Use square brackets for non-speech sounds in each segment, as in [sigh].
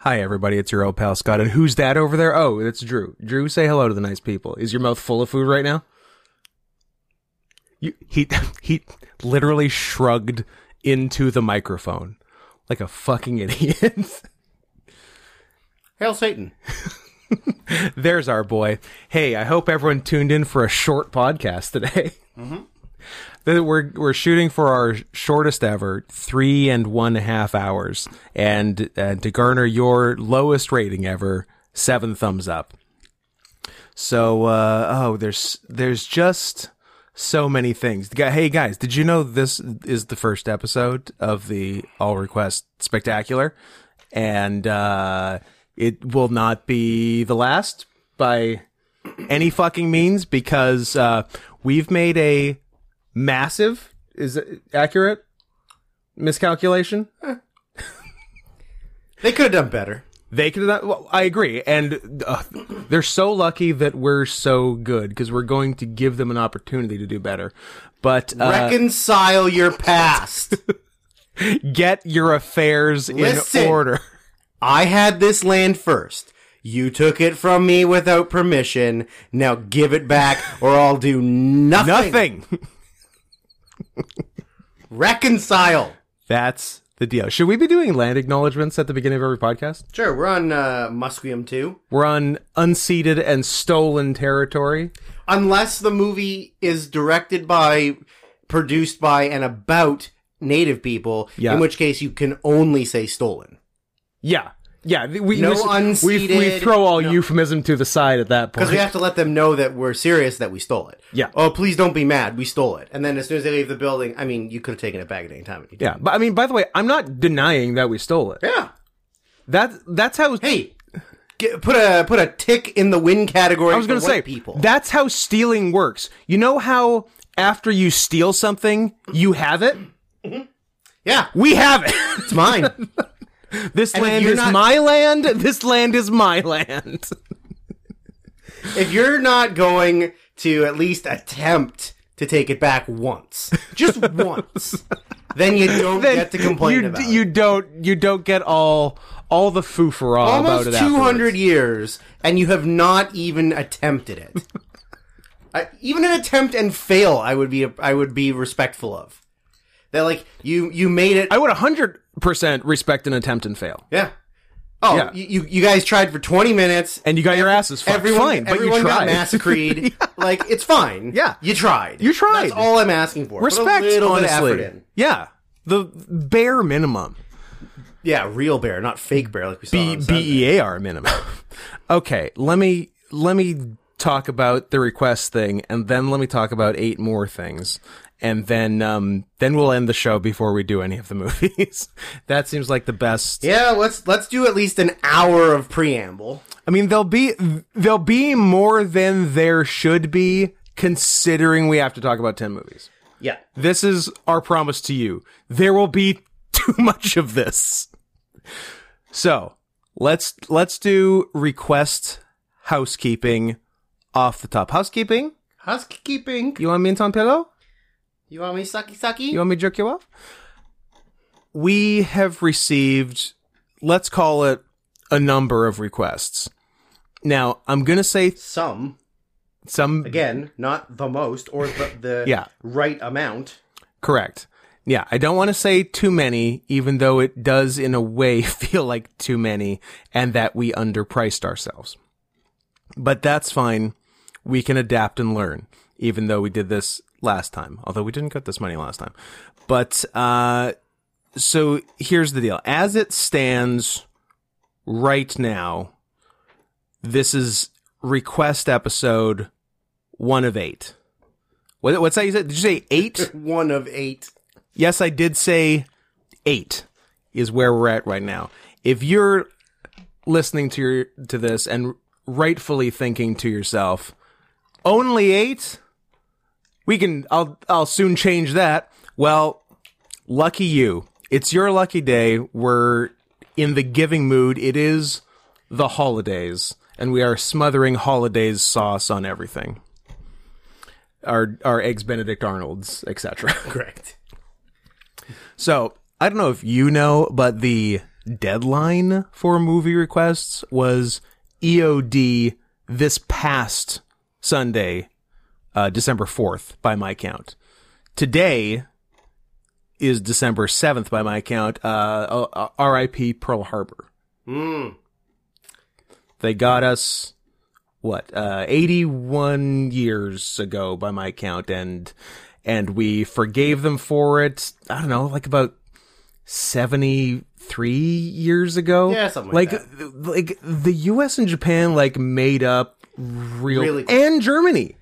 Hi, everybody. It's your old pal Scott. And who's that over there? Oh, it's Drew. Drew, say hello to the nice people. Is your mouth full of food right now? You, he [laughs] he literally shrugged into the microphone like a fucking [laughs] idiot. Hail Satan. There's our boy. Hey, I hope everyone tuned in for a short podcast today. [laughs] That We're we're shooting for our shortest ever three and one half hours, and uh, to garner your lowest rating ever, seven thumbs up. So, uh, oh, there's there's just so many things. Gu- Hey guys, did you know this is the first episode of the All Request Spectacular, and uh, it will not be the last by any fucking means because uh, we've made a massive is it accurate miscalculation They could have done better. they could not. Well, I agree, and uh, they're so lucky that we're so good because we're going to give them an opportunity to do better. But uh, Reconcile your [laughs] past. get your affairs Listen. in [laughs] order. I had this land first. You took it from me without permission. Now give it back or I'll do Nothing. nothing. [laughs] Reconcile. That's the deal. Should we be doing land acknowledgments at the beginning of every podcast? Sure, we're on uh, Musqueam 2. We're on unceded and stolen territory. Unless the movie is directed by, produced by, and about native people, Yeah. in which case you can only say stolen. Yeah, yeah. th- We No we, we, we unceded- throw all no. euphemism to the side at that point. Because we have to let them know that we're serious that we stole it. Yeah. Oh, please don't be mad. We stole it. And then as soon as they leave the building, I mean, you could have taken it back at any time. yeah, but I mean, by the way, I'm not denying that we stole it. Yeah. That that's how Hey, get, put a put a tick in the win category. I was going going to to say people. that's how stealing works. You know how after you steal something, you have it. yeah, We have it. [laughs] it's mine. [laughs] this if land you're is not- my land. [laughs] This land is my land. if you're not going to at least attempt to take it back once, just once, then [laughs] you don't get to complain you, about you it. don't you don't get all all the foo for all about Almost it. 200 afterwards. years, and you have not even [laughs] attempted it. I, even an attempt and fail, I would be I would be respectful of. That like you you made it. I would hundred percent respect an attempt and fail, yeah. Oh, Yeah. You, you you guys tried for 20 minutes and you got your asses fucked. everyone, Fine, but everyone you tried. [laughs] got massacred. Like it's fine. Yeah. you tried. You tried. That's all I'm asking for. Put a Respect, little bit of honestly. effort in. Yeah, the bare minimum. Yeah, real bear, not fake bear, like we saw. B- on Sunday. BEAR [laughs] minimum. okay, let me let me talk about the request thing, and then let me talk about eight more things, and then um then we'll end the show before we do any of the [laughs] movies. that seems like the best. Yeah, let's let's do at least an hour of preamble. I mean, there'll be there'll be more than there should be, considering we have to talk about ten movies. Yeah, This is our promise to you. There will be [laughs] too much of this. So let's let's do request housekeeping off the top. Housekeeping? housekeeping. You want me in on pillow? You want me sucky sucky? You want me to jerk you off? We have received, let's call it a number of requests. Now, I'm gonna say Some some again, not the most or the, the [laughs] Yeah. right amount. [laughs] Correct. Yeah, I don't want to say too many, even though it does in a way [laughs] feel like too many and that we underpriced ourselves. But that's fine. We can adapt and learn, even though we did this last time, although we didn't get this money last time. But, uh, so here's the deal. As it stands right now, this is request episode one of eight. What, what's that you said? Did you say eight? One of eight. Yes, I did say eight is where we're at right now. If you're listening to your to this and rightfully thinking to yourself, only eight, we can. I'll I'll soon change that. Well, lucky you. It's your lucky day. We're in the giving mood. It is the holidays, and we are smothering holidays sauce on everything. Our our eggs Benedict Arnolds, [laughs] etc. Correct. So I don't know if you know, but the deadline for movie requests was EOD this past Sunday, uh, December 4th, by my count. Today is December 7th, by my count, uh, uh, RIP Pearl Harbor. Mm. They got us, what, uh, 81 years ago, by my count, and, and we forgave them for it, I don't know, like about 73 years ago. Yeah, something like th- Like, the US and Japan, like, made up real, Really quick. and Germany.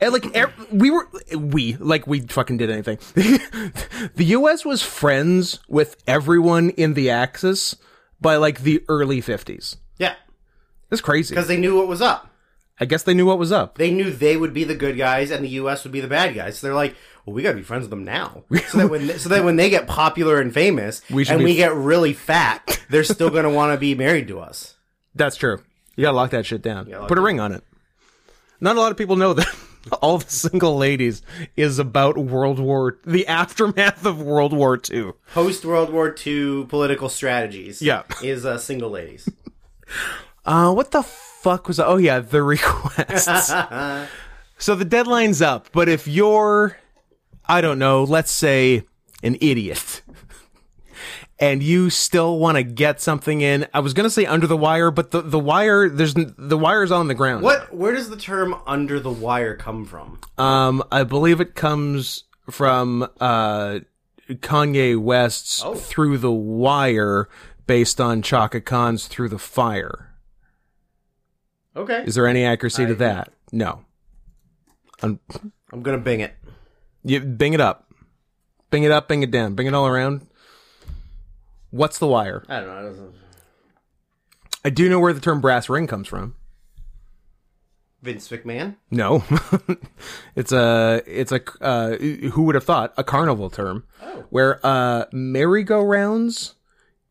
And like ev- we were, we like we fucking did anything. [laughs] the U.S. was friends with everyone in the Axis by like the early fifties. Yeah, That's crazy. because they knew what was up. I guess they knew what was up. They knew they would be the good guys and the U.S. would be the bad guys. So they're like, well, we gotta be friends with them [laughs] now, so that when so that when they get popular and famous, We should and be- we get really fat, [laughs] they're still gonna want to be married to us. That's true. You gotta lock that shit down. lock Put a it. ring on it. Not a lot of people know that. [laughs] All the single ladies is about World War, the aftermath of World War II. Post World War II political strategies. Yeah. is uh, single ladies. Uh, what the fuck was? Oh yeah, the [laughs] requests. so the deadline's up, but if you're, I don't know, let's say an idiot, and you still want to get something in, I was gonna say under the wire, but the the wire there's n- the wire's on the ground. What? Where does the term "under the wire" come from? Um, I believe it comes from uh Kanye West's "Through the Wire," based on Chaka Khan's "Through the Fire." Okay, Is there any accuracy to that? No. Um, I'm gonna bing it. you bing it up. Bing it up, bing it down, bing it all around. What's the wire? I don't know. It doesn't- I do know where the term brass ring comes from. Vince McMahon. No. [laughs] it's a it's a uh who would have thought a carnival term Oh. where uh merry-go-rounds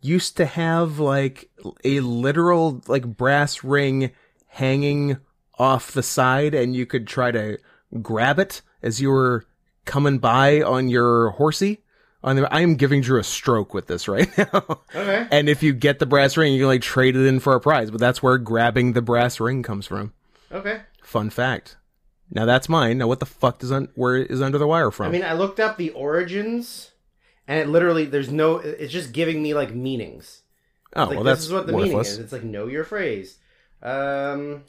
used to have like a literal like brass ring hanging off the side and you could try to grab it as you were coming by on your horsey. On the, I am giving Drew a stroke with this right [laughs] now. Okay. and if you get the brass ring, you can like trade it in for a prize, but that's where grabbing the brass ring comes from. Okay. Fun fact. Now that's mine. Now what the fuck does un- where is under the wire from? I mean, I looked up the origins, and it literally there's no. It's just giving me like meanings. oh, Like well, this that's is what the meaning worthless. is. It's like know your phrase. Um.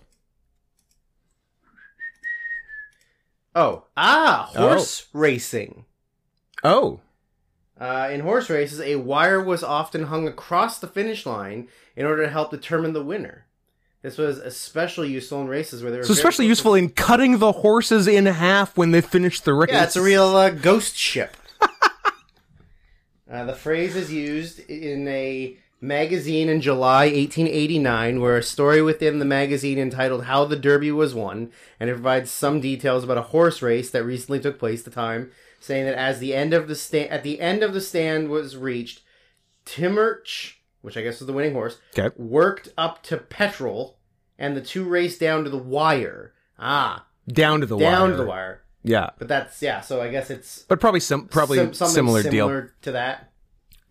Oh, ah, horse racing. Oh, Uh, in horse races, a wire was often hung across the finish line in order to help determine the winner. This was especially useful in races where there were so very especially close- useful in cutting the horses in half when they finish the race. Yeah, it's a real uh, ghost ship. [laughs] uh, the phrase is used in a magazine in July 1889, where a story within the magazine entitled How the Derby Was Won, and it provides some details about a horse race that recently took place at the time, saying that as the end of the stand at the end of the stand was reached, Timurch, which I guess was the winning horse, Okay. worked up to Petrol, and the two raced down to the wire. Ah, down to the wire. down to the wire. Yeah, But that's yeah. So I guess it's but probably some probably sim- something similar, deal. to that.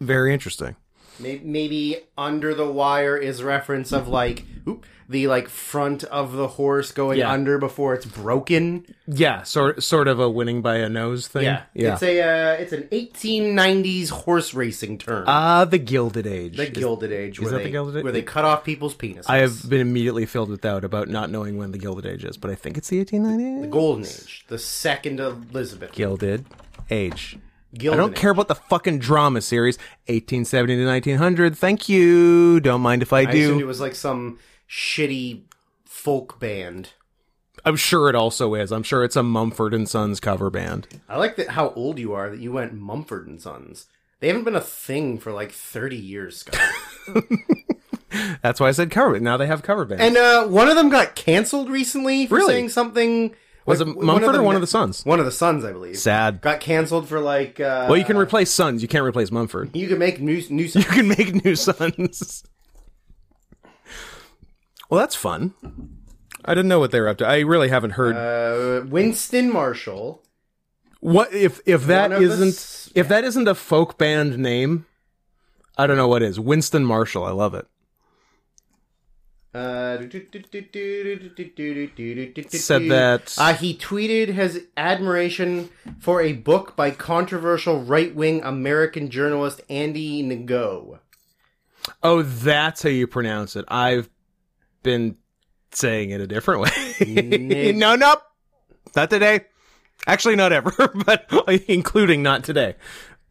Very interesting. May- Maybe under the wire is reference of like oop, the like front of the horse going Yeah. under before it's broken. Yeah, sort sort of a winning by a nose thing. yeah. It's a uh, it's an 1890s horse racing term. Ah, the Gilded Age. the Gilded Age, where that they the Gilded Age? where they cut off people's penises. I have been immediately filled with doubt about not knowing when the Gilded Age is, but I think it's the 1890s. the Golden Age, the second Elizabeth. Gilded Age. Gilded I don't Age. care about the fucking drama series. 1870 to 1900. Thank you. Don't mind if I I assumed it do. was like some shitty folk band. I'm sure it also is. I'm sure it's a Mumford and Sons cover band. I like that how old you are that you went Mumford and Sons. They haven't been a thing for like 30 years, Scott. That's why I said cover. Now they have cover bands. and uh, one of them got canceled recently for Really? saying something. Was like, it Mumford or one of the Sons? One of the Sons, I believe. Sad. Got canceled for like. Uh, Well, you can replace Sons. You can't replace Mumford. [laughs] you can make new new songs. You can make new Sons. Well, that's fun. I didn't know what they were up to. I really haven't heard Uh, Winston Marshall. What if if that One of the isn't s- if that isn't a folk band name? I don't know what is. Winston Marshall. I love it. Uh, Said that- uh, he tweeted his admiration for a book by controversial right-wing American journalist [laughs] Andy Ngo. Oh, that's how you pronounce it. I've been saying it a different [laughs] way. Nick. no, no, not today. Actually, not ever, [laughs] but including not today.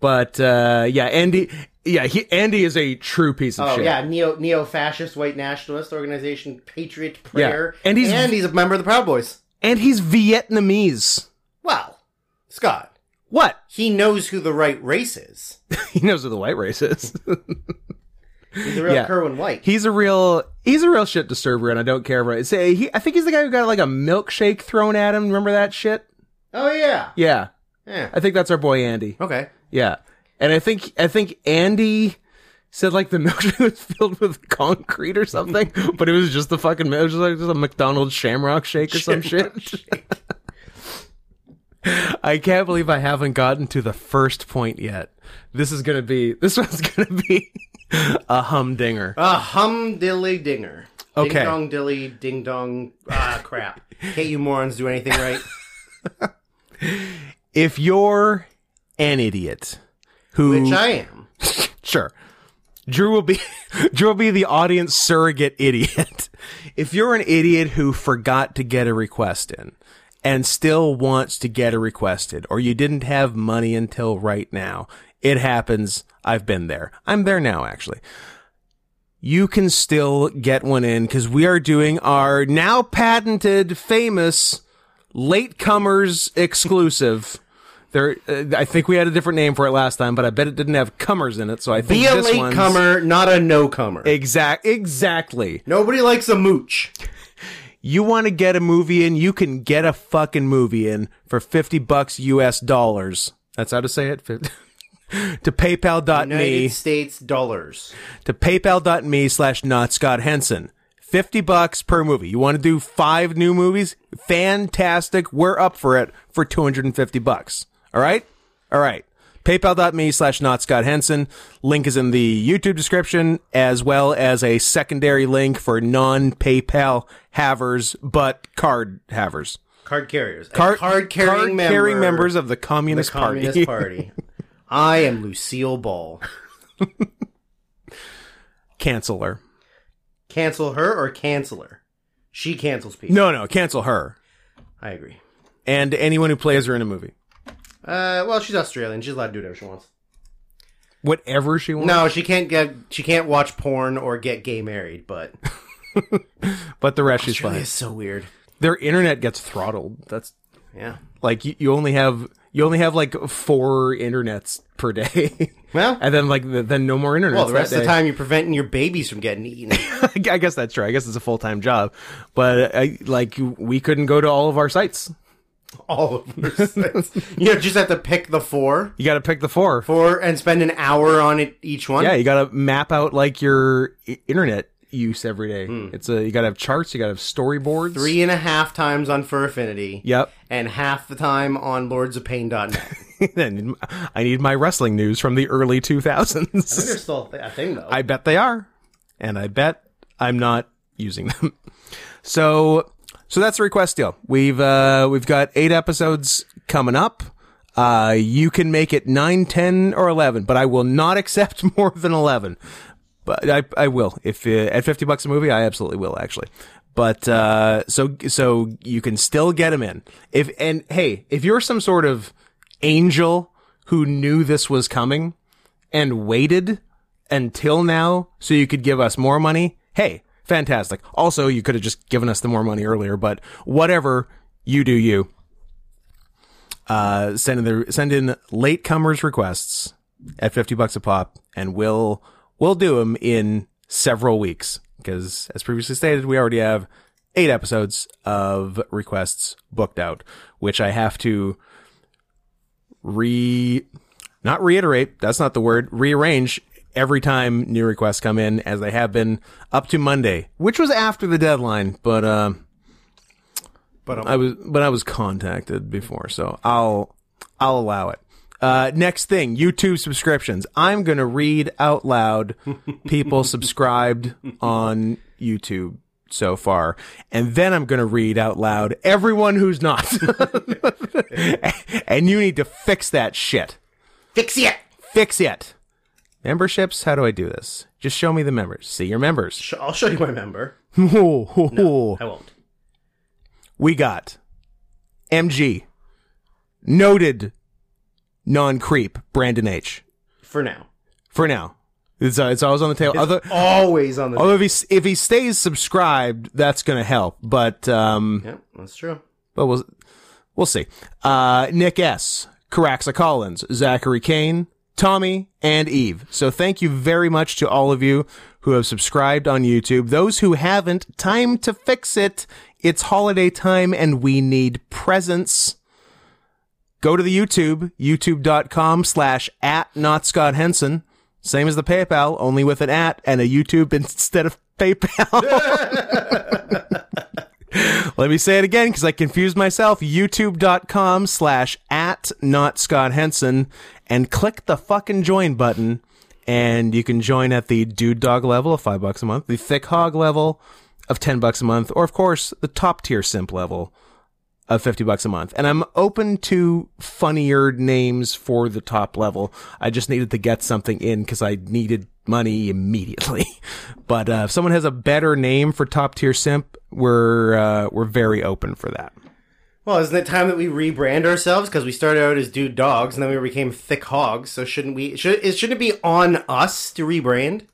But uh, yeah, Andy. Yeah, he, Andy is a true piece of Oh shit. yeah, neo neo-fascist white nationalist organization Patriot Yeah. Prayer, And he's- and he's a member of the Proud Boys. And he's Vietnamese. Well, Scott, What? [laughs] he knows who the right race is. He knows who the white race is. [laughs] He's a real Yeah. Kerwin White. he's a real he's a real shit disturber, and I don't care about it. Say he, I think he's the guy who got like a milkshake thrown at him. Remember that shit? oh yeah. Yeah, Yeah. I think that's our boy Andy. Okay. Yeah, and I think I think Andy said like the [laughs] milkshake was filled with concrete or something, but it was just the fucking milk- it was like just a McDonald's Shamrock Shake or some shit. [laughs] I can't believe I haven't gotten to the first point yet. This is gonna be this one's [laughs] gonna be a humdinger. A hum dilly dinger. Okay. Ding dong dilly ding dong. [laughs] Ah, crap. Can't you morons do anything right? If you're an idiot who Which I am. Sure. Drew will be [laughs] Drew will be the audience surrogate idiot. [laughs] If you're an idiot who forgot to get a request in and still wants to get a request in, or you didn't have money until right now, it happens. I've been there. I'm there now actually. You can still get one in because we are doing our now patented famous latecomers exclusive. There, uh, I think we had a different name for it last time, but I bet it didn't have comers in it. So I think Be a this one's- latecomer, not a no comer. Exact, exactly. Nobody likes a mooch. You want to get a movie in, you can get a fucking movie in for fifty bucks U.S. dollars. That's how to say it. Fif- [laughs] to PayPal.me United States dollars. to PayPal.me slash not Scott Henson. 50 bucks per movie. You want to do five new movies? Fantastic. We're up for it for 250 bucks. All right? All right. PayPal.me slash not Scott Henson. Link is in the YouTube description as well as a secondary link for non PayPal havers, but card havers. Card carriers. Card, card carrying member, card-carrying members of the of Communist, the Communist [laughs] Party. Party. [laughs] I am Lucille Ball. Canceler. Cancel her or cancel her? She cancels people. No, no, cancel her. I agree. And anyone who plays her in a movie. Uh, well, she's Australian. She's allowed to do whatever she wants. Whatever she wants. No, she can't get. She can't watch porn or get gay married. [laughs] But But the rest she's Really fine. is so weird. Their internet gets throttled. That's Yeah. like you, you only have you only have like four internets per day, Well, [laughs] and then like the, then no more internets. well, the that rest of the day. time you're preventing your babies from getting eaten. [laughs] [laughs] I guess that's true. I guess it's a full time job, but I, like we couldn't go to all of our sites. All of their sense. You know, just have to pick the four, You got to pick the four. four, and spend an hour on it each one. Yeah, you got to map out like your i- internet use every day. It's a you got to have charts. You got to have storyboards. Three and a half times on Fur Affinity. Yep. And half the time on LordsOfPain.net. [laughs] Then I need my wrestling news from the early two thousands. They're still a thing though. I bet they are, and I bet I'm not using them. [laughs] So, so that's the request deal. We've uh, we've got eight episodes coming up. Uh, you can make it nine, ten, or eleven, but I will not [laughs] accept more than eleven. But I, I will if uh, at fifty bucks a movie, I absolutely will actually. But uh, so so you can still get them in. If and hey, if you're some sort of angel who knew this was coming, and waited until now so you could give us more money, hey, fantastic. Also, you could have just given us the more money earlier, but whatever, you do you. Uh, send in the send in latecomers requests at fifty bucks a pop, and we'll we'll do them in several weeks because, as previously stated, we already have eight episodes of requests booked out, which I have to re not reiterate that's not the word rearrange every time new requests come in as they have been up to monday which was after the deadline but um but um, I was, but I was contacted before, so I'll, I'll allow it. Uh, next thing, YouTube subscriptions. I'm going to read out loud people subscribed on YouTube so far. And then I'm going to read out loud everyone who's not. [laughs] and you need to fix that shit. Fix it. Fix it. Memberships, how do I do this? Just show me the members. See your members. [laughs] Sh- I'll show you my member. Ooh, ooh, ooh. I won't. We got MG, noted non creep, Brandon H. For now. For now, it's, uh, it's always on the table. Although, Always on the. although if he s- if he stays subscribed, that's going to help. But um, yeah, that's true. but we'll we'll see. Uh, Nick S, Caraxa Collins, Zachary Kane, Tommy, and Eve. So thank you very much to all of you who have subscribed on YouTube. Those who haven't, time to fix it. It's holiday time and we need presents. Go to the YouTube, youtube.com slash at not Scott Henson. Same as the PayPal, only with an at and a YouTube [laughs] instead of PayPal. Let me say it again because I confused myself. YouTube.com slash at not Scott Henson and click the fucking join button. And you can join at the dude dog level of five bucks a month, the thick hog level of 10 bucks a month, or of course the top tier simp level of 50 bucks a month. And I'm open to funnier names for the top level. I just needed to get something in because I needed money immediately. [laughs] but uh, if someone has a better name for top tier simp, we're uh, we're very open for that. Well, isn't it time that we rebrand ourselves? Because we started out as dude dogs, and then we became thick hogs. So shouldn't we? Should it shouldn't it be on us to rebrand?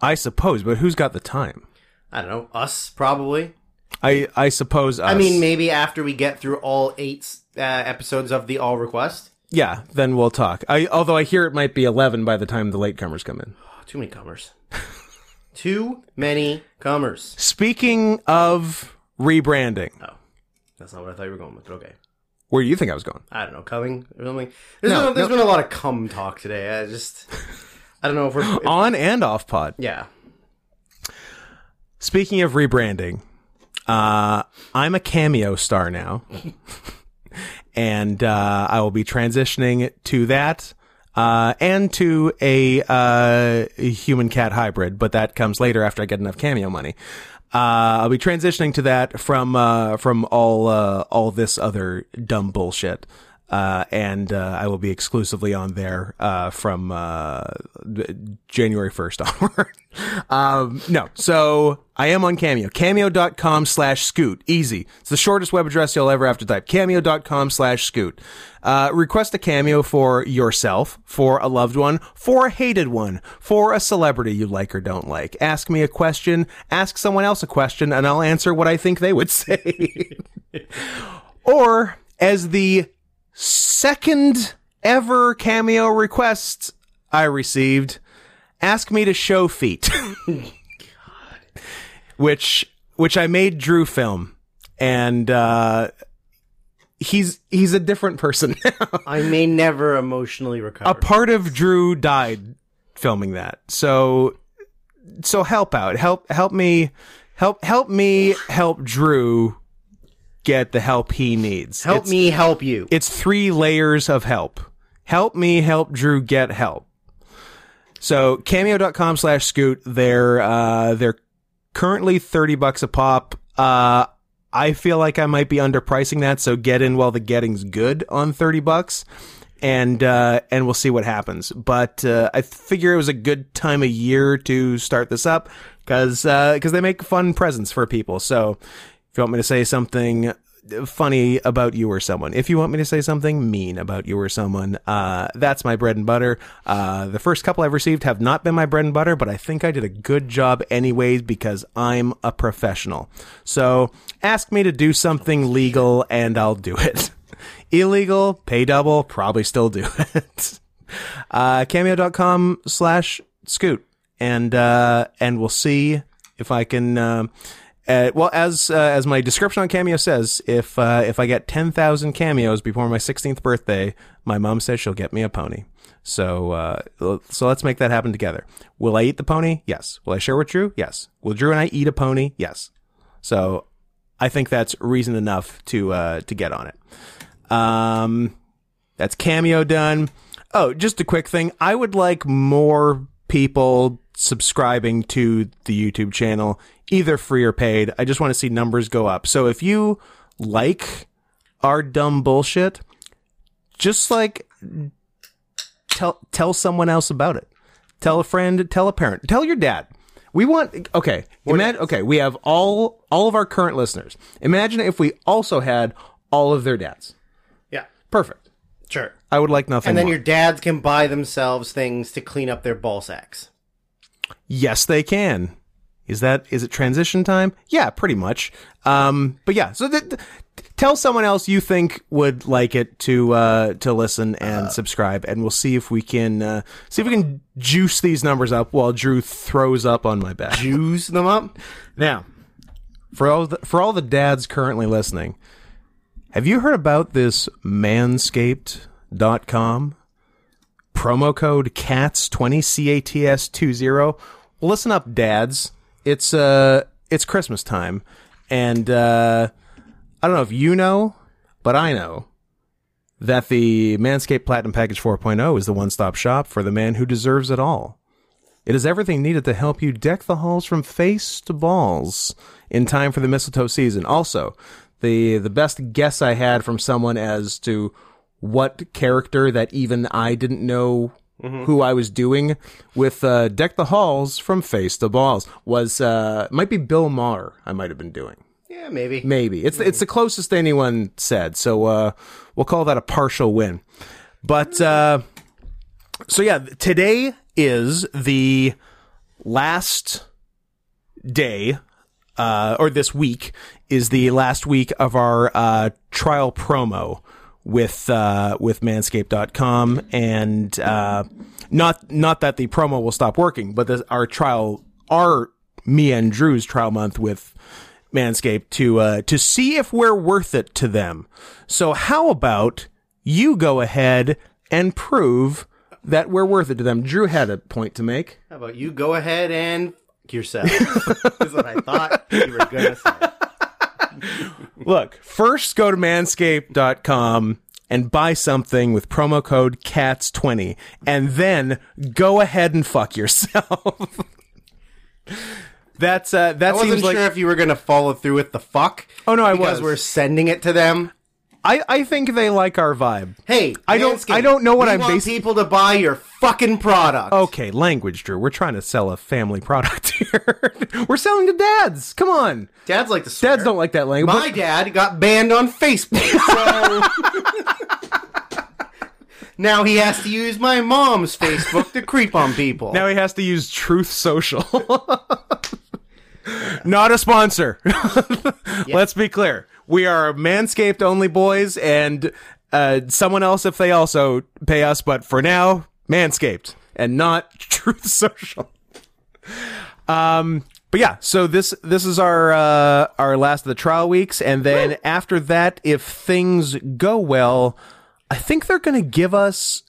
I suppose, but who's got the time? I don't know. Us probably. I I suppose. Us. I mean, maybe after we get through all eight uh, episodes of the all request. yeah. Then we'll talk. I although I hear it might be eleven by the time the latecomers come in. Oh, too many [laughs] comers. too many comers. Speaking of rebranding, That's not what I thought you were going with, but okay. where do you think I was going? I don't know, coming or something. There's, No, been, there's no. been a lot of cum talk today. I just, I don't know [gasps] if we're, if- On and off pod. yeah. Speaking of rebranding, uh, I'm a cameo star now, [laughs] and uh, I will be transitioning to that uh, and to a, uh, human cat hybrid, but that comes later after I get enough cameo money. Uh, I'll be transitioning to that from uh, from all uh, all this other dumb bullshit. Uh, and uh, I will be exclusively on there uh, from uh, January 1st [laughs] onward. um, no, so I am on Cameo. Cameo.com slash scoot. Easy. It's the shortest web address you'll ever have to type. Cameo.com slash scoot. Uh, request a cameo for yourself, for a loved one, for a hated one, for a celebrity you like or don't like. Ask me a question, ask someone else a question, and I'll answer what I think they would [laughs] say. or, as the second ever cameo request I received. Ask me to show feet. [laughs] Which which I made Drew film. And uh he's he's a different person [laughs] now. I may never emotionally recover. a part of Drew died filming that. So so help out. Help help me help help me help Drew get the help he needs. help It's- me help you. it's three layers of help. Help me help Drew get help. So cameo.com slash scoot. They're, uh, they're currently 30 bucks a pop. Uh, I feel like I might be underpricing that. So get in while the getting's good on 30 bucks and, uh, and we'll see what happens. But, uh, I figure it was a good time of year to start this up because, cause they make fun presents for people. So if you want me to say something funny about you or someone, if you want me to say something mean about you or someone, uh, that's my bread and butter. Uh, the first couple I've received have not been my bread and butter, but I think I did a good job anyways because I'm a professional. So ask me to do something legal and I'll do it. [laughs] Illegal, pay double, probably still do it. [laughs] Uh, cameo.com slash scoot. And, uh, and we'll see if I can, um, uh, well, as uh, as my description on Cameo says, if uh, if I get ten thousand cameos before my sixteenth birthday, my mom says she'll get me a pony. So uh, l- so let's make that happen together. Will I eat the pony? Yes. Will I share with Drew? Yes. Will Drew and I eat a pony? Yes. So I think that's reason enough to uh, to get on it. Um, That's Cameo done. Oh, just a quick thing. I would like more people subscribing to the YouTube channel, either free or paid. I just want to see numbers go up. So if you like our dumb bullshit, just like tell tell someone else about it. Tell a friend, tell a parent, tell your dad. We want okay. Imagine okay. We have all all of our current listeners. Imagine if we also had all of their dads. Yeah, Perfect. sure. I would like nothing And then more. your dads can buy themselves things to clean up their ball sacks. Yes, they can. Is that is it transition time? Yeah, pretty much. Um, but yeah, so th- th- tell someone else you think would like it to uh, to listen Uh-huh. and subscribe, and we'll see if we can uh, see if we can juice these numbers up while Drew throws up on my back. Juice them up. Now, for all the, for all the dads currently listening, have you heard about this manscaped.com promo code cats20 C A T S 20? Well, listen up dads. It's uh it's Christmas time and uh I don't know if you know, but I know that the Manscaped Platinum Package 4.0 is the one-stop shop for the man who deserves it all. It is everything needed to help you deck the halls from face to balls in time for the mistletoe season. Also, the the best guess I had from someone as to what character that even I didn't know who I was doing with uh, deck the halls from face to balls was uh, might be Bill Maher. I might have been doing Yeah, maybe. maybe it's it's the closest anyone said. So uh, we'll call that a partial win. But uh, so yeah, today is the last day, uh, or this week is the last week of our uh, trial promo with uh, with Manscaped.com, and uh, not not that the promo will stop working, but this, our trial, our me and Drew's trial month with Manscaped to uh, to see if we're worth it to them. So how about you go ahead and prove that we're worth it to them? Drew had a point to make. How about you go ahead and [laughs] f- yourself? is what I thought you were gonna say. Look, first go to manscaped.com and buy something with promo code CATS20 and then go ahead and fuck yourself. [laughs] that's uh that I seems wasn't like sure if you were gonna follow through with the fuck. Oh, no, I because was. we're sending it to them. I I think they like our vibe. Hey, I don't- Manscaped, I don't know what we I'm want basi- Oh, people to buy your fucking product. Okay, language, Drew. We're trying to sell a family [laughs] product here. We're selling to dads. Come on. dads like to swear. Dads don't like that language. My dad got banned on Facebook, so [laughs] now he has to use my mom's Facebook to creep on people. Now he has to use Truth Social. Not a sponsor. [laughs] Let's be clear. We are Manscaped only boys and uh, someone else if they also pay us, but for now, Manscaped and not [laughs] Truth Social. Um, but yeah, so this this is our uh, our last of the trial weeks, and then after that, if things go well, I think they're going to give us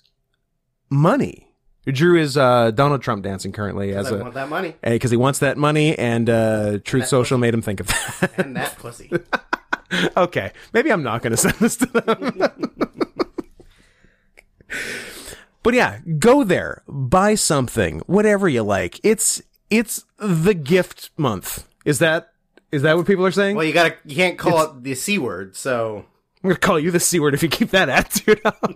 money. Drew is uh, Donald Trump dancing currently as I want a that money because he wants that money, and uh, Truth Social made him think of that. [laughs] and [laughs] that pussy. okay, maybe I'm not going to [laughs] send this to them. [laughs] but yeah, go there, buy something, whatever you like. It's it's the gift month. Is that is that what people are saying? Well, you gotta you can't call it the c word, so I'm gonna call you the c word if you keep that [laughs] attitude up.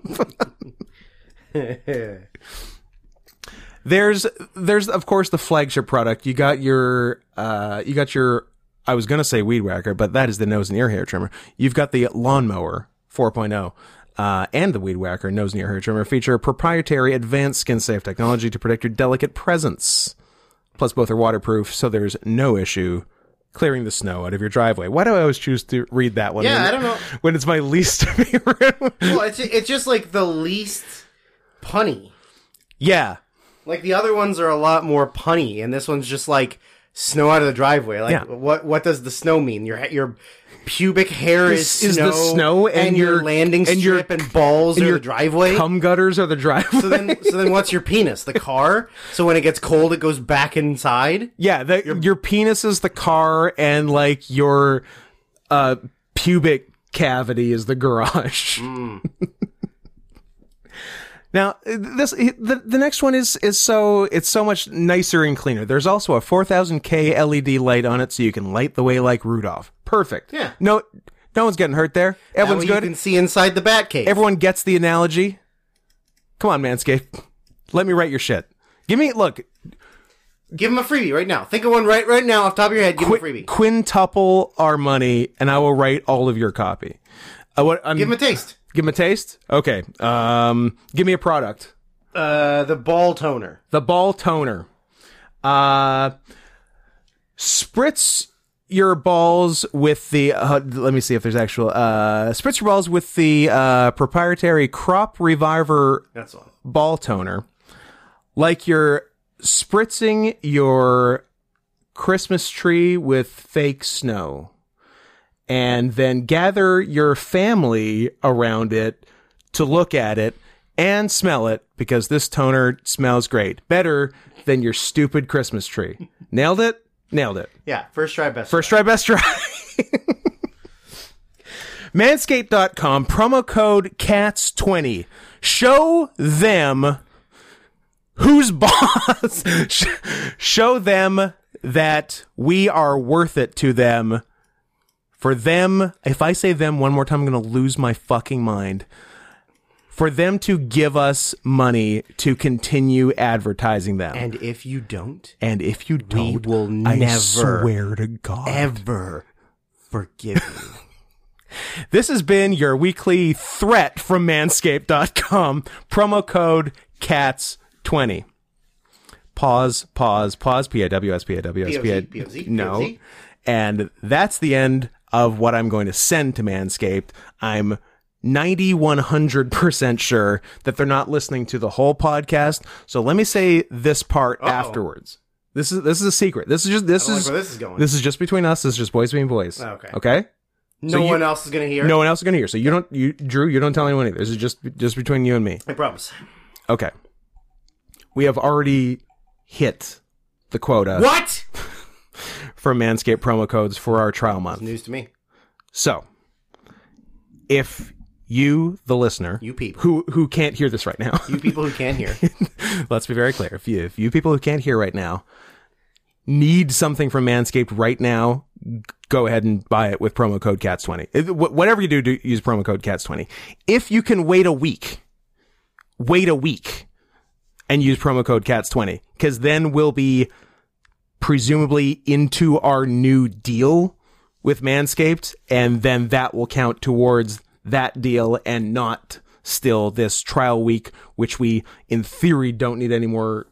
there's there's of course the flagship product. You got your uh you got your I was gonna say weed whacker, but that is the nose and ear hair trimmer. You've got the lawnmower 4.0. Uh, and the Weed Whacker nose and ear hair trimmer feature proprietary advanced skin safe technology to protect your delicate presence. Plus, both are waterproof, so there's no issue clearing the snow out of your driveway. Why do I always choose to read that one? Yeah, when- I don't know. When it's my least [laughs] favorite. well, it's it's just like the least punny. yeah, Like the other ones are a lot more punny, and this one's just like snow out of the driveway. Like Yeah. what what does the snow mean? Your ha- your pubic hair is, is snow, the snow and your, your- landing and your- strip and balls and are your the driveway. cum gutters are the driveway. [laughs] so then so then what's your penis? The car. So when it gets cold, it goes back inside. yeah, the, your, penis is the car, and like your [laughs] Mm. uh, pubic cavity is the garage. Now, this the, the next one is is so it's so much nicer and cleaner. There's also a 4000K LED E light on it, so you can light the way like Rudolph. Perfect. Yeah. No, no one's getting hurt there. That Everyone's way good. You can see inside the bat cave. Everyone gets the analogy. Come on, Manscaped. Let me write your shit. Give me look. Give him a freebie right now. Think of one right right now off the top of your head. Give him a Qu- freebie. quintuple our money, and I will write all of your copy. Uh, what, I'm, Give him a taste. give 'em a taste. Okay. Um, give me a product. Uh, the ball toner. the ball toner. Uh, spritz your balls with the. Uh, let me see if there's actual. Uh, spritz your balls with the uh, proprietary Crop Reviver That's all. ball toner, like you're spritzing your Christmas tree with fake snow, and then gather your family around it to look at it and smell it because this toner smells great, better than your stupid Christmas tree. Nailed it. Nailed it. Yeah, first try, best. First try, [laughs] best try. Manscaped.com, promo code CATS20. Show them who's [laughs] boss. Sh- Show them that we are worth it to them. For them, if I say them one more time, I'm going to lose my fucking mind. For them to give us money to continue advertising them. And if you don't And if you don't, will I never, swear to God. ever forgive you, This has been your weekly threat from manscaped.com. Promo code CATS20. Pause, pause, pause, P A W S P A W S P A. POZ, POZ. No. And that's the end of what I'm going to send to Manscaped. I'm 9100% sure that they're not listening to the whole podcast. So let me say this part afterwards. This is this is a secret. This is just this like is where this is going. This is just between us. This is just boys being boys. Okay. Okay? no you- one else is gonna hear. No one else is gonna hear. So you don't, you Drew, you don't tell anyone either. This is just just between you and me. I promise. Okay. We have already hit the quota What? for Manscaped promo codes for our trial month. News to me. So, if you, the listener, You people. who who can't hear this right now, You people who [laughs] can't hear. let's be very clear. If you if you people who can't hear right now need something from Manscaped right now, g- go ahead and buy it with promo code CATS20. If- wh- Whatever you do, do use promo code CATS20. If you can wait a week, wait a week and use promo code CATS20 cuz then we'll be presumably into our new deal with Manscaped and then that will count towards that deal and not still this trial week which we in theory don't need any more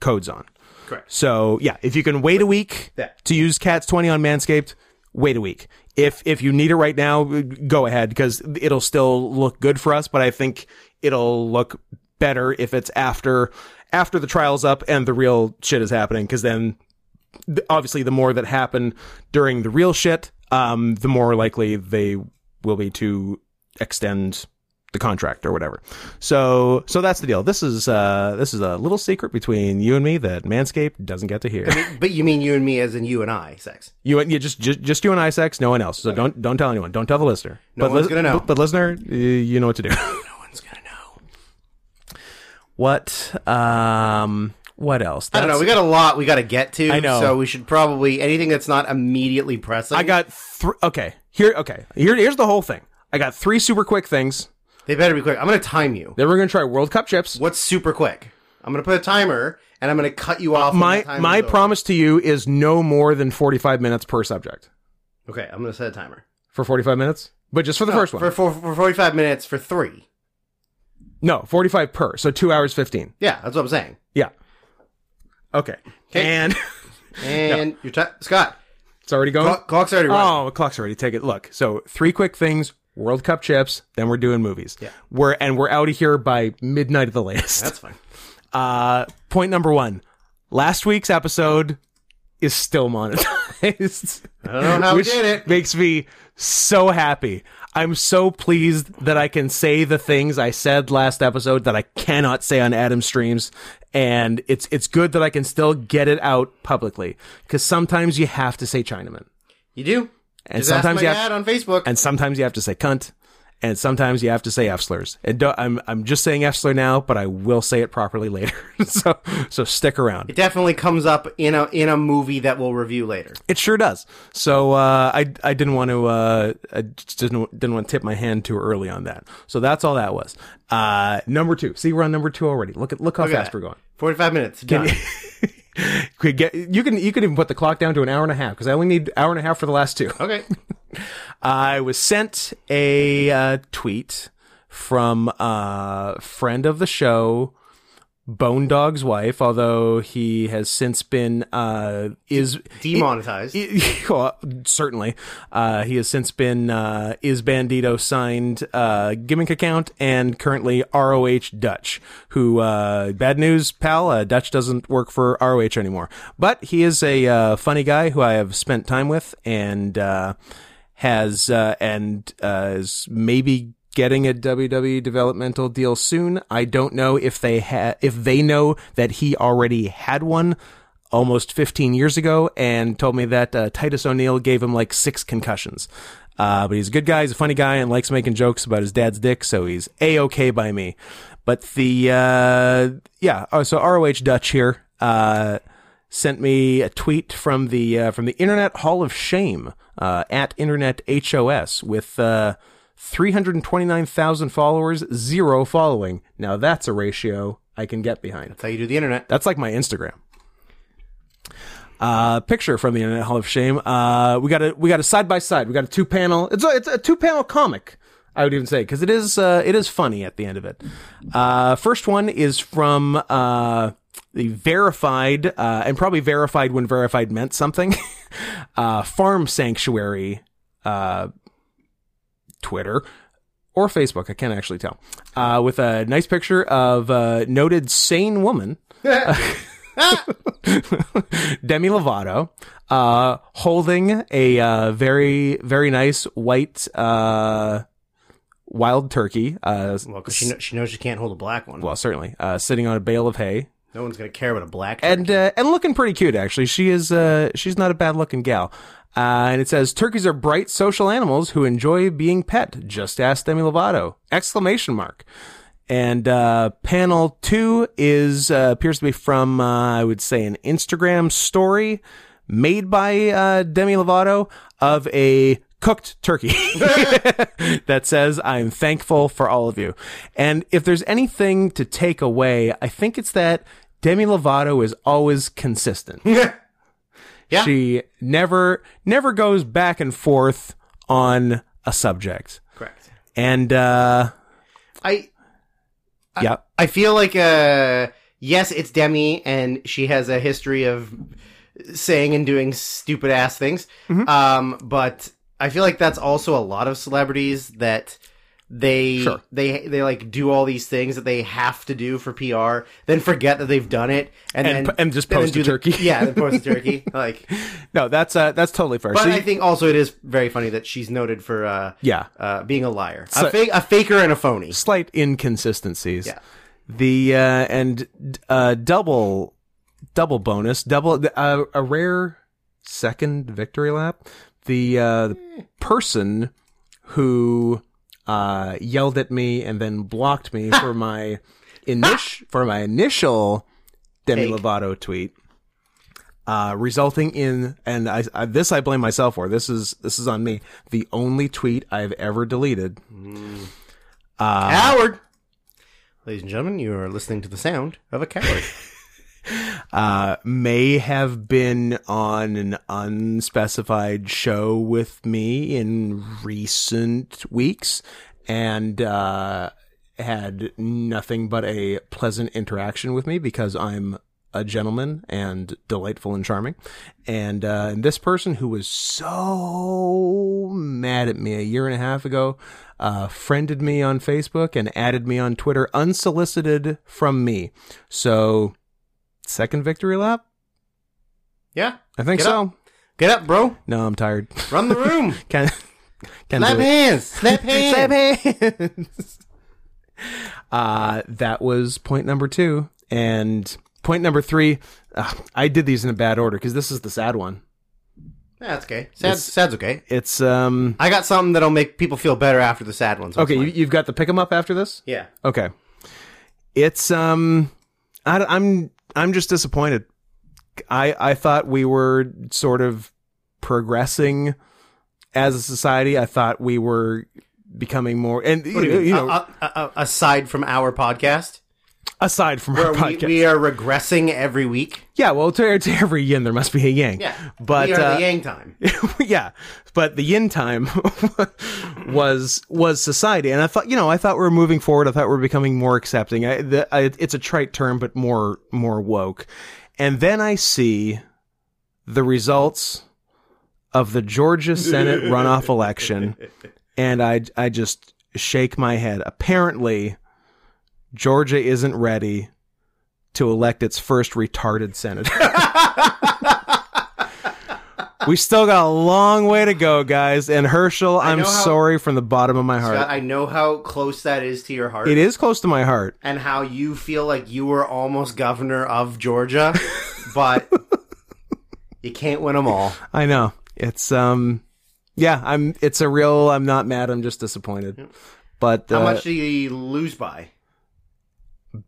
codes on. Correct. So yeah, if you can wait a week Yeah. to use Cats twenty on Manscaped, wait a week. If if you need it right now, go ahead because it'll still look good for us. But I think it'll look better if it's after after the trials up and the real shit is happening. Because then, th- obviously, the more that happen during the real shit, um, the more likely they will be to extend the contract or whatever. So so that's the deal. This is uh this is a little secret between you and me that Manscaped doesn't get to hear. [laughs] But you mean you and me, as in you and I, sex. you and you just, just just you and I sex, no one else. So don't don't tell anyone. Don't tell the listener. No one's gonna know. But, but listener, y- you know what to do. [laughs] No one's gonna know. what um what else? I don't know. That's- We got a lot we got to get to. I know. So we should probably anything that's not immediately pressing. I got three okay. Here okay. Here here's the whole thing. I got three super quick things. They better be quick. I'm gonna time you. Then we're gonna try World Cup chips. What's super quick? I'm gonna put a timer and I'm gonna cut you off. when the My timer's my over. promise to you is no more than forty five minutes per subject. Okay, I'm gonna set a timer. For forty five minutes? But just for the first one. for, for for 45 minutes for three. No, 45 per. So 2 hours 15. Yeah, that's what I'm saying. Yeah. Okay. 'Kay. And [laughs] And your ti Scott, it's already going. clock, clock's already running. Oh, the clock's already taken. Look, so three quick things, World Cup chips, then we're doing movies. Yeah. We're and we're out of here by midnight at the latest. That's fine. Uh point number 1. Last week's episode is still monetized. [laughs] I don't know how which we did it. makes me so happy. I'm so pleased that I can say the things I said last episode that I cannot say on Adam streams, and it's it's good that I can still get it out publicly because sometimes you have to say Chinaman, You do. and Just sometimes ask my you have, dad on Facebook. and sometimes you have to say cunt, and sometimes you have to say F slurs. And don't, I'm I'm just saying F slur now, but I will say it properly [laughs] later. so so stick around. It definitely comes up in a in a movie that we'll review later. It sure does. So uh, I I didn't want to uh, I just didn't didn't want to tip my hand too early on that. So that's all that was. Uh, number two. See, we're on number two already. Look at look how Look at fast that. we're going. Forty-five minutes. Done. Could get- you can you can even put the clock down to an hour and a half because I only need hour and a half for the last two. [laughs] [laughs] okay. I was sent a uh, tweet from a friend of the show, Bone Dog's wife, although he has since been uh, is Demonetized. [laughs] well, certainly. Uh, he has since been uh, is Bandito signed uh, gimmick account and currently ROH Dutch. Who uh, bad news, pal? Uh, Dutch doesn't work for ROH anymore. But he is a uh, funny guy who I have spent time with and uh, has uh, and uh, is maybe getting a WWE developmental deal soon. I don't know if they ha- if they know that he already had one almost 15 years ago and told me that uh, Titus O'Neil gave him like six concussions. Uh, but he's a good guy, he's a funny guy, and likes making jokes about his dad's dick, so he's a okay by me. But the uh, yeah, oh, so ROH Dutch here uh, sent me a tweet from the uh, from the Internet Hall of Shame uh, at Internet HOS with. Uh, 329,000 followers, zero following. Now that's a ratio I can get behind. That's how you do [laughs] the internet. That's like my Instagram. Uh, picture from the Internet Hall of Shame. Uh, we got a we got a side by side. We got a two panel. It's a, it's a two panel comic. I would even say because it is uh, it is funny at the end of it. Uh, first one is from uh, the verified uh, and probably verified when verified meant something. [laughs] uh, Farm Sanctuary uh, Twitter or Facebook. I can't actually tell. Uh, with a nice picture of a noted sane woman. [laughs] Demi Lovato, uh, holding a uh, very very nice white uh, wild turkey. Uh, Well, 'cause she, kno- she knows she can't hold a black one. well, certainly uh, sitting on a bale of hay no one's gonna care about a black. and uh, and looking pretty cute actually. She is uh, she's not a bad looking gal. Uh, and it says turkeys are bright social animals who enjoy being pet. Just ask Demi Lovato! Exclamation mark. And uh, panel two is uh, appears to be from uh, I would say an Instagram story made by uh, Demi Lovato of a cooked [laughs] turkey [laughs] that says, I'm thankful for all of you. And if there's anything to take away, I think it's that Demi Lovato is always consistent. Yeah. She never, never goes back and forth on a subject. [laughs] correct. And, uh, I yeah, I feel like uh yes, it's Demi and she has a history of saying and doing stupid ass things. Mm-hmm. Um but I feel like that's also a lot of celebrities that they Sure. they they like do all these things that they have to do for PR, then forget that they've done it and, And then p- and just then post do a the- turkey. [laughs] yeah, then post [laughs] a turkey. Like no, that's, uh, that's totally fair. but So I you- think also it is very funny that she's noted for uh yeah. uh being a liar. So- a fake a faker and a phony. slight inconsistencies. Yeah. The uh, and uh, double double bonus double uh, a rare second victory lap. The uh, the person who uh, yelled at me and then blocked me [laughs] for my initial for my initial Demi Take. Lovato tweet. Uh, resulting in, and I, I, this I blame myself for. This is this is on me. The only tweet I've ever deleted Coward. Uh-huh. Ladies and gentlemen, you are listening to the sound of a coward. [laughs] uh, may have been on an unspecified show with me in recent weeks and uh, had nothing but a pleasant interaction with me because I'm a gentleman and delightful and charming. And, uh, and this person who was so mad at me a year and a half ago uh, friended me on Facebook and added me on Twitter unsolicited from me. So second victory lap? yeah. I think Get so. Get up, bro. No, I'm tired. [laughs] Run the room. Can can Slap do it. hands. [laughs] Slap hands. Slap hands. [laughs] uh, that was point number two, and point number three. Uh, I did these in a bad order because this is the sad one. That's okay. Sad, sad's okay. It's um I got something that'll make people feel better after the sad ones. okay. You, you've got the pick 'em up after this. yeah. Okay. It's um, I, I'm I'm just disappointed. I I thought we were sort of progressing as a society. I thought we were becoming more and you, know, you know, Uh, uh, uh, aside from our podcast, aside from our where we, podcast. we are regressing every week. yeah, well, to, to every yin there must be a yang. Yeah, but we are uh, the Yang time. [laughs] yeah, but the yin time [laughs] was was society, and I thought you know I thought we were moving forward. I thought we were becoming more accepting. I, the, I, it's a trite term, but more more woke. And then I see the results of the Georgia Senate runoff election, and I I just shake my head. Apparently, Georgia isn't ready to elect its first retarded senator. [laughs] We still got a long way to go, guys. And Herschel, I'm know how- sorry from the bottom of my heart. Scott, I know how close that is to your heart, it is close to my heart. and how you feel like you were almost governor [laughs] of Georgia, but you can't win them all. I know. It's um yeah, I'm it's a real I'm not mad, I'm just disappointed. But uh, How much do you lose by?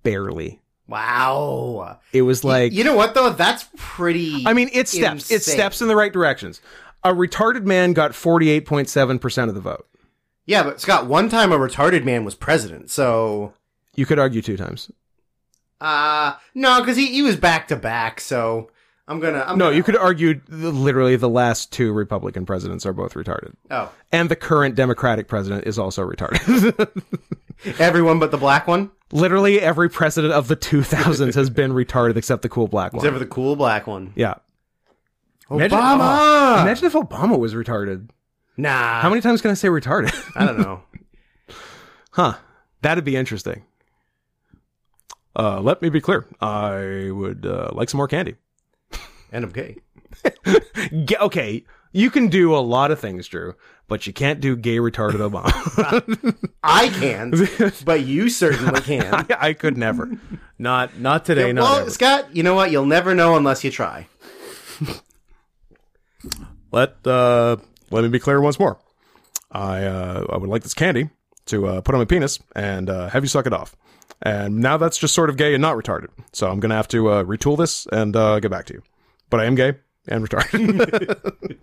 barely. Wow. It was like you know what though? That's pretty. I mean, it steps. It insane. steps in the right directions. A retarded man got 48.7% of the vote. yeah, but Scott, one time a retarded man was president, so You could argue two times. uh no, because he, he was back to back. So I'm gonna. I'm No, gonna- you could argue th- literally the last two Republican presidents are both retarded. Oh, And the current Democratic president is also retarded. [laughs] everyone but the black one, Literally every president of the 2000s has been retarded except the cool black one. except for the cool black one. yeah. Imagine- oh, Obama. Imagine if Obama was retarded. nah, How many times can I say retarded? [laughs] I don't know. huh. That'd be interesting. Uh, let me be clear. I would uh, like some more candy. And I'm gay. Ga- okay, you can do a lot of things, Drew, but you can't do gay retarded Obama. [laughs] I can, but you certainly can. I, I could never. Not not [laughs] today. not well, ever. Scott, you know what? You'll never know unless you try. Let uh, let me be clear once more. I uh, I would like this candy to uh, put on my penis and uh, have you suck it off. And now that's just sort of gay and not retarded. So I'm gonna have to uh, retool this and uh, get back to you. But I am gay and retarded.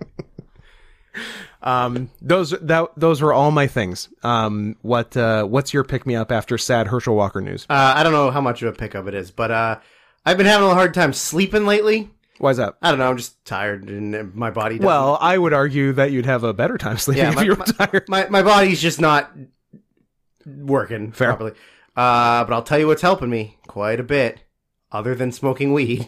[laughs] um, those that those were all my things. Um, what uh, what's your pick me up after sad Herschel Walker news? Uh, I don't know how much of a pickup it is, but uh, I've been having a hard time sleeping lately. Why's that? I don't know. I'm just tired, and my body. Doesn't, Well, I would argue that you'd have a better time sleeping Yeah, if my- you were tired. my my body's just not working properly. Uh, but I'll tell you what's helping me quite a bit, other than smoking weed.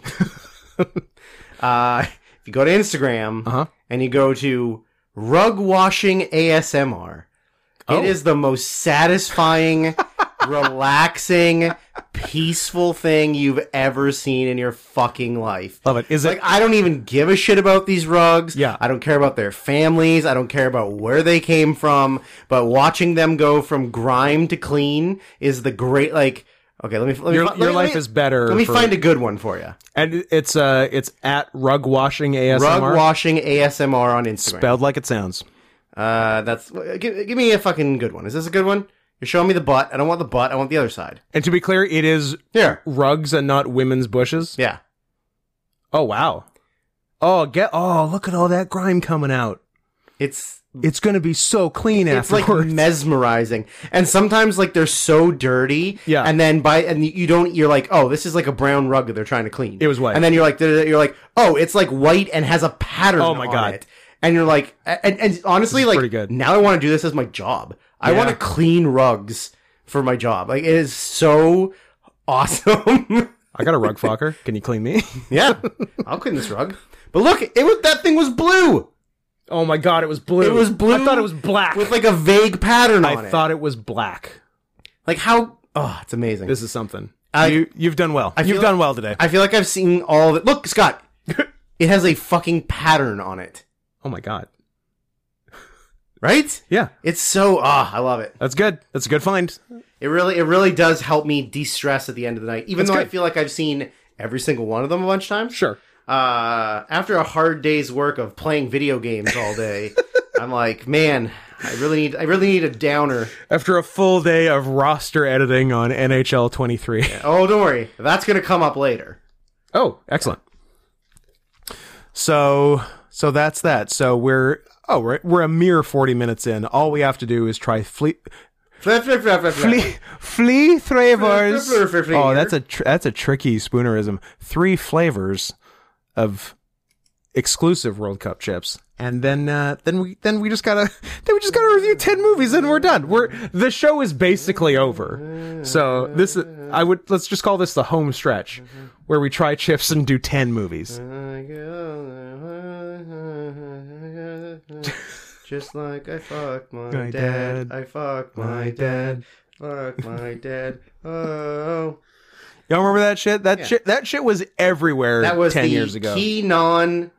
[laughs] uh, if you go to Instagram Uh-huh. and you go to rug washing ASMR, Oh. it is the most [laughs] satisfying, relaxing, peaceful thing you've ever seen in your fucking life. Love it. Is it Like I don't even give a shit about these rugs. Yeah. I don't care about their families. I don't care about where they came from. But watching them go from grime to clean is the great like. Okay, let me. Let me your, fi- let your me- life let me- is better? Let me for- find a good one for you. And it's uh, it's at rug washing ASMR. Rug washing ASMR on Instagram. spelled like it sounds. uh, that's give, give me a fucking good one. Is this a good one? You're showing me the butt. I don't want the butt. I want the other side. And to be clear, it is Here. rugs and not women's bushes. Yeah. Oh wow. Oh get oh look at all that grime coming out. It's It's gonna be so clean it's like afterwards. mesmerizing and sometimes like they're so dirty Yeah. and then by and you don't you're like oh this is like a brown rug that they're trying to clean It was white. and then you're like you're like oh it's like white and has a pattern Oh my on God. it. and you're like and, and honestly like pretty good. now i want to do this as my job i Yeah. want to clean rugs for my job like it is so awesome [laughs] I got a rug fucker. Can you clean me? yeah i'll clean this rug but look it was that thing was blue [laughs] oh my god, it was blue. It was blue I thought it was black. with like a vague pattern on I it thought it was black. like how oh it's amazing This is something. I- you you've done well. feel- you've done well today. I feel like I've seen all of it. [laughs] Look, Scott, it has a fucking pattern on it, oh my god. right? Yeah. It's so ah, I love it. That's good. That's a good find. It really, it really does help me de-stress at the end of the night, even That's though I good. feel like I've seen every single one of them a bunch of times. Sure. Uh, after a hard day's work of playing video games all [laughs] day, I'm like, man, I really need, I really need a downer. After a full day of roster editing on NHL 23. Oh, don't worry, that's gonna come [laughs] up later. Oh, excellent. So so that's that. So we're oh we're we're a mere forty minutes in. All we have to do is try flea Flip, flip, flip, flip, flip. flea flea flavors. Flea- flea- flea- flea- Oh, that's a tr- that's a tricky spoonerism. Three flavors of exclusive World Cup chips. And then, uh, then we, then we just gotta, [laughs] then we just gotta review ten movies, and we're done. We're the show is basically over. So this, I would let's just call this the home stretch, where we try chips and do ten movies. Just like I fuck my, My dad, dad. I fuck my dad, fuck my dad. [laughs] Oh, Y'all remember that shit? That shit that shit was everywhere that was ten the years ago. key non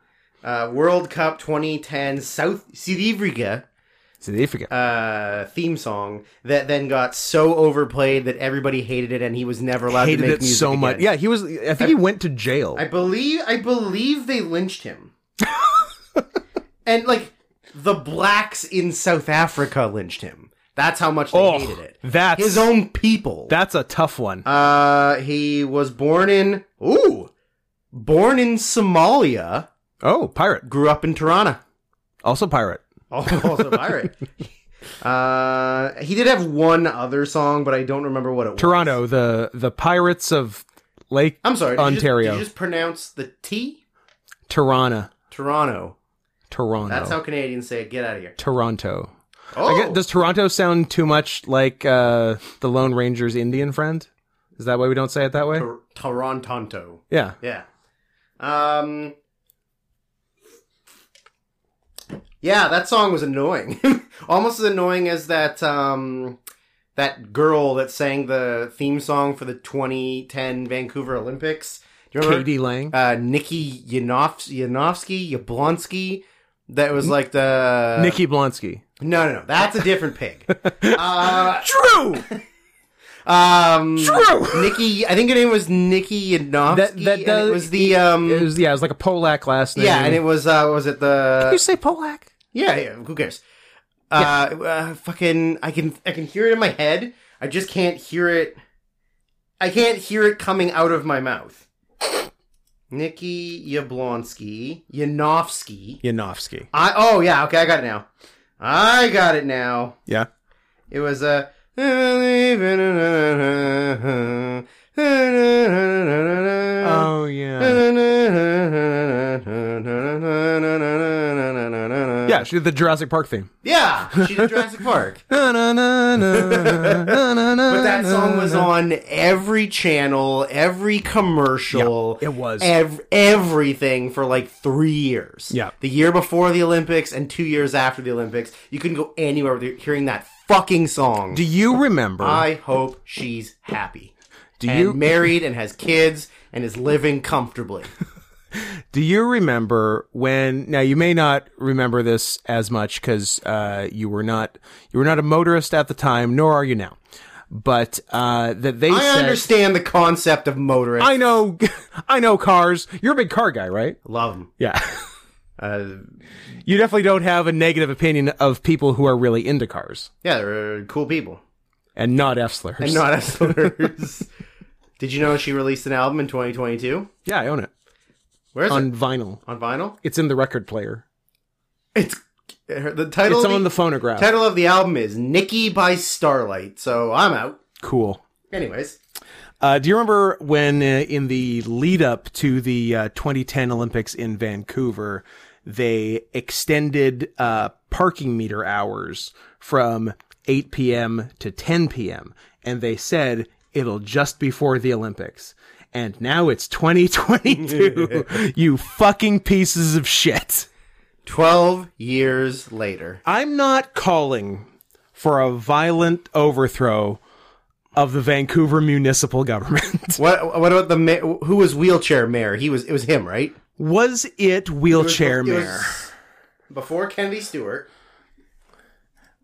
uh, World Cup 2010 South Sudivriga See, they forget. uh, theme song that then got so overplayed that everybody hated it, and he was never allowed to Hated make it music so much. again. Yeah, he was. I think he went to jail. I believe I believe they [laughs] lynched him. and like the blacks in South Africa lynched him. That's how much they Oh, hated it. that's His own people. that's a tough one. uh he was born in ooh born in Somalia, oh, pirate. grew up in Tirana. Also pirate. Also also a pirate. [laughs] Uh, he did have one other song, but I don't remember what it was. Toronto. The the pirates of Lake I'm sorry. did you just- Ontario. did you just pronounce the T? Tirana. Toronto. Toronto. That's how Canadians say it. Get out of here. Toronto. Oh, I guess, does Toronto sound too much like uh, the Lone Ranger's Indian friend? Is that why we don't say it that way? Tor- Torontonto. Yeah. Yeah. Um. Yeah, that song was annoying. [laughs] Almost as annoying as that um that girl that sang the theme song for the 2010 Vancouver Olympics. Do you remember Katie Lang. uh Nikki Yanov- Yanovsky, Yablonsky? That was like the Nikki Blonsky. No, no, no. That's a different [laughs] pig. uh, True. [laughs] um True. Nikki, I think her name was Nikki Yanovsky. That- that and does- it was the um It was, yeah, it was like a Polak last name. Yeah, and it was uh, was it you the say Polak? yeah, yeah who cares? Uh, uh, fucking, I can I can hear it in my head. I just can't hear it. I can't hear it coming out of my mouth. Nikki Yablonsky, Yanofsky. Yanofsky. I oh yeah, okay, I got it now. I got it now. Yeah. It was a. Uh, Oh yeah. Yeah, yeah, she did the Jurassic Park [laughs] theme. yeah, she did Jurassic Park. but But that that song was on every channel, every commercial. Yeah, it was. ev- everything for like three years. Yeah. the year before the Olympics and two years after the Olympics, you couldn't go anywhere without hearing that fucking song. Do you remember? I hope she's happy do and you married and has kids and is living comfortably. do you remember when? Now you may not remember this as much because uh, you were not you were not a motorist at the time, nor are you now. But uh, that they I said, understand the concept of motorists. I know, [laughs] I know cars. You're a big car guy, right? Love them. Yeah. [laughs] Uh, You definitely don't have a negative opinion of people who are really into cars yeah, they're uh, cool people. and not F slurs. And not as slurs. [laughs] Did you know she released an album in 2022? Yeah, I own it Where is on it? vinyl. On vinyl? It's in the record player. It's her- the title. It's of on the, the phonograph. title of the album is "Nikki by Starlight." So I'm out. cool. Anyways, Uh, do you remember when, uh, in the lead up to the uh, 2010 Olympics in Vancouver, they extended uh, parking meter hours from 8 p.m. to 10 p.m. and they said it'll just be for the Olympics. And now it's [laughs] 2022. you fucking pieces of shit. twelve years later, I'm not calling for a violent overthrow of the Vancouver municipal government. what what about the ma- who was wheelchair mayor? He was it was him, right? Was it wheelchair It was- mayor? before Kennedy Stewart.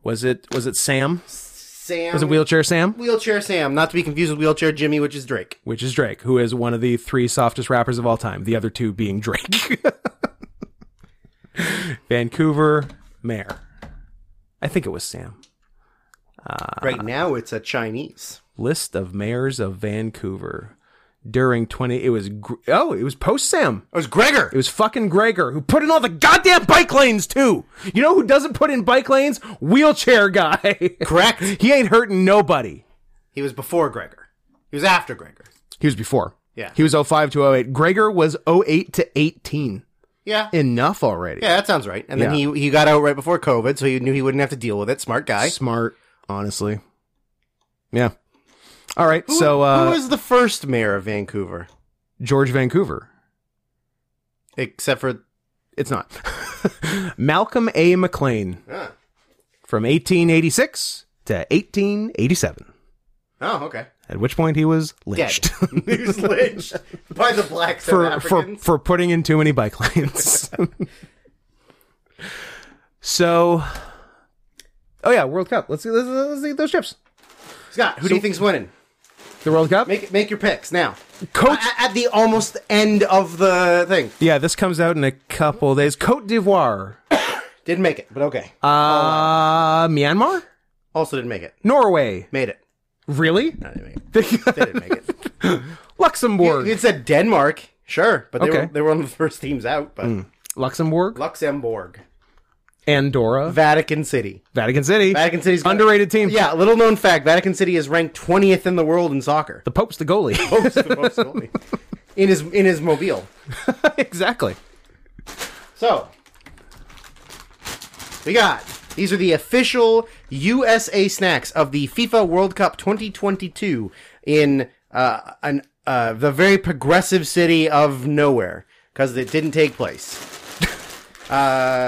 Was it was it Sam? Sam Was it Wheelchair Sam? Wheelchair Sam, not to be confused with Wheelchair Jimmy, which is Drake. Which is Drake, who is one of the three softest rappers of all time, the other two being Drake. [laughs] Vancouver Mayor. I think it was Sam. Ah. right now, it's a Chinese. List of mayors of Vancouver during 20 it was Gr- oh, it was post Sam. It was Gregor. It was fucking Gregor who put in all the goddamn bike lanes too. You know who doesn't put in bike lanes? Wheelchair guy. [laughs] Correct. he ain't hurting nobody. He was before Gregor. He was after Gregor. He was before. Yeah. He was 05 to 08. Gregor was 08 to 18. Yeah. Enough already. yeah, that sounds right. And then he, he got out right before COVID, so he knew he wouldn't have to deal with it. Smart guy. Smart, honestly. Yeah. All right. so uh Who was the first mayor of Vancouver? George Vancouver. Except for It's not. [laughs] Malcolm A. McLean Ah. from 1886 to 1887. Oh, okay. [laughs] At which point he was Dead. lynched. [laughs] he [laughs] was lynched by the black South for for Africans. for putting in too many bike lanes. [laughs] so, oh yeah, World Cup. Let's see. Let's, let's see those chips. Scott, who do you think's winning? The World Cup. Make make your picks now. Coach. A- at the almost end of the thing. yeah, this comes out in a couple days. Cote d'Ivoire, Didn't make it, but okay. uh, Myanmar, also didn't make it. Norway. Made it. Really? No, they didn't make it. They didn't make it. [laughs] Luxembourg. It said Denmark, sure, but they Okay. Hmm. were they were one of the first teams out. But Luxembourg, Luxembourg, Andorra, Vatican City, Vatican City. Vatican City's got- underrated team. Yeah, little known fact: Vatican City is ranked twentieth in the world in soccer. The Pope's the goalie. [laughs] Post the most goalie. in his in his mobile. exactly. So we got these are the official USA snacks of the FIFA World Cup 2022 in uh, an uh, the very progressive city of nowhere because it didn't take place.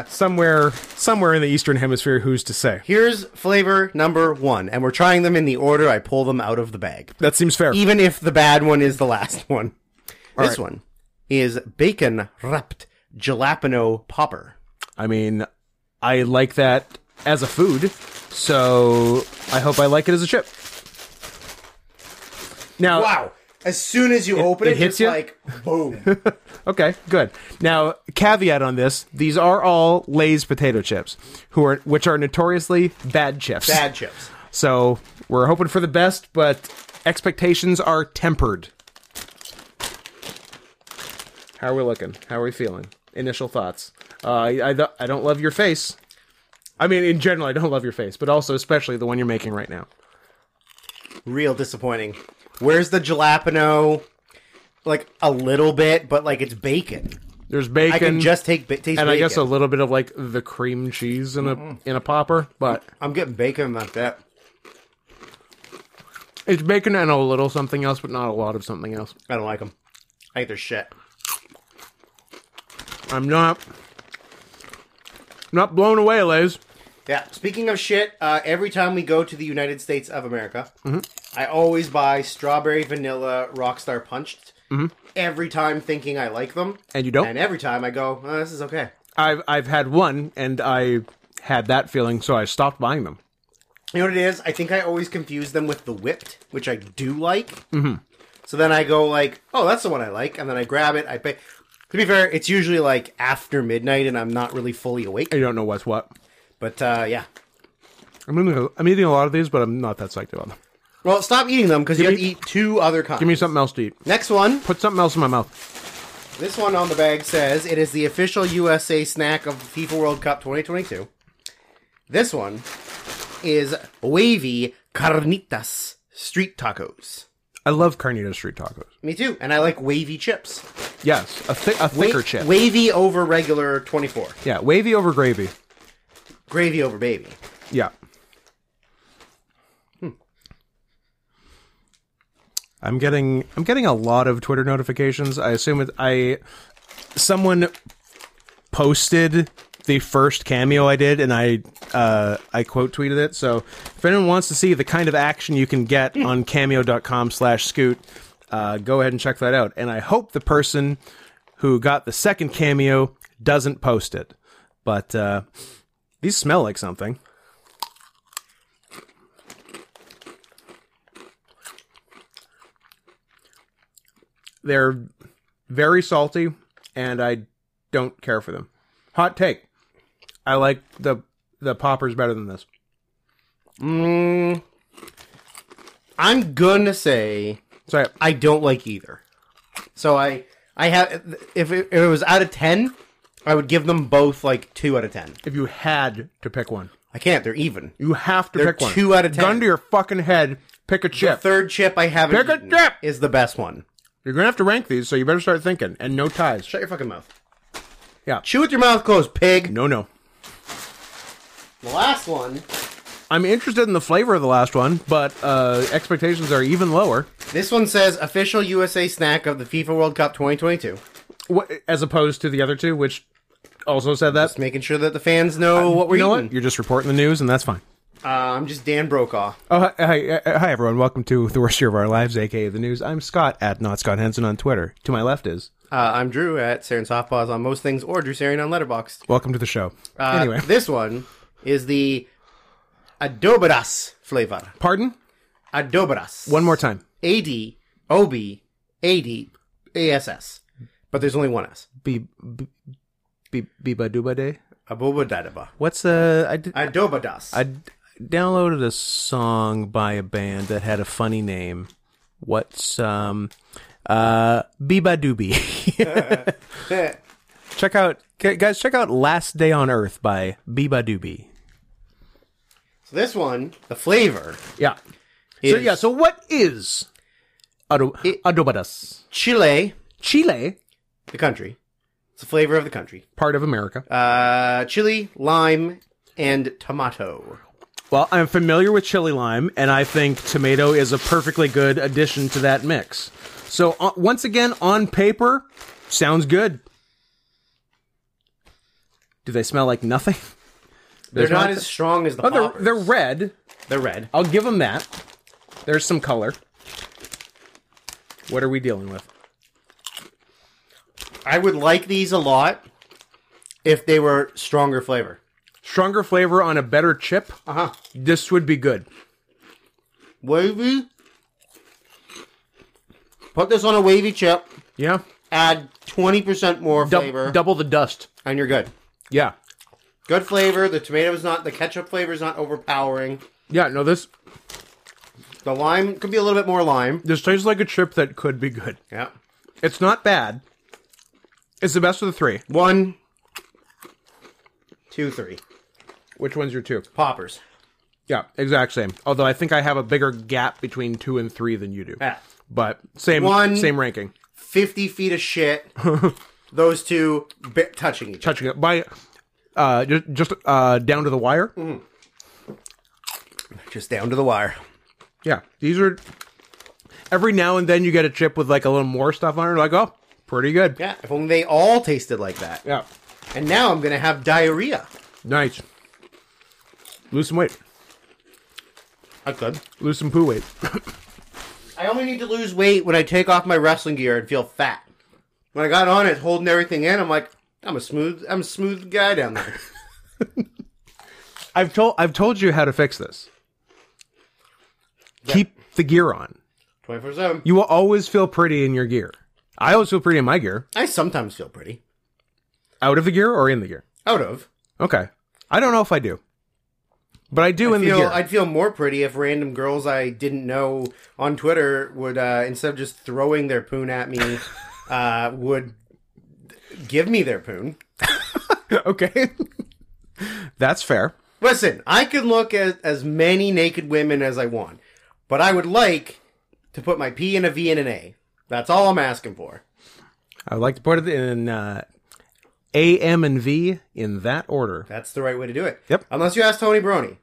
Somewhere, somewhere in the Eastern Hemisphere. Who's to say? Here's flavor number one, and we're trying them in the order I pull them out of the bag, That seems fair. even if the bad one is the last [laughs] one. this right. one is bacon wrapped jalapeno popper. I mean, I like that as a food, so I hope I like it as a chip. Now, Wow! As soon as you open Uh, it it, hits it's you? like boom. [laughs] okay, good. Now, caveat on this: these are all Lay's potato chips, who are which are notoriously bad chips. Bad chips. So we're hoping for the best, but expectations are tempered. How are we looking? How are we feeling? Initial thoughts. Uh, I, I, th- I don't love your face. I mean, in general, I don't love your face, but also especially the one you're making right now. Real disappointing. Where's the jalapeno? Like a little bit, but like it's bacon. There's bacon, I can just take ba- taste. and bacon. I guess a little bit of like the cream cheese in a Mm-hmm. in a popper, but I'm getting bacon like that. it's bacon and a little something else, but not a lot of something else. I don't like them. I think they're shit. I'm not not blown away, Lays. Yeah. Speaking of shit, uh, every time we go to the United States of America, Mm-hmm. I always buy strawberry vanilla rockstar punched. Every time, thinking I like them, Mm-hmm. And you don't? And every time I go, oh, this is okay. I've I've had one, and I had that feeling, so I stopped buying them. You know what it is? I think I always confuse them with the whipped, which I do like. Mm-hmm. So then I go like, oh, that's the one I like, and then I grab it. I pay. To be fair, it's usually like after midnight, and I'm not really fully awake. I don't know what's what. But uh, yeah, I'm eating, I'm eating a lot of these, but I'm not that psyched about them. well, stop eating them because you have me- to eat two other kinds. Give me something else to eat. Next one. Put something else in my mouth. This one on the bag says it is the official USA snack of FIFA World Cup 2022. This one is wavy carnitas street tacos. I love carnitas street tacos. Me too, and I like wavy chips. Yes, a, thi- a thicker Wa- chip. Wavy over regular 24. Yeah, wavy over gravy. Gravy over baby. Yeah. I'm getting I'm getting a lot of Twitter notifications. I assume it, I someone posted the first cameo I did, and I uh, I quote tweeted it. So if anyone wants to see the kind of action you can get on Cameo.com/scoot, uh, go ahead and check that out. And I hope the person who got the second cameo doesn't post it. But uh, these smell like something. They're very salty, and I don't care for them. Hot take. I like the the poppers better than this. Mm, I'm gonna say So I- I don't like either. So I I have if it, if it was out of ten, I would give them both like two out of ten. if you had to pick one, I can't. They're even. you have to They're pick one. two out of ten. Gun to your fucking head. Pick a The chip. third chip I haven't Pick a eaten chip! is the best one. You're gonna have to rank these, so you better start thinking. And no ties. Shut your fucking mouth. Yeah. Chew with your mouth closed, pig. No, no. The last one. I'm interested in the flavor of the last one, but uh, expectations are even lower. This one says official USA snack of the FIFA World Cup 2022. What, as opposed to the other two, which also said that. Just making sure that the fans know what we're You know what? eating. You're just reporting the news, and that's fine. Uh, I'm just Dan Brokaw. Oh, hi, hi, hi, everyone. Welcome to the worst year of our lives, aka the news. I'm Scott at not Scott Henson on Twitter. To my left is Uh, I'm Drew at Saren Softpaws on most things, or Drew Saren on Letterboxd. welcome to the show. Uh, anyway, this one is the adobadas flavor. pardon Adobadas. one more time. A D O B A D A S S. But there's only one S. Be be be biba duba day. Abobadadaba. What's uh? I did, Adobadas. I d- downloaded a song by a band that had a funny name. What's um uh Biba Doobie. [laughs] check out gu- guys check out Last Day on Earth by Biba Doobie. so this one, the flavor Yeah. is So yeah, so what is ado- adobadas? Chile, Chile, the country. It's the flavor of the country. part of America. Uh, chili, lime, and tomato. well, I'm familiar with chili lime and I think tomato is a perfectly good addition to that mix. So uh, once again on paper, sounds good. Do they smell like nothing? They're There's not, not- as strong as the Oh, they're, poppers. they're red. They're red. I'll give them that. There's some color. What are we dealing with? I would like these a lot if they were stronger flavor. Stronger flavor on a better chip. Uh huh. This would be good. Wavy. Put this on a wavy chip. Yeah. Add twenty percent more Dou- flavor, double the dust. and you're good. Yeah. Good flavor. The tomato's not. The ketchup flavor's not overpowering. Yeah, no this The lime could be a little bit more lime. this tastes like a chip that could be good. Yeah. It's not bad. It's the best of the three. One, two, three. Which one's your two? Poppers. Yeah, exact same. Although I think I have a bigger gap between two and three than you do. Yeah. But same One- same ranking. 50 feet of shit. Those two bit touching each other. Touching it by uh just, just uh down to the wire. Mm. Just down to the wire. Yeah, these are. Every now and then you get a chip with like a little more stuff on it. Like, oh, pretty good. Yeah, if only they all tasted like that. Yeah. And now I'm going to have diarrhea. nice. Lose some weight. I could. Lose some poo weight. I only need to lose weight when I take off my wrestling gear and feel fat. When I got on it, holding everything in, I'm like, I'm a smooth, I'm a smooth guy down there. I've told I've told you how to fix this. Keep the gear on. 24 7. You will always feel pretty in your gear. I always feel pretty in my gear. I sometimes feel pretty. Out of the gear or in the gear. Out of. Okay. I don't know if I do, but I do in feel, the [laughs] gear. I'd feel more pretty if random girls I didn't know on Twitter would, uh, instead of just throwing their poon [laughs] at me, uh, would give me their poon. okay. That's fair. Listen, I can look at as many naked women as I want, but I would like to put my P in a V and an A. That's all I'm asking for. I would like to put it in uh, A, M, and V in that order. That's the right way to do it. Yep. Unless you ask Tony Brony.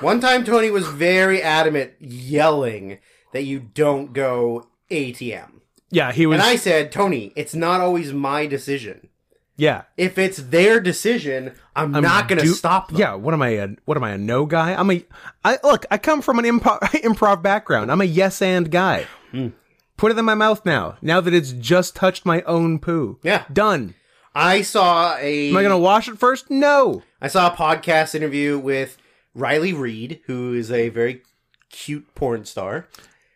One time, Tony was very adamant, yelling that you don't go ATM. Yeah, he was. And I said, Tony, it's not always my decision. yeah, If it's their decision, I'm, not going to Do- stop them. Yeah, what am I? A, what am I? A no guy? I'm a. I look. I come from an improv, [laughs] improv background. I'm a yes and guy. Hmm. Put it in my mouth now. Now that it's just touched my own poo. Yeah. done. I saw a Am I gonna wash it first? No. I saw a podcast interview with Riley Reed, who is a very cute porn star.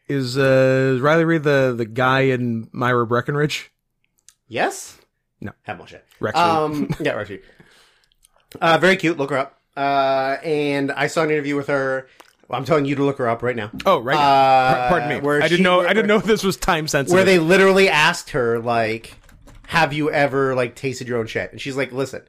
Is uh, Riley Reed the, the guy in Myra Breckenridge? Yes? No. Have more shit. Rex Reed. [laughs] Um, yeah, Rex Reed. Uh, very cute. Look her up. Uh, and I saw an interview with her. Well, I'm telling you to look her up right now. oh, right. uh, P- Pardon me. where I didn't she- know. where- I didn't know this was time sensitive. where they literally asked her like have you ever like tasted your own shit and she's like listen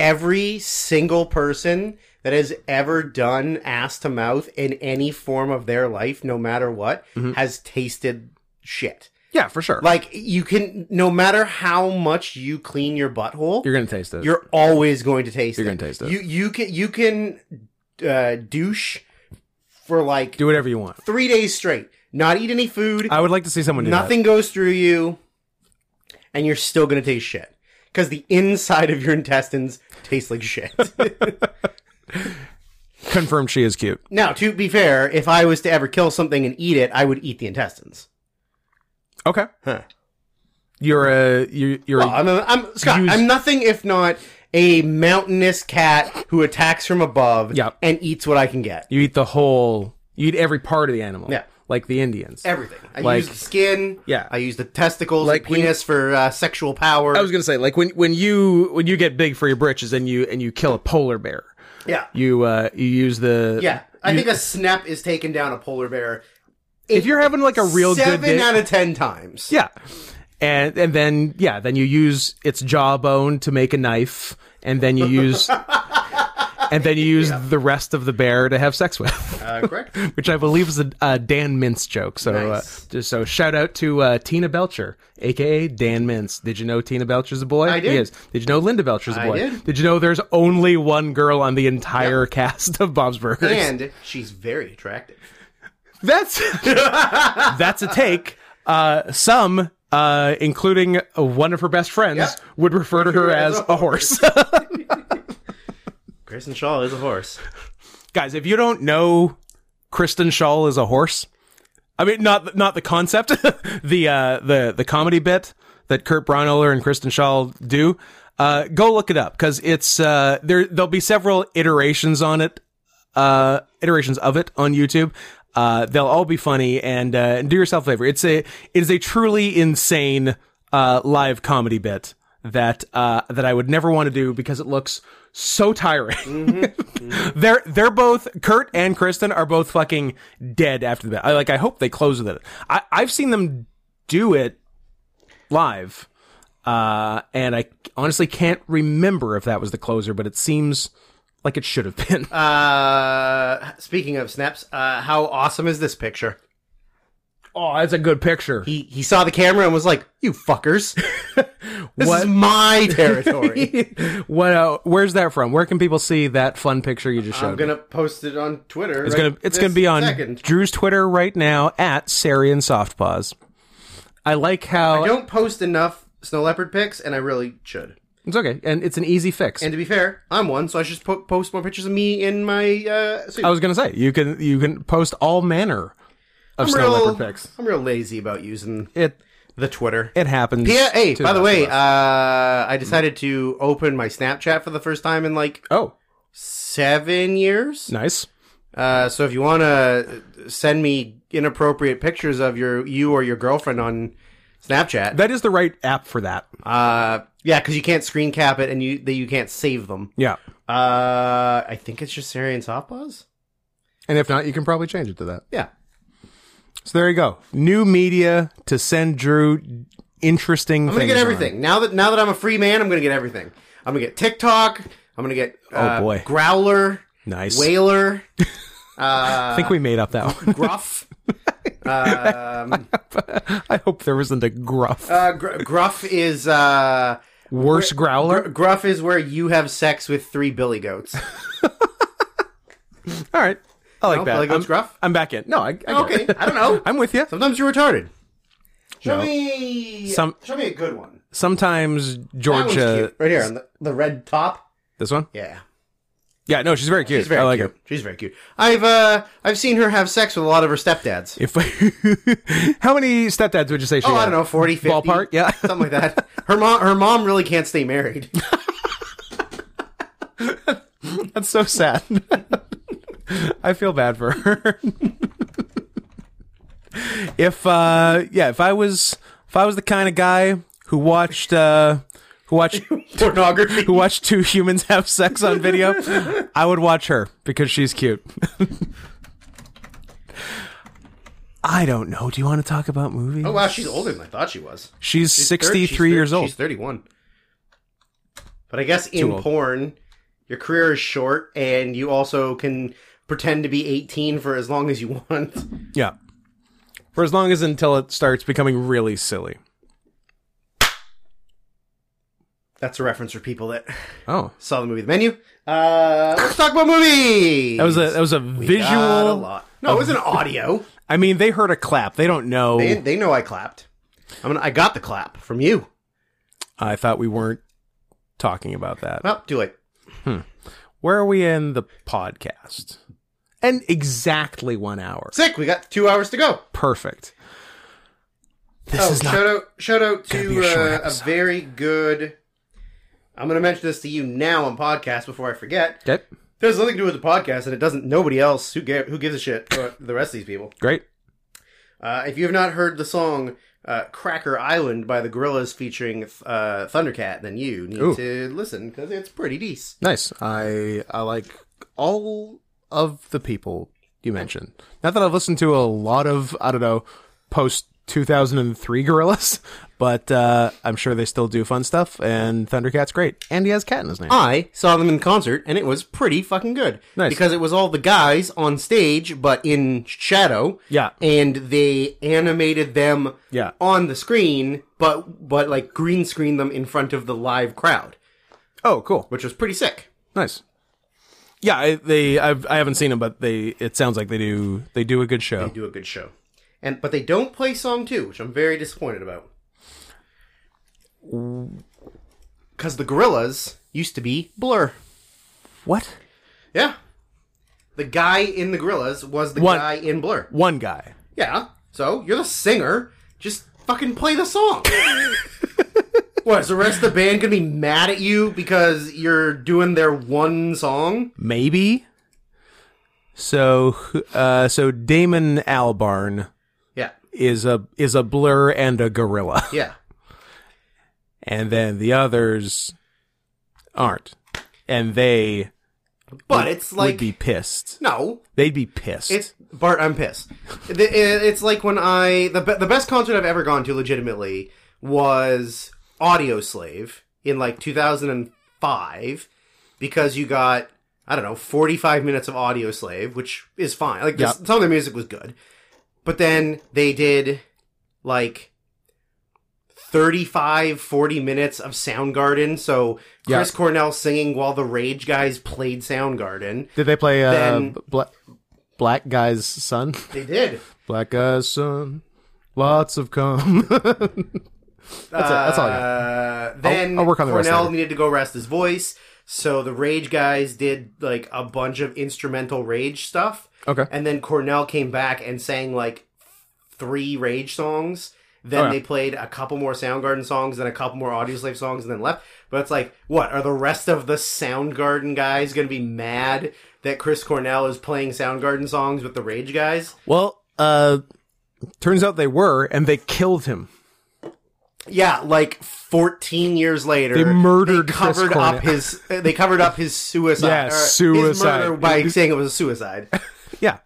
every single person that has ever done ass to mouth in any form of their life no matter what Mm-hmm. has tasted shit yeah, for sure. like you can no matter how much you clean your butthole you're gonna taste it. you're always going to taste You're it. gonna taste it. you you can you can uh douche for like Do whatever you want. three days straight not eat any food I would like to see someone do nothing goes through you and you're still gonna taste shit because the inside of your intestines tastes [laughs] like shit that. Confirm she is cute. now to be fair if i was to ever kill something and eat it i would eat the intestines Okay. Huh. You're a you, you're well, i'm, a, I'm scott Use- i'm nothing if not a mountainous cat who attacks from above Yep. and eats what i can get you eat the whole you eat every part of the animal. Yeah. Like the Indians. everything i Like- use the skin Yeah. i use the testicles Like the when- penis for uh, sexual power I was gonna say like when when you when you get big for your britches and you and you kill a polar bear, yeah you uh you use the yeah i think a snap is taking down a polar bear If you're having like a real seven good day, out of ten times yeah, and and then yeah, then you use its jawbone to make a knife, and then you [laughs] use. And then you use the rest of the bear to have sex with, Uh, correct. [laughs] which I believe is a, a Dan Mintz joke. So, uh, Nice. just so shout out to uh, Tina Belcher, aka Dan Mintz. Did you know Tina Belcher's a boy? I did. He is. Did you know Linda Belcher's a I boy? did. you know there's only one girl on the entire cast of Bob's Burgers? and she's very attractive. [laughs] That's [laughs] that's a take. Uh, some, uh, including uh, one of her best friends, Yeah. would refer to her as a horse. Kristen Shaw is a horse. Guys, if you don't know Kristen Shaw is a horse, I mean not not the concept, [laughs] the uh, the the comedy bit that Kurt Braunohler and Kristen Shaw do. Uh, go look it up because it's uh, there. There'll be several iterations on it, uh, iterations of it on YouTube. Uh, they'll all be funny and uh, do yourself a favor. It's a it is a truly insane uh, live comedy bit that uh, that I would never want to do because it looks so tiring. They're they're both Kurt and Kristen are both fucking dead after the I like I hope they close with it. I I've seen them do it live. Uh and I honestly can't remember if that was the closer, but it seems like it should have been. [laughs] Uh, speaking of snaps, uh, how awesome is this picture? oh, that's a good picture. He he saw the camera and was like, "You [laughs] fuckers, this is What- [laughs] my territory." [laughs] what uh, where's that from? Where can people see that fun picture you just showed? I'm gonna post it on Twitter. it's gonna it's gonna be on Second. Drew's Twitter right now at Sarian Softpaws. I like how I don't post enough snow leopard pics, and I really should. it's okay, and it's an easy fix. And to be fair, I'm one, so I should po- post more pictures of me in my uh, suit. I was gonna say you can you can post all manner of I'm snow real, leopard pics. I'm real lazy about using It the Twitter. it happens. Yeah. Hey, to by the us. way, uh, I decided to open my Snapchat for the first time in like Oh, seven years. nice. Uh, so if you want to send me inappropriate pictures of your you or your girlfriend on Snapchat, That is the right app for that. uh, yeah, because you can't screen cap it and you that you can't save them. Yeah, Uh, I think it's just Syrian softballs. and if not, you can probably change it to that. Yeah. So there you go. New media to send Drew interesting. I'm gonna get everything now that now that I'm a free man. I'm gonna get everything. I'm gonna get TikTok. I'm gonna get uh, boy. Growler, Nice. Whaler. I Uh, think we made up that one. [laughs] gruff. um, I hope there isn't a gruff. uh, gr- gruff is uh, Worse growler. gr- gruff is where you have sex with three [laughs] billy goats. Oh, all right, I like No, that. Billy Goat's I'm, [laughs] gruff? I'm back in. No, I, I get Okay, it. I don't know. I'm with you. Sometimes you're retarded. Show No. me Some- Show me a good one. Sometimes That one's Georgia. cute. Right here on the, the red top. This one. Yeah, Yeah, no, she's very cute. she's very I like cute. her. She's very cute. I've uh, I've seen her have sex with a lot of her stepdads. If [laughs] how many stepdads would you say she? Oh, I had? don't know, 40, 50. Ballpark, yeah. [laughs] Something like that. Her mom her mom really can't stay married. [laughs] That's so [laughs] sad. I feel bad for her. [laughs] if uh, yeah, if I was if I was the kind of guy who watched uh, who watched Pornography. who watched two humans have sex on video, I would watch her because she's cute. [laughs] I don't know. Do you want to talk about movies? Oh wow, she's older than I thought she was. She's, She's thir- 63 she's thir- years old. She's 31. But I guess in old. porn, your career is short and you also can pretend to be 18 for as long as you want. Yeah. For as long as until it starts becoming really silly. That's a reference for people that [laughs] Oh. saw the movie The Menu. Uh, let's talk about movies. That was a that was a Not a visual. lot. No, it was an audio. I mean, they heard a clap. They don't know. They, they know I clapped. I mean, I got the clap from you. I thought we weren't talking about that. Well, do it. Where are we in the podcast? And exactly 1 hour. Sick. We got two hours to go. Perfect. This oh, is not shout out! Shout out gonna be to a short uh, a episode. very good. I'm going to mention this to you now on podcast before I forget. Okay. There's nothing to do with the podcast, and it doesn't. Nobody else who ga- who gives a shit. But the rest of these people. Great. Uh, if you have not heard the song uh, "Cracker Island" by the Gorillas featuring uh, Thundercat, then you need Ooh. to listen because it's pretty decent. Nice. I I like all of the people you mentioned. Not that I've listened to a lot of I don't know post 2003 gorillas, [laughs] but uh, I'm sure they still do fun stuff. And Thundercat's great, and he has cat in his name. I saw them in concert, and it was pretty fucking good. Nice. because it was all the guys on stage, but in shadow. Yeah. and they animated them Yeah. on the screen, but but like green screen them in front of the live crowd, Oh, cool. which was pretty sick. Nice. Yeah, I, they I've, I haven't seen them, but they it sounds like they do they do a good show. They do a good show, and but they don't play song two, which I'm very disappointed about. Because the Gorillas used to be Blur. What? Yeah, the guy in the Gorillas was the One- guy in Blur. One guy. Yeah. So you're the singer. Just fucking play [laughs] the song. what is the rest of the band gonna be mad at you because you're doing their one song? maybe. So, uh, so Damon Albarn Yeah. is a is a blur and a gorilla, [laughs] Yeah. and then the others aren't, and they But it's would like be pissed. no. They'd be pissed. It's Bart. I'm pissed. The- it- It's like when I the be- the best concert I've ever gone to, legitimately, was Audio Slave in like 2005, because you got I don't know 45 minutes of Audio Slave, which is fine. Like this- Yep. some of their music was good, but then they did like 35 40 minutes of Soundgarden. So Yeah. Chris Cornell singing while the Rage guys played Soundgarden. Did they play uh, Then- Bla- Black Guy's Son? They did. Black Guy's Son. Lots of [laughs] cum. That's it. That's all I got. Uh, then I'll- I'll work on the rest Cornell later. needed to go rest his voice, so the Rage guys did like a bunch of instrumental Rage stuff. Okay. And then Cornell came back and sang like three Rage songs. Then Oh, yeah. they played a couple more Soundgarden songs, then a couple more Audioslave songs, and then left. But it's like, what are the rest of the Soundgarden guys going to be mad that Chris Cornell is playing Soundgarden songs with the Rage guys? Well, uh, turns out they were, and they killed him. Yeah, like 14 years later, They murdered they Chris covered Cornell. up his uh, they covered up his suicide. Yeah, or His suicide. murder by saying it was a suicide. Yeah.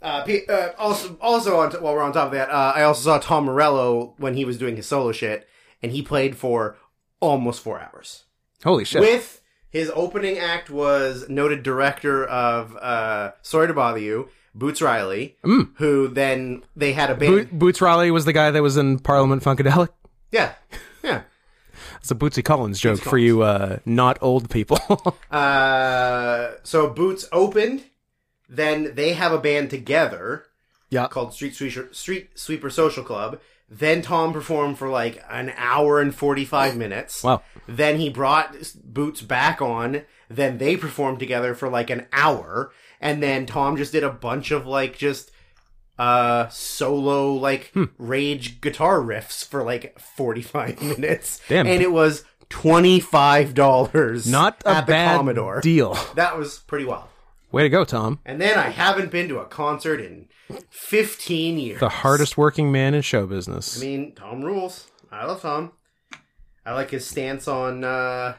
Uh, P- uh, also, also on t- while we're on top of that, uh, I also saw Tom Morello when he was doing his solo shit, and he played for almost four hours. Holy shit. With his opening act was noted director of uh, Sorry to Bother You, Boots Riley, Mm. who then they had a band. Bo- Boots Riley was the guy that was in Parliament Funkadelic. yeah, yeah. It's a Bootsy Collins joke for you uh, not old people. [laughs] Uh, so Boots opened. Then they have a band together yeah. called Street Sweeper, Street Sweeper Social Club. Then Tom performed for like an hour and 45 minutes. Wow. Then he brought Boots back on. Then they performed together for like an hour. And then Tom just did a bunch of like just uh solo like Hmm. rage guitar riffs for like 45 [laughs] minutes. Damn. And it was $25. Not a at the bad Commodore. deal. That was pretty wild. Way to go, Tom. And then I haven't been to a concert in 15 years. The hardest working man in show business. I mean, Tom rules. I love Tom. I like his stance on uh,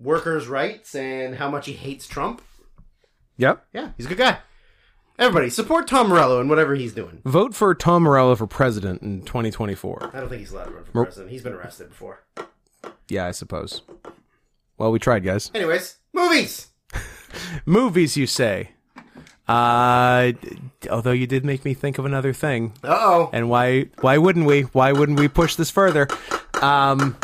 workers' rights and how much he hates Trump. yep. Yeah, he's a good guy. Everybody, support Tom Morello and whatever he's doing. Vote for Tom Morello for president in 2024. I don't think he's allowed to run for president. He's been arrested before. Yeah, I suppose. Well, we tried, guys. Anyways, movies. Movies, you say? Uh, d- although you did make me think of another thing. Uh oh. and why why wouldn't we why wouldn't we push this further um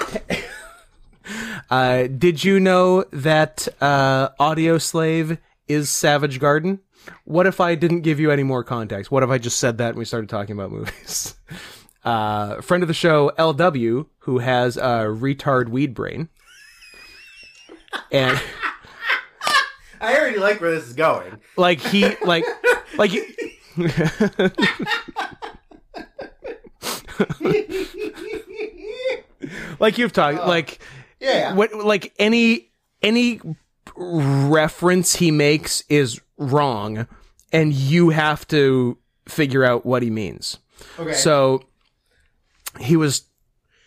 uh did you know that uh audio slave is savage garden what if i didn't give you any more context what if i just said that and we started talking about movies [laughs] uh friend of the show lw who has a retard weed brain and I already like where this is going. [laughs] like he like like like you've talked like Yeah. what like any any reference he makes is wrong and you have to figure out what he means Okay. so he was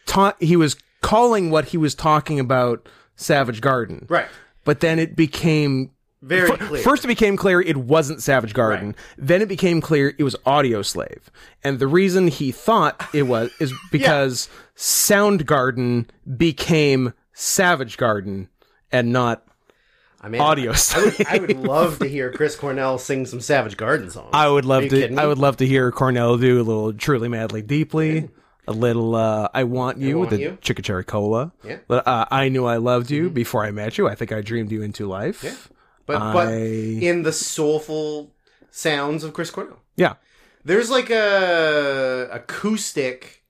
ta- he was calling what he was talking about savage garden right. but then it became Very Fir- clear. First, it became clear it wasn't Savage Garden. Right. Then it became clear it was Audio Slave, and the reason he thought it was [laughs] is because Sound Garden became Savage Garden and not I mean, Audio Slave. I would love to hear Chris Cornell sing some Savage Garden songs. I would [laughs] Are love you to. kidding me? I would love to hear Cornell do a little "Truly, Madly, Deeply," a little uh, "I Want You" Want with You. the Chicka Cherry Cola. Yeah. Mm-hmm. Uh, I knew I loved you before I met you. I think I dreamed you into life. but but I- in the soulful sounds of Chris Cornell. yeah. There's like a acoustic.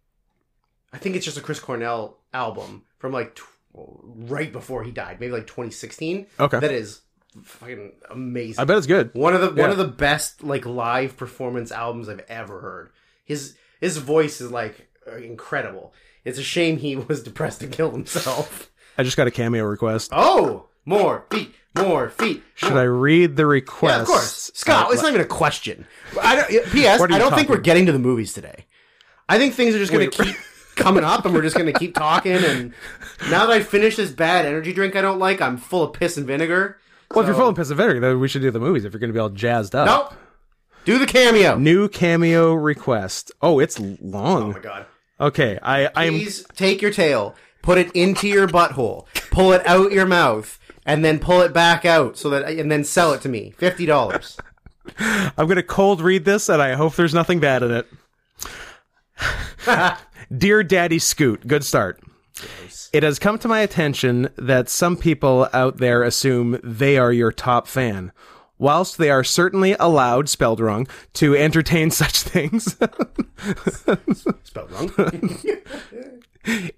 I think it's just a Chris Cornell album from like tw- right before he died, maybe like 2016. Okay. that is fucking amazing. I bet it's good. One of the one Yeah. of the best like live performance albums I've ever heard. His his voice is like incredible. It's a shame he [laughs] was depressed and killed himself. I just got a cameo request. Oh, more feet, more feet. Should I read the Uh, request? Yeah, of course, Scott. It's not even a question. I don't, P.S. I What are don't you think talking we're getting to the movies today. I think things are just going Wait. to [laughs] keep coming up, and we're just going to keep talking. And now that I finished this bad energy drink I don't like, I'm full of piss and vinegar. Well, if you're So- feeling Pacific, then we should do the movies if you're going to be all jazzed up. Nope. Do the cameo. New cameo request. Oh, it's Oh long. my god. okay, I I'm Please take your tail, put it into your butthole, pull it out your mouth, and then pull it back out so that and then sell it to me. Fifty dollars. I'm going to cold read this and I hope there's nothing bad in it. [laughs] Dear Daddy Scoot, good start. It has come to my attention that some people out there assume they are your top fan. Whilst they are certainly allowed, spelled wrong, to entertain [laughs] such things, [laughs] Spelled wrong.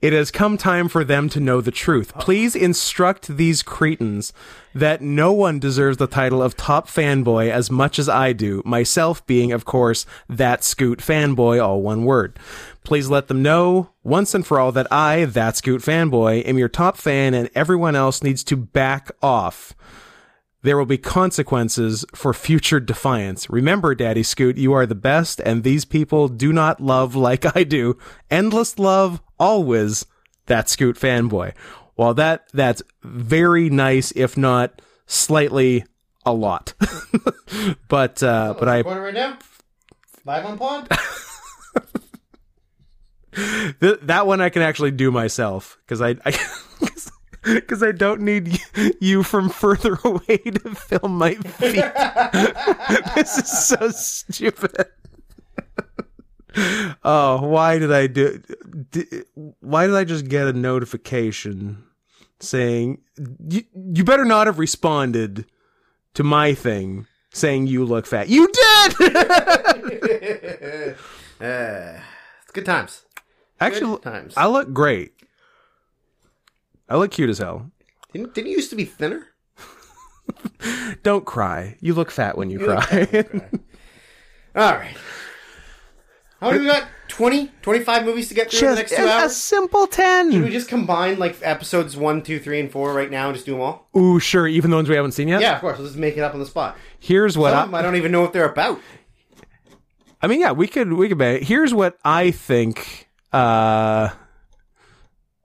It has come time for them to know the truth. Please instruct these cretins that no one deserves the title of top fanboy as much as I do, myself being, of course, that scoot fanboy, all one word. Please let them know once and for all that I, that scoot fanboy, am your top fan and everyone else needs to back off. There will be consequences for future defiance. Remember, Daddy Scoot, you are the best, and these people do not love like I do. Endless love, always. That Scoot fanboy. Well, that that's very nice, if not slightly a lot. [laughs] but uh, but I Order right now. Live on pod. th- that one I can actually do myself because I. I Because I [laughs] don't need y- you from further [laughs] away to film my feet. [laughs] this is so stupid. [laughs] oh, why did I do? d why did I just get a notification saying you you better not have responded to my thing saying you look fat? You did. [laughs] Uh, it's good times. Actually, times. I look great. I look cute as hell. Didn't, didn't you used to be thinner? Don't [laughs] cry. You look fat when you cry. All right. How many we got? 20, 25 movies to get through in the next Just two a, a hours? simple Should we ten. just combine like episodes one, two, three, and four right now and just do them all? Ooh, sure. Even the ones we haven't seen yet. Yeah, Um, of course. Let's just make it up on the spot. Here's what Some I, I don't even know what they're about. I mean. Yeah, we could. We could. Make, here's what I think. Uh,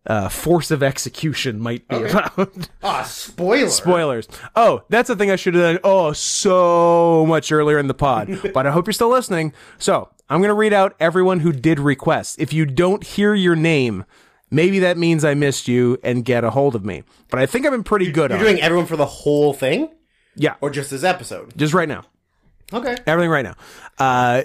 uh, force of execution might be about. [laughs] Ah, spoiler. Spoilers. Oh, that's the thing I should have done. Oh, so much earlier in the [laughs] pod. but I hope you're still listening. So I'm going to read out everyone who did request. If you don't hear your name, maybe that means I missed you and get a hold of me. But I think I've been pretty good You're on it. doing everyone for the whole thing, Yeah. or just this episode? Just right now. Okay. Everything right now. Uh,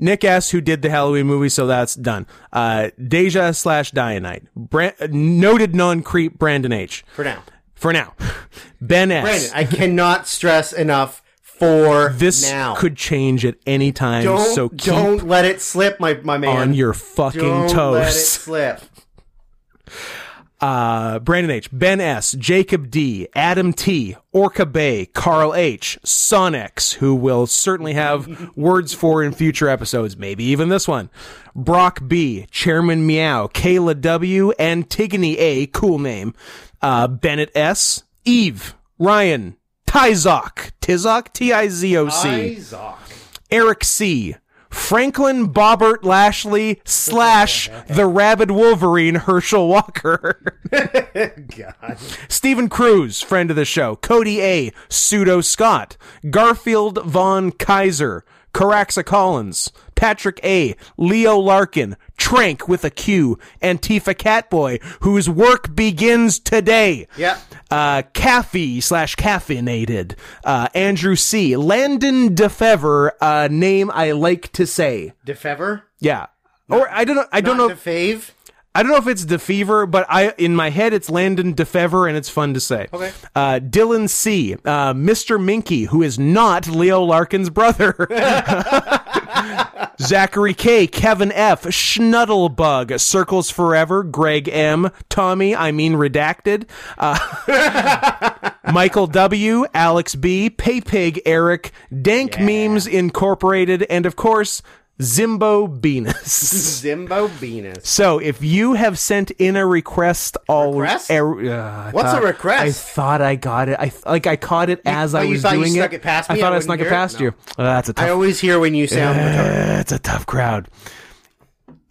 Nick S., who did the Halloween movie, so that's done. Uh, Deja slash Dianite. Bran- noted non creep Brandon H. For now, For now. [laughs] Ben S. Brandon, I cannot stress enough for This now. could change at any time, don't so keep don't let it slip, my my man. on your fucking don't let it toes. [laughs] slip. Uh, Brandon H, Ben S, Jacob D, Adam T, Orca Bay, Carl H, Sonex, who will certainly have words for in future episodes, maybe even this one. Brock B, Chairman Meow, Kayla W, Antigone A, cool name. Uh, Bennett S, Eve, Ryan, Tizok, Tizok, T I Z O C. Isaac. Eric C. Franklin Bobbert Lashley slash the rabid Wolverine Herschel Walker. God. Stephen Cruz, friend of the show. Cody A. Pseudo Scott. Garfield Von Kaiser. Caraxa Collins. Patrick A. Leo Larkin. Trank with a Q. Antifa Catboy, whose work begins today Yep. uh, Caffey slash caffeinated, uh, Andrew C. Landon DeFever, a name I like to say. DeFever? Yeah. Or I don't know. I don't know. DeFave? I don't know if it's DeFever, but I in my head it's Landon DeFever, and it's fun to say. Okay. Uh, Dylan C. Uh, Mr. Minky, who is not Leo Larkin's brother. [laughs] Zachary K, Kevin F, Schnuddlebug, Circles Forever, Greg M, Tommy, I mean redacted, uh, [laughs] Michael W, Alex B, Paypig Eric, Dank Memes Incorporated, and of course, Zimbo [laughs] Venus. Zimbo Venus. So if you have sent in a request, all Request? uh, I What's a thought- request? I thought I got it. I th- like I caught it as oh, I you was thought you doing snuck it. it past I me? thought I I, wouldn't snuck it hear it? past you. Uh, that's a I tough. always hear when you sound retarded. That's a tough crowd.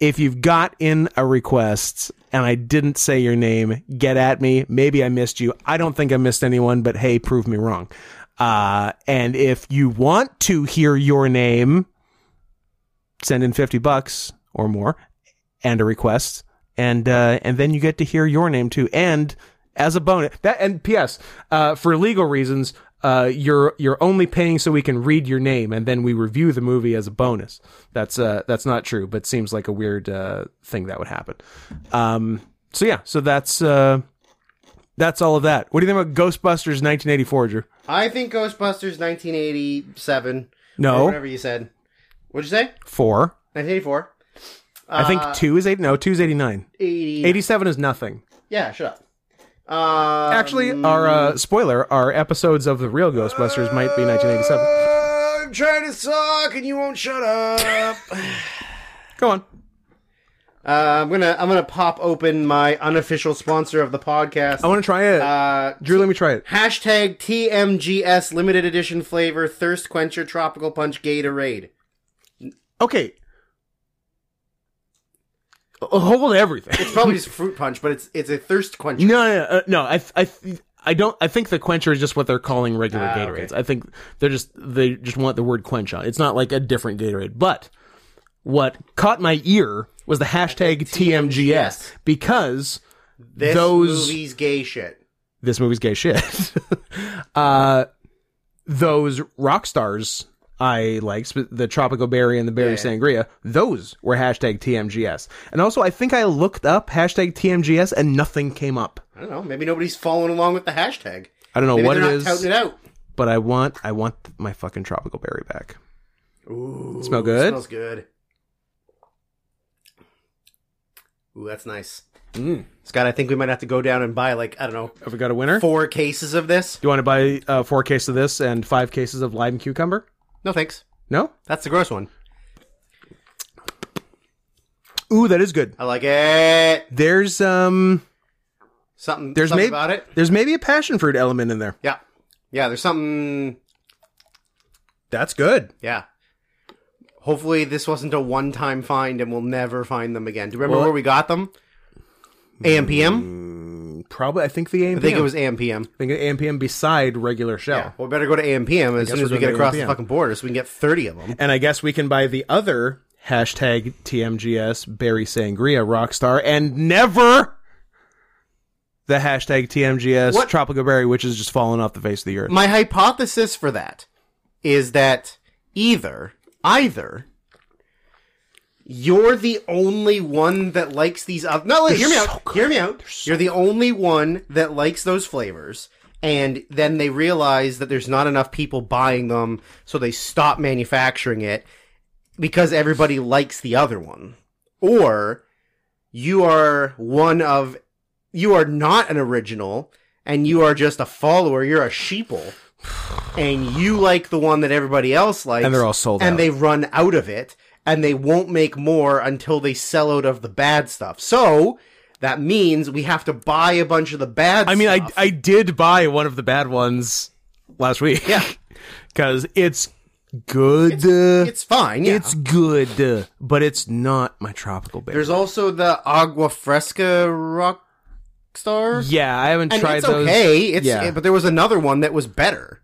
If you've got in a request and I didn't say your name, get at me. Maybe I missed you. I don't think I missed anyone, but hey, prove me wrong. Uh, and if you want to hear your name, send in 50 bucks or more and a request and uh, and then you get to hear your name too and as a bonus that and ps uh, for legal reasons uh, you're you're only paying so we can read your name and then we review the movie as a bonus that's uh that's not true but seems like a weird uh, thing that would happen um so yeah so that's uh that's all of that what do you think about ghostbusters 1984 drew I think Ghostbusters 1987. Or no whatever you said. What'd you say? four 1984. i think two is eight no two is 89 80. 87 is nothing Yeah, shut up. Uh, Actually, our uh, spoiler, our episodes of the real Ghostbusters might be 1987. I'm trying to talk and you won't shut [laughs] up. uh, Go on. I'm gonna I'm gonna pop open my unofficial sponsor of the podcast. I want to try it. uh, Drew, let me try it. Hashtag TMGS limited edition flavor thirst quencher tropical punch Gatorade. Okay. Uh, Hold everything. It's probably just fruit punch, but it's it's a thirst quencher. [laughs] No, no, no. uh, no I, I, I don't. I think the quencher is just what they're calling regular Ah, okay. Gatorades. I think they're just they just want the word quench on. it. It's not like a different Gatorade. But what caught my ear was the hashtag TMGS because this those- movie's gay shit. this movie's gay shit. [laughs] uh, those rock stars I liked, sp- the Tropical Berry and the Berry Sangria, those were hashtag TMGS. And also, I think I looked up hashtag TMGS and nothing came up. I don't know. Maybe nobody's following along with the hashtag. I don't know Maybe Oh, what they're it not is, touting it out. but I want I want my fucking Tropical Berry back. Ooh, Smell good? Smells good. Ooh, that's nice. Mm. Scott, I think we might have to go down and buy like I don't Have we got a know winner? Do four cases of this. you want to buy uh, four cases of this and five cases of lime cucumber? No thanks. No? That's the gross one. Ooh, that is good. I like it. There's um Something. There's something maybe- about it. there's maybe a passion fruit element in there. Yeah, yeah. There's something. That's good. Yeah. Hopefully, this wasn't a one-time find, and we'll never find them again. Do you remember Well- where we got them? AMPM. Probably I think the AMPM I think it was AMPM. I think AMPM beside regular shell. Yeah. Well, we better go to AMPM as Oh. guess soon as we're we get going to across the AMPM. fucking border, so we can get thirty of them. And I guess we can buy the other hashtag TMGS Barry Sangria Rockstar and never the hashtag TMGS What? Tropical Berry, which is just falling off the face of the earth. My hypothesis for that is that either, either you're the only one that likes these other. No, like, hear me so out. Hear me out. you're the only one that likes those flavors, and then they realize that there's not enough people buying them, so they stop manufacturing it because everybody likes the other one. Or you are one of you are not an original and you are just a follower you're a sheeple and you like the one that everybody else likes And they're all sold and out. they run out of it and they won't make more until they sell out of the bad stuff so that means we have to buy a bunch of the bad I mean, I, stuff. I did buy one of the bad ones last week. [laughs] Yeah. Because it's good. It's, it's fine yeah. good, but it's not my tropical berry. there's also the agua fresca rock star yeah, I haven't and tried it's those. okay it's Yeah. but there was another one that was better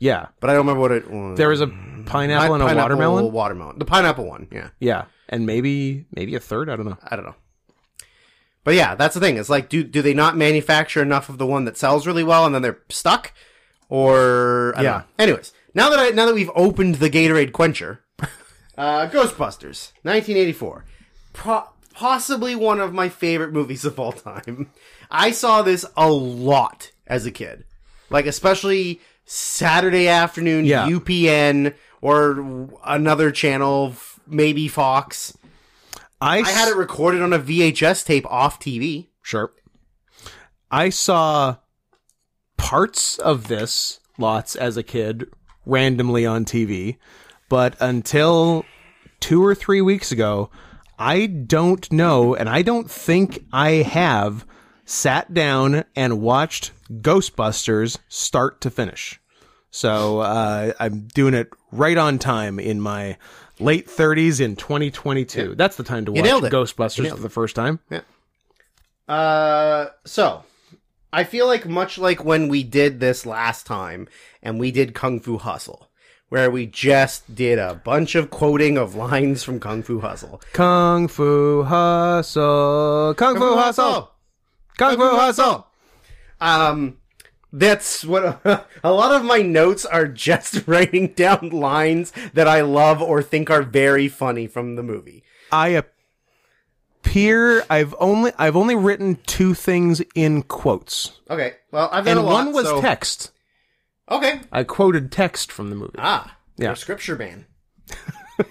Yeah. but i don't remember what it was There was a pineapple and a Mm. Pineapple watermelon. watermelon. The pineapple one, yeah. Yeah. And maybe maybe a third. I don't know. I don't know. But yeah, that's the thing. It's like, do do they not manufacture enough of the one that sells really well, and then they're stuck, or I don't Yeah. know. Anyways, now that I now that we've opened the [laughs] Gatorade quencher, uh, Ghostbusters, 1984, Pro- possibly one of my favorite movies of all time. I saw this a lot as a kid, like especially Saturday afternoon Yeah. UPN or another channel, f- maybe Fox. I, I had it recorded on a VHS tape off TV. Sure. I saw parts of this lots as a kid randomly on TV, but until two or three weeks ago, I don't know, and I don't think I have sat down and watched Ghostbusters start to finish. So uh, I'm doing it right on time in my late 30s in 2022. That's the time to watch nailed it. Ghostbusters for the first time. Uh, so I feel like much like when we did this last time, and we did Kung Fu Hustle, where we just did a bunch of quoting of lines from Kung Fu Hustle. Kung Fu Hustle. Kung Fu Oh, Hustle. Kung Fu Hustle. Um, that's what [laughs] a lot of my notes are just [laughs] writing down lines that I love or think are very funny from the movie. I appear I've only I've only written two things in quotes. Okay, well I've And done a lot. one was so- text. Okay, I quoted text from the movie. ah, Yeah. your scripture ban.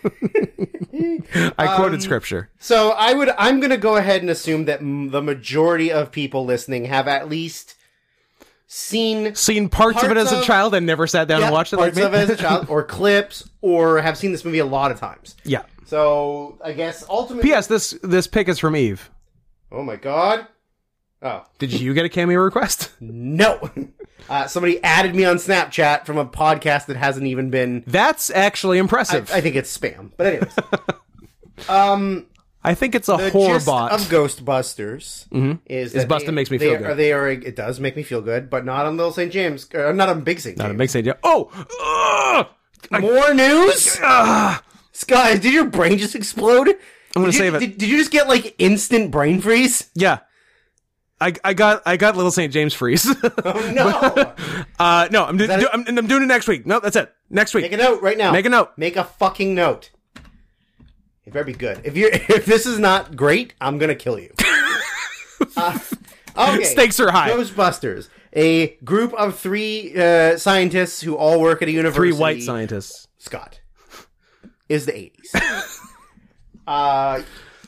um, I quoted scripture. So I would, I'm going to go ahead and assume that m- the majority of people listening have at least seen Seen parts, of it parts as a of- child and never sat down yeah, and watched it like parts me. of it as a child, or clips, or have seen this movie a lot of times. [laughs] yeah. So I guess ultimately, P.S. This this pick is from Eve. oh my god, oh Did you get a cameo request? [laughs] no, [laughs] uh, somebody added me on Snapchat from a podcast that hasn't even been. That's actually impressive. I, I think it's spam, but [laughs] anyways. um. think it's a the whore gist bot. of Ghostbusters is that Bustin' they- makes me they feel good. Are, they are a- it does make me feel good, but not on Little St. James, or not on Big St. James. Makes idea. Oh, Ugh! More [laughs] news, Sky. Did your brain just explode? I'm gonna save it. Did, did you just get like instant brain freeze? Yeah. I, I got I got Little St James freeze. [laughs] [laughs] Oh [laughs] no! uh, no, I'm, do, that do, it? I'm I'm doing it next week. No, that's it. Next week. Make a note right now. Make a note. Make a fucking note. It better be good. If you're [laughs] if this is not great, I'm gonna kill [laughs] you. [laughs] Uh, okay. Stakes are high. Ghostbusters, a group of three uh, scientists who all work at a university. Three white scientists. Scott is the 80s. [laughs] uh,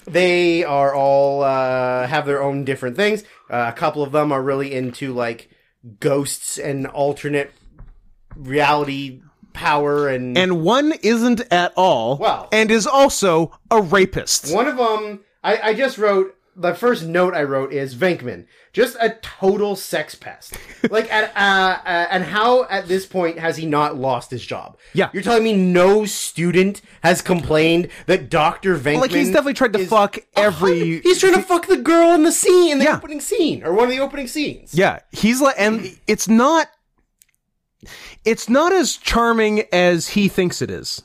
they are all uh, have their own different things. Uh, a couple of them are really into like ghosts and alternate reality power and And one isn't at all Well- and is also a rapist. one of them I, I just wrote the first note I wrote is Venkman, just a total [laughs] sex pest. like at uh, uh, and how at this point has he not lost his job? Yeah. you're telling me no student has complained that Doctor Venkman Like he's definitely tried to is fuck every. He's trying to fuck the girl in the scene, in the Yeah. opening scene, or one of the opening scenes. Yeah, he's like, and it's not. It's not as charming as he thinks it is.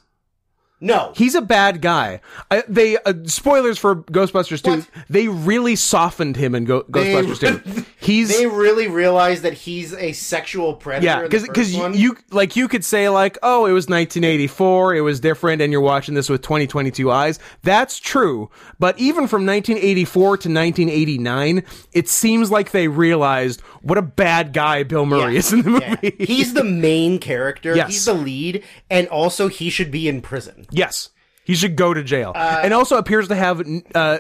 No, He's a bad guy. I, they uh, spoilers for Ghostbusters two. They really softened him in Go- They- Ghostbusters two. He's [laughs] they really realize that he's a sexual predator. yeah, because because you like you could say like, oh, it was 1984, it was different, and you're watching this with 2022 eyes. That's true, but even from 1984 to 1989, it seems like they realized what a bad guy Bill Murray is in the Yeah. movie. He's the main [laughs] character. Yes. He's the lead, and also he should be in prison. Yes. He should go to jail. Uh, and also appears to have, uh,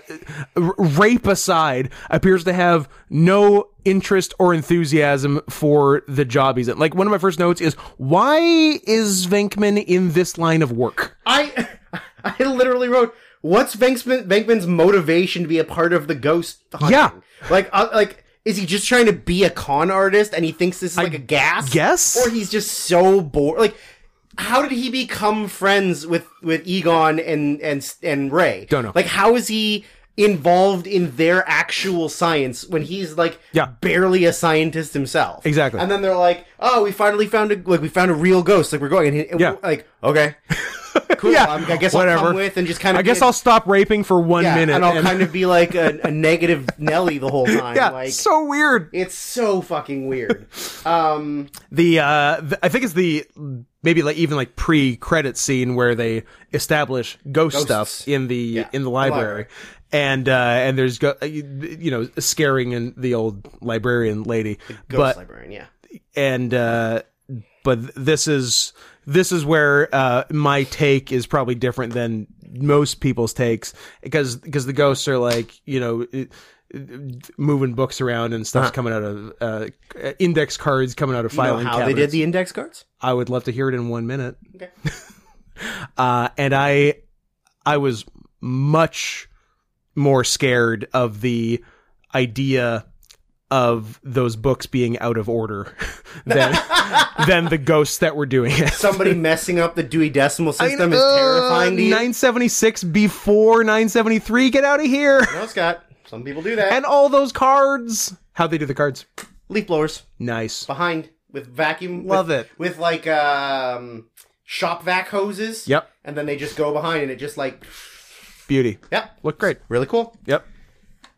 r- rape aside, appears to have no interest or enthusiasm for the job he's in. Like, one of my first notes is, why is Venkman in this line of work? I [laughs] I literally wrote, "What's Venkman, Venkman's motivation to be a part of the ghost hunting? Yeah. like uh, like is he just trying to be a con artist and he thinks this is like a gas? guess? or he's just so bored. Like, how did he become friends with with Egon and and and Ray? Don't know. Like, how is he? involved in their actual science when he's like Yeah. barely a scientist himself Exactly. and then they're like oh we finally found a like we found a real ghost like we're going and he, Yeah. like okay cool. Yeah, I'm- i guess I'll whatever. come with and just kind of. I guess be a- I'll stop raping for one yeah, minute. and I'll and- kind of be like a, [laughs] a negative Nelly the whole time. yeah, like so weird. it's so fucking weird. Um, The, uh, the, I think it's the, maybe like even like pre-credit scene where they establish ghost stuff in the, in the library. library. And uh, and there's go- you know scaring and the old librarian lady, ghost but librarian, yeah. and uh, but th- this is this is where uh, my take is probably different than most people's takes because because the ghosts are like you know it- it- moving books around and stuff's coming out of uh, index cards coming out of Uh-huh. You know filing how cabinets. they did the index cards? I would love to hear it in one minute. Okay. [laughs] uh, and I, I was much more scared of the idea of those books being out of order [laughs] [laughs] than than the ghosts that were doing it. [laughs] Somebody messing up the Dewey Decimal System is terrifying to you. Nine seventy six before nine seventy three. Get out of here! no, Scott. Some people do that. And all those cards. How they do the cards? Leaf blowers Nice. behind with vacuum. Love with, it. With like um, shop vac hoses. Yep. And then they just go behind and it just like, Beauty. yep. Look great. Really cool. Yep.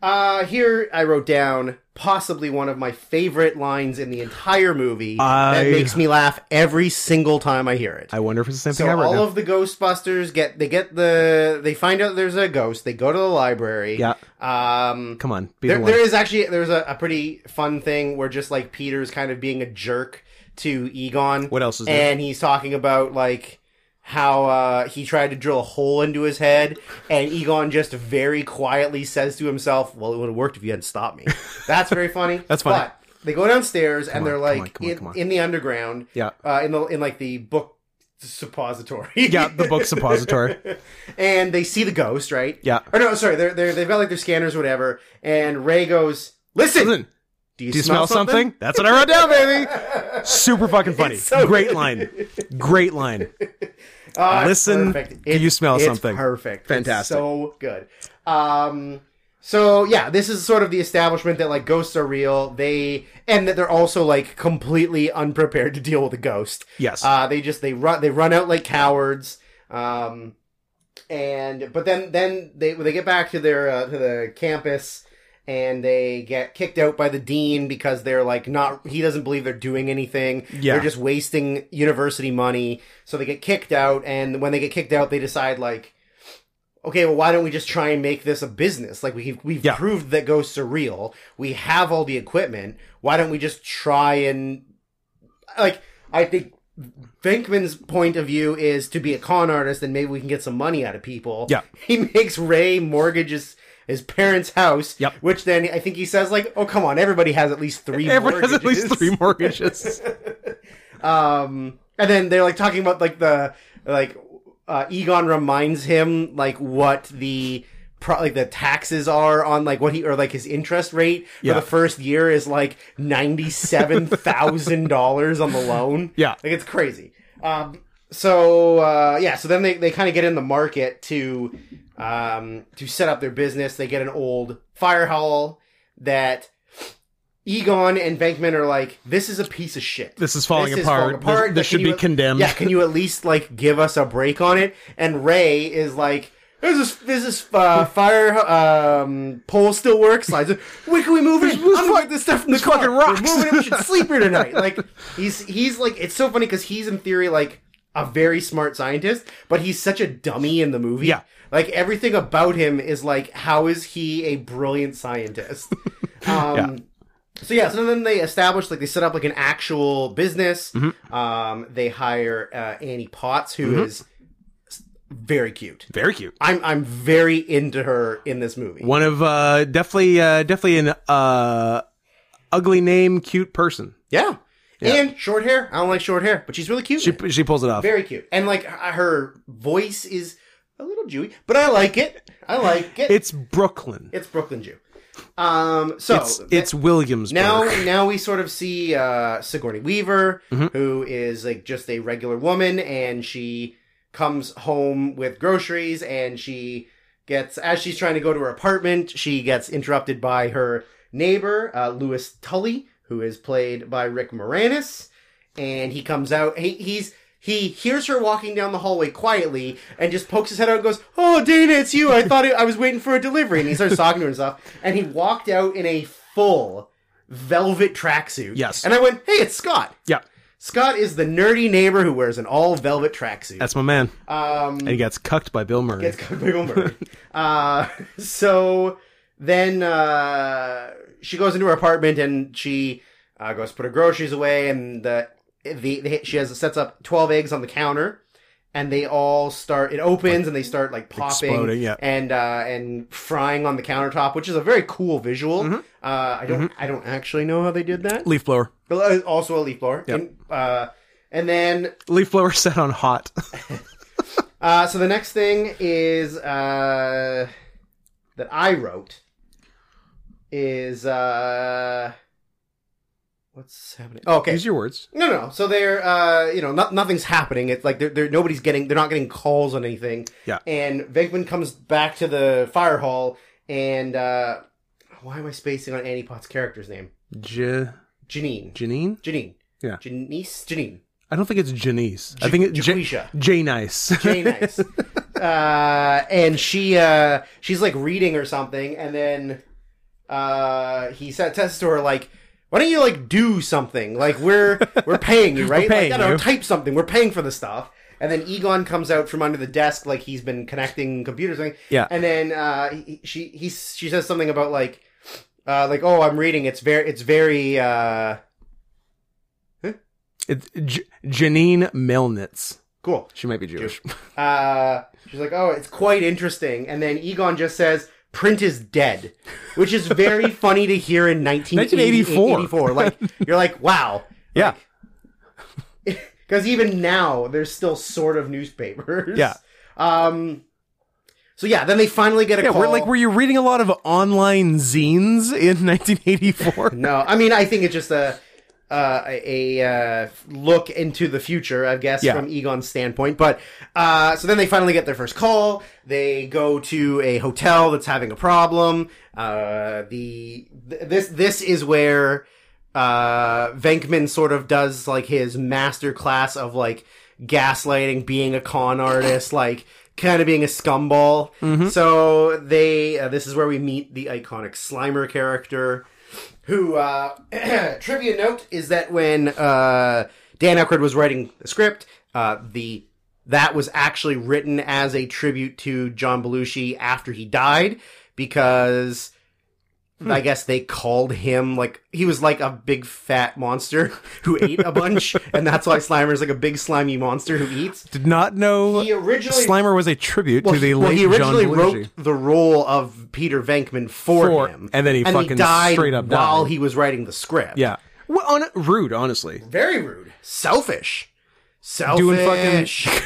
Uh, here I wrote down possibly one of my favorite lines in the entire movie I- that makes me laugh every single time I hear it. I wonder if it's the same so thing I wrote all down. of the Ghostbusters get they get the they find out there's a ghost. They go to the library. Yeah. Um. Come on. Be There, the one. there is actually there's a, a pretty fun thing where just like Peter's kind of being a jerk to Egon. What else is there? And he's talking about like how uh, he tried to drill a hole into his head, and Egon just very quietly says to himself, "Well, it would have worked if you hadn't stopped [laughs] me." That's very funny. That's funny. But they go downstairs and they're on, like come on, come on, in, come on. in the underground. Yeah. Uh, in the in like the book suppository. yeah, the book suppository. [laughs] and they see the ghost, right? Yeah. Or no, sorry, they're, they're they've got like their scanners, or whatever. And Ray goes, "Listen, Listen, do you, Do you smell, something? That's what I wrote down, baby. Super fucking funny. It's so Great good. line. Great line. Ah, it's Listen, perfect. do you smell it's something? Perfect, It's Fantastic. so good. Um, so yeah, this is sort of the establishment that like ghosts are real. They and that they're also like completely unprepared to deal with a ghost. Yes. Uh, they just they run they run out like cowards. Um, and but then then they when they get back to their uh, to the campus and they get kicked out by the dean because they're like not he doesn't believe they're doing anything. Yeah. They're just wasting university money. So they get kicked out and when they get kicked out they decide like okay, well, why don't we just try and make this a business? Like we we've Yeah. proved that ghosts are real. We have all the equipment. Why don't we just try and like I think Venkman's point of view is to be a con artist and maybe we can get some money out of people. Yeah. [laughs] He makes Ray mortgage his, his parents' house, Yep. which then I think he says like, "Oh, come on, everybody has at least 3 [laughs] Everyone has at mortgages." least three mortgages. Um, and then they're like talking about like the like uh, Egon reminds him like what the pro- like the taxes are on like what he or like his interest rate for Yeah. the first year is like ninety seven thousand dollars on [laughs] the loan. Yeah. like it's crazy. Um, so uh, yeah, so then they, they kind of get in the market to um, to set up their business. They get an old fire hall that Egon and Bankman are like, this is a piece of shit. This is falling This is apart. falling apart. This, Like, this should can be you- condemned. Yeah, can you at least like give us a break on it? And Ray is like, "There's this there's this uh, fire um, pole still works." Slides. Where can we move it? I'm gonna get this stuff from the car. fucking rocks." We're moving it. We should sleep here tonight. Like he's he's like it's so funny because he's in theory like a very smart scientist, but he's such a dummy in the movie. Yeah. Like everything about him is like, how is he a brilliant [laughs] scientist? Um, So yeah, so then they establish like they set up like an actual business. Um, they hire uh, Annie Potts, who is very cute. Very cute. I'm I'm very into her in this movie. One of uh, definitely uh, definitely an uh, ugly name, cute person. Yeah. and short hair. I don't like short hair, but she's really cute. She she pulls it off. very cute, and like her her voice is a little Jewy, but I like it. I like it. It's Brooklyn. it's Brooklyn Jew. Um, so It's it's Williamsburg. Now, now we sort of see uh, Sigourney Weaver, Mm-hmm. who is like just a regular woman, and she comes home with groceries, and she gets as she's trying to go to her apartment, she gets interrupted by her neighbor, uh, Louis Tully, who is played by Rick Moranis, and he comes out. He, he's he hears her walking down the hallway quietly and just pokes his head out and goes, "Oh, Dana, it's you! I thought it, I was waiting for a delivery." And he starts talking to himself, and he walked out in a full velvet tracksuit. Yes. and I went, "Hey, it's Scott." yeah, Scott is the nerdy neighbor who wears an all velvet tracksuit. that's my man. Um, and he gets cucked by Bill Murray. it's got big old bird. [laughs] uh, so then uh, she goes into her apartment and she uh, goes to put her groceries away, and the, the the she has sets up twelve eggs on the counter, and they all start. It opens and they start like popping, Exploding, yeah. and uh, and frying on the countertop, which is a very cool visual. Uh, I don't I don't actually know how they did that. Leaf blower. But Also a leaf blower, and, uh, and then Leaf blower [laughs] set on hot. uh, so the next thing is uh, that I wrote is uh, what's happening? Oh, okay, Use your words. no, no. So they're uh, you know, not, nothing's happening. It's like they're, they're nobody's getting they're not getting calls on anything. Yeah. And Venkman comes back to the fire hall, and uh, why am I spacing on Annie Potts' character's name? J- Janine. Janine. Janine. Yeah. Janice. Janine. I don't think it's Janice. I think it's J- Jaquisha. Jay Nice. Jay Nice. uh, and she uh, she's like reading or something, and then uh, he said tests to her like, "Why don't you like do something? Like we're we're [laughs] paying you, right? paying like, I don't know, you." type something. We're paying for the stuff." And then Egon comes out from under the desk like he's been connecting computers. and- Yeah. And then uh, he, she he she says something about like uh, like oh I'm reading it's very it's very uh, [laughs] It's J- Janine Melnitz. cool. She might be Jewish. uh, she's like, "Oh, it's quite interesting." And then Egon just says, "Print is dead," which [laughs] is very funny to hear in 1984. 1984. Like you're like, "Wow," [laughs] yeah, [laughs] because even now there's still sort of newspapers. Yeah. Um. So yeah, then they finally get a yeah. call. We're like, were you reading a lot of online zines in [laughs] 1984? no, I mean, I think it's just a. Uh, a a, uh, look into the future, I guess, Yeah. from Egon's standpoint. But uh, so then they finally get their first call. They go to a hotel that's having a problem. Uh, the th- this this is where uh, Venkman sort of does like his master class of like gaslighting, being a con artist, like kind of being a scumball. So they uh, this is where we meet the iconic Slimer character. Who uh, [clears throat] trivia note is that when uh, Dan Aykroyd was writing the script, uh, the that was actually written as a tribute to John Belushi after he died because I guess they called him like he was like a big fat monster [laughs] who ate a bunch, and that's why Slimer is like a big slimy monster who [laughs] eats. Did not know. He originally Slimer was a tribute to the well, late he originally John wrote Belushi. the role of Peter Venkman for, For- him, and then he fucking died straight up while died. he was writing the script. Yeah, well, on rude, honestly. very rude, selfish, selfish. Doing fucking-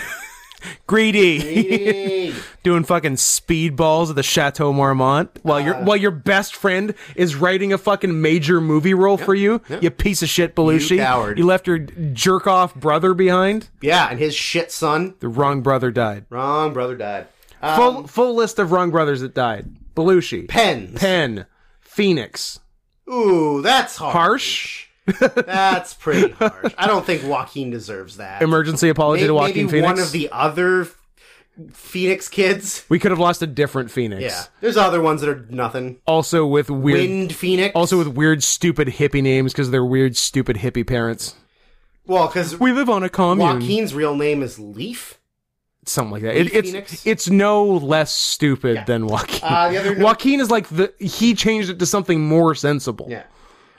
Greedy. [laughs] Greedy. Doing fucking speedballs at the Chateau Marmont while Uh. your while your best friend is writing a fucking major movie role for you. You piece of shit, Belushi. coward. You left your jerk off brother behind. [laughs] yeah, and his shit son. The wrong brother died. Wrong brother died. Uh, full full list of wrong brothers that died. Belushi. pens. Penn. Phoenix. Ooh, that's harsh. Harsh? [laughs] That's pretty harsh. I don't think Joaquin deserves that. Emergency apology May- to Joaquin Maybe Phoenix. one of the other Phoenix kids. we could have lost a different Phoenix. Yeah, there's other ones that are nothing. Also with weird Wind Phoenix. also with weird stupid hippie names because they're weird stupid hippie parents. well, because We live on a commune. Joaquin's real name is Leaf. Something like that. It, Lee it's Phoenix? it's no less stupid than Joaquin. Uh, the other note- Joaquin is like the he changed it to something more sensible. Yeah.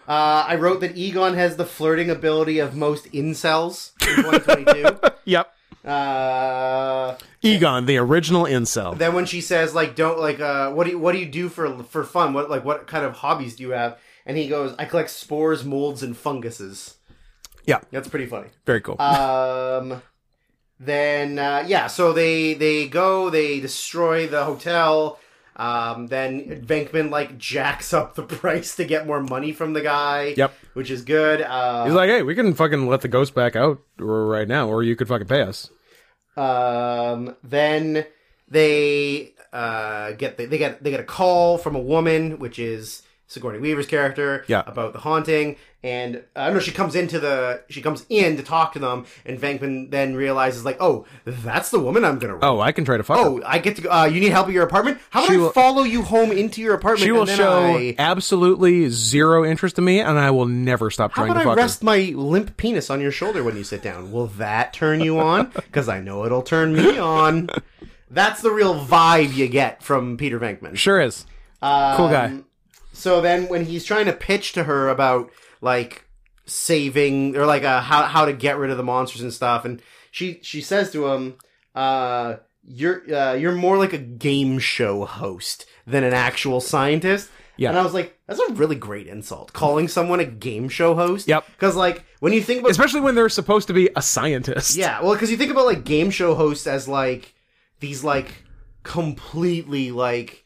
Uh, I wrote that Egon has the flirting ability of most incels [laughs] in 2022. Yep. uh, Egon, the original incel. then when she says like, "Don't like, uh, what do you, what do you do for for fun? What like what kind of hobbies do you have?" And he goes, "I collect spores, molds, and funguses." yeah. That's pretty funny. Very cool. um then uh, yeah so they they go they destroy the hotel um then Venkman like jacks up the [laughs] price to get more money from the guy Yep. which is good uh, He's like, hey, we can fucking let the ghost back out right now, or you could fucking pay us. um then they uh get they, they get they get a call from a woman which is Sigourney Weaver's character Yeah. about the haunting and I uh, know she comes into the she comes in to talk to them and Venkman then realizes like oh that's the woman I'm going to Oh, I can try to fuck her. Oh, I get to. go- Uh, you need help at your apartment. How about She I will- follow you home into your apartment? She will and then show I- absolutely zero interest in me, and I will never stop how trying about to I fuck rest my limp penis on your shoulder when you sit down? Will that turn [laughs] you on? Because I know it'll turn me on. That's the real vibe you get from Peter her. Venkman. Sure is. cool guy. Um, So then, when he's trying to pitch to her about like saving or like uh, how how to get rid of the monsters and stuff, and she she says to him, uh, "You're uh, you're more like a game show host than an actual scientist." Yeah. and I was like, "That's a really great insult, calling someone a game show host." Yep. because like when you think about Especially when they're supposed to be a scientist. yeah, well, because you think about like game show hosts as like these like completely like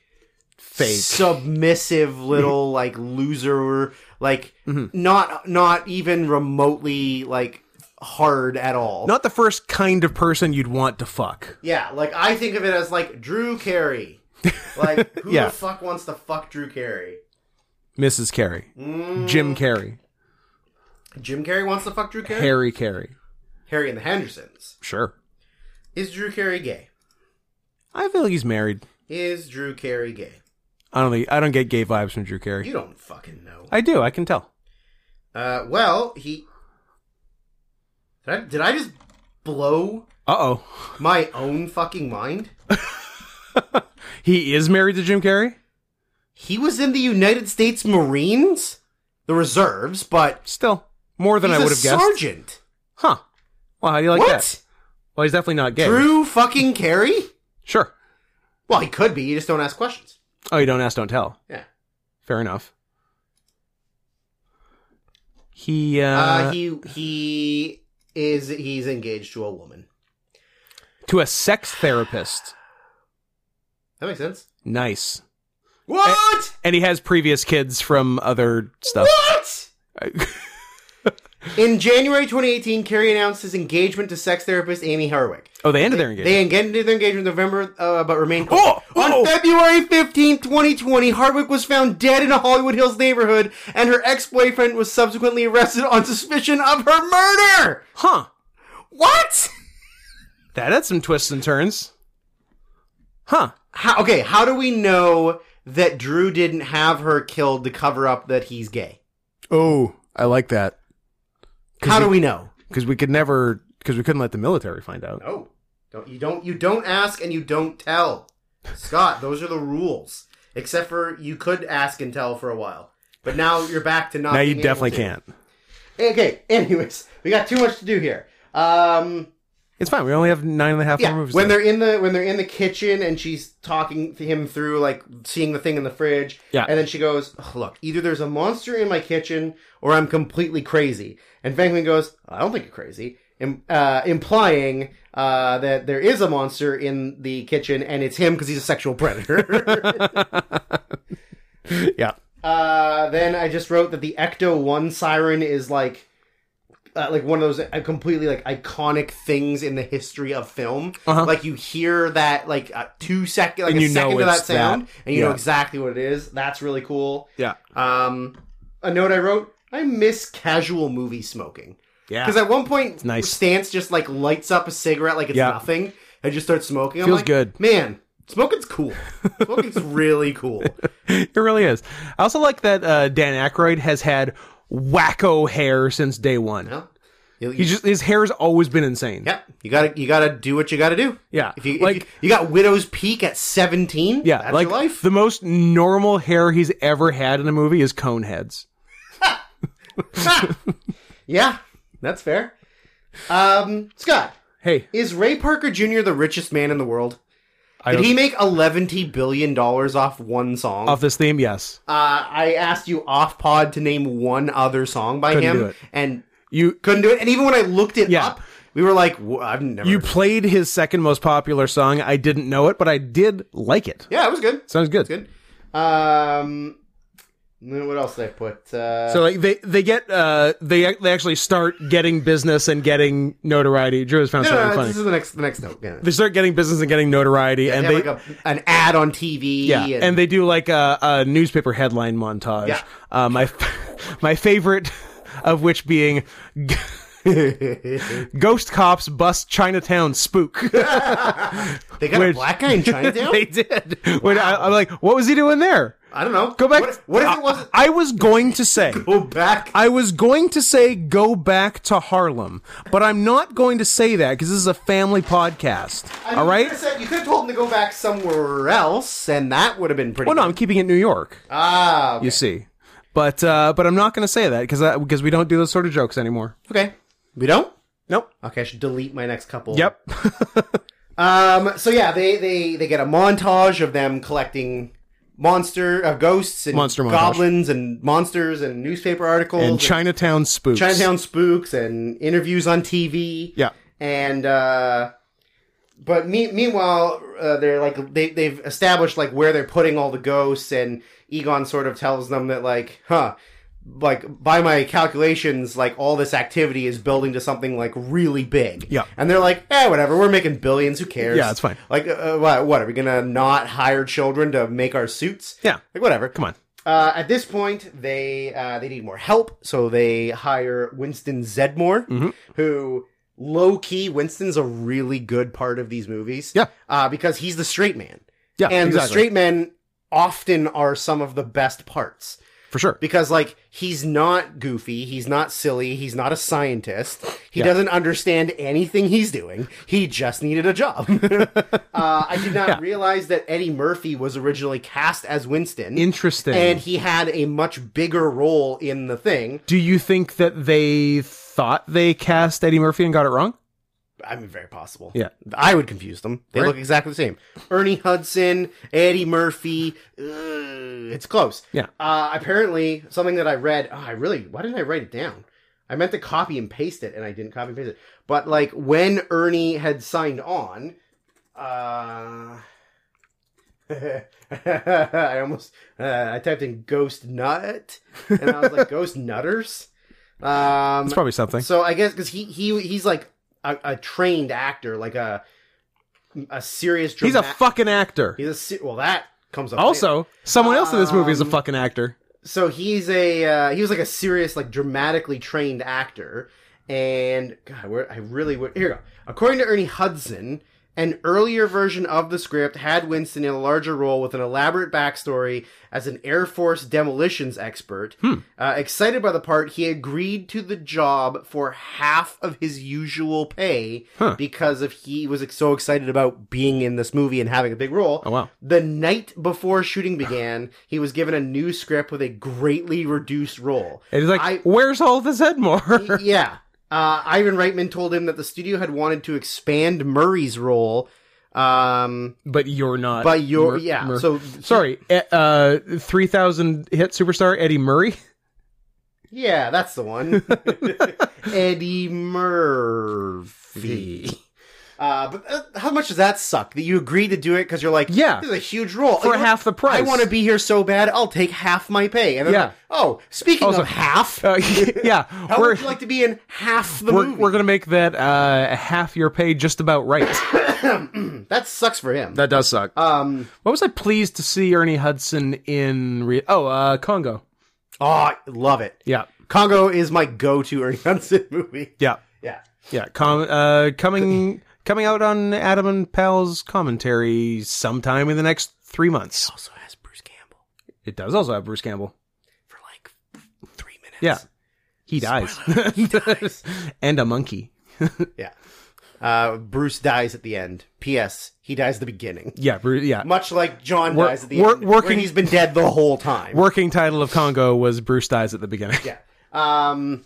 Fake. submissive [laughs] little like loser like Mm-hmm. not not even remotely like hard at all Not the first kind of person you'd want to fuck. yeah like i think of it as like drew carey [laughs] like who Yeah. the fuck wants to fuck drew carey Mm. Mrs. Carey. Jim Carey. jim carey wants to fuck drew carey Harry Carey. harry and the hendersons Sure. is drew carey gay I feel like he's married. is drew carey gay I don't think, I don't get gay vibes from Drew Carey. you don't fucking know I do, I can tell. uh well he did i, did I just blow Uh oh. my own fucking mind He is married to Jim Carey? He was in the United States Marines, the reserves, but Still. More than he's I a would have guessed. sergeant. Huh. Well, how do you like what? that? Well, he's definitely not gay. Drew fucking Carey? Sure. Well, he could be. You just don't ask questions. Oh, you don't ask, don't tell. Yeah. Fair enough. He, uh, Uh, he he is he's engaged to a woman. to a sex therapist. That makes sense. Nice. What? And he has previous kids from other stuff. What? [laughs] in January 2018, Carey announced his engagement to sex therapist Amy Harwick. Oh, they ended their engagement. They ended their engagement in November, uh, but remained. Oh! Oh! On February 15, 2020, Hardwick was found dead in a Hollywood Hills neighborhood, and her ex boyfriend was subsequently arrested on suspicion of her murder! huh. What? That had some twists and turns. Huh. How, okay, how do we know that Drew didn't have her killed to cover up that he's gay? Oh, I like that. How do we know? Because we could never, because we couldn't let the military find out. No. Don't you don't you don't ask and you don't tell. Scott, those are the rules. Except for you could ask and tell for a while. But now you're back to not. now you being able definitely to. can't. Okay, [laughs] anyways, we got too much to do here. Um It's fine. We only have nine and a half yeah, more movies. when left. they're in the when they're in the kitchen and she's talking to him through like seeing the thing in the fridge. Yeah. and then she goes, "Ugh, "Look, either there's a monster in my kitchen or I'm completely crazy." And Venkman goes, "I don't think you're crazy," Im- uh, implying uh, that there is a monster in the kitchen, and it's him because he's a [laughs] sexual predator. [laughs] yeah. uh, then I just wrote that the Ecto One siren is like. Uh, like one of those uh, completely like iconic things in the history of film. Uh-huh. Like you hear that like a two second, like And a you know second of that it's that. sound, and you know Yeah. exactly what it is. That's really cool. Yeah. Um, a note I wrote: I miss casual movie smoking. Yeah. Because at one point, nice. Stance just like lights up a cigarette like it's Yeah. nothing and just starts smoking. I'm Feels like, good. Man, [laughs] smoking's cool. smoking's really cool. It really is. I also like that uh, Dan Aykroyd has had wacko hair since day one. You know? You, He you, just his hair's always been insane. yeah, you gotta you gotta do what you gotta do. Yeah, If you if like you, you got widow's peak at 17, yeah, that's like your life. the most normal hair he's ever had in a movie is cone heads. Ha! yeah, that's fair. Um, Scott, Hey, is Ray Parker Jr. the richest man in the world? I Did don't, he make eleven billion dollars off one song? off this theme, yes. Uh, I asked you off pod to name one other song by Couldn't him, do it. and You couldn't do it. And even when I looked it Yeah. up, we were like, "Wha- "I've never." you played his second most popular song. I didn't know it, but I did like it. yeah, it was good. Sounds good. Good. Um, then what else did I put? Uh, So like they they get uh they they actually start getting business and getting notoriety. Drew has found no, no, something no, funny. Uh, this is the next the next note. Yeah. they start getting business and getting notoriety, and They they have like a, an ad on TV. Yeah, and, and, [laughs] they do like a, a newspaper headline montage. Yeah. Uh, my [laughs] f- my favorite of which being [laughs] g- ghost cops bust Chinatown spook. they got a which- black guy in [laughs] Chinatown. they did. When I, am like, what was he doing there? I don't know. Go back. What, if- what if it wasn't? I was going to say. Go back. I was going to say go back to Harlem, but I'm not going to say that because this is a family podcast. I mean, all You right? could, have said, you could have told him to go back somewhere else, and that would have been pretty. Well, no, I'm keeping it New York. Ah, okay. you see, but uh, but I'm not going to say that because because we don't do those sort of jokes anymore. okay. We don't. Nope. Okay, I should delete my next couple. Yep. Um. So yeah, they they they get a montage of them collecting monster of ghosts and Monster montage. goblins and monsters and newspaper articles And Chinatown spooks. Chinatown spooks and interviews on TV. Yeah. And uh, but me- meanwhile, uh, they're like they they've established like where they're putting all the ghosts, and Egon sort of tells them that like, huh. Like by my calculations, like all this activity is building to something like really big. Yeah. and they're like, eh, whatever. We're making billions. Who cares? Yeah, it's fine. Like, uh, what? What are we gonna not hire children to make our suits? Yeah. like whatever. Come on. Uh, at this point, they uh, they need more help, so they hire Winston Zedmore, Mm-hmm. who low key Winston's a really good part of these movies. Yeah. uh, because he's the straight man, Yeah. and the exactly. straight men often are some of the best parts for sure. because like he's not goofy, he's not silly, he's not a scientist. He Yeah. doesn't understand anything he's doing. He just needed a [laughs] job. uh, I did not realize that Eddie Murphy was originally cast as Winston. Interesting. And he had a much bigger role in the thing. do you think that they thought they cast Eddie Murphy and got it wrong? I mean, very possible. Yeah. I would confuse them. They Right. look exactly the same. Ernie Hudson, Eddie Murphy. ugh, it's close. Yeah. Uh, apparently, something that I read. Oh, I really. Why didn't I write it down? I meant to copy and paste it, and I didn't copy and paste it. But like when Ernie had signed on, uh, [laughs] I almost uh, I typed in ghost nut, and I [laughs] was like ghost nutters. Um, It's probably something. so I guess because he he he's like a, a trained actor, like a a serious. He's a drama- fucking actor. He's a se- well that comes up later. Also, someone else in this movie is a Um, fucking actor. So he's a uh, he was like a serious like dramatically trained actor, and God, where I really would here. we go. According to Ernie Hudson. An earlier version of the script had Winston in a larger role with an elaborate backstory as an Air Force demolitions expert. Hmm. Uh, excited by the part, he agreed to the job for half of his usual pay Huh. because of he was ex- so excited about being in this movie and having a big role. Oh, wow. The night before shooting began, he was given a new script with a greatly [laughs] reduced role. And he's like, I- where's all this Edmore? yeah. Uh, Ivan Reitman told him that the studio had wanted to expand Murray's role. Um, but you're not. but Uh, your Mur- yeah, Mur- so Sorry, e- uh, 3,000 hit superstar Eddie Murray? yeah, [laughs] that's the one. Eddie Murphy. Uh, but uh, how much does that suck that you agreed to do it because you're like, Yeah. this is a huge role For You know, half the price. I want to be here so bad, I'll take half my pay. And then Yeah. like, oh, speaking Also- of half, Uh, [laughs] yeah, how we're would you like to be in half the we're, movie? we're gonna make that uh, half your pay just about right. [laughs] that sucks for him. that does suck. um, what was I pleased to see Ernie Hudson in? Re- oh, uh, Congo. oh, I love it. Yeah, Congo is my go-to Ernie Hudson [laughs] movie. yeah, Yeah. yeah. Com- uh, coming coming out on Adam and Pal's commentary sometime in the next three months. Also has Bruce Campbell It does also have Bruce Campbell. for like three minutes. Yeah, he dies, [laughs] and a monkey. [laughs] Yeah. Uh, Bruce dies at the end. P.S. He dies at the beginning. Yeah, Bruce, yeah. Much like John Wor- dies at the wor- end. working- where he's been dead the whole time. Working title of Congo was Bruce dies at the [laughs] beginning. yeah. Um,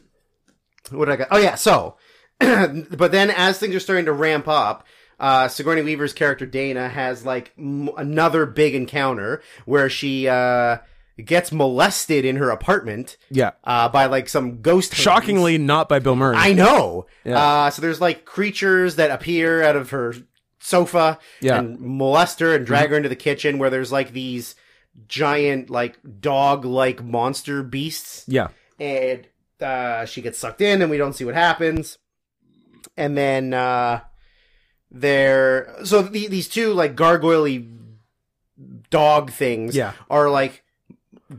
what did I got? Oh, yeah. So, [clears throat] but then as things are starting to ramp up, uh, Sigourney Weaver's character Dana has like m- another big encounter where she, uh, gets molested in her apartment, Yeah. uh, by like some ghost. hands. Shockingly, not by Bill Murray. I know. Yeah. Uh, so there's like creatures that appear out of her sofa Yeah. Mm-hmm. and molest her and drag her into the kitchen where there's like these giant like dog like monster beasts yeah. and uh, she gets sucked in and we don't see what happens and then uh, there so the, these two like gargoyle dog things Yeah. are like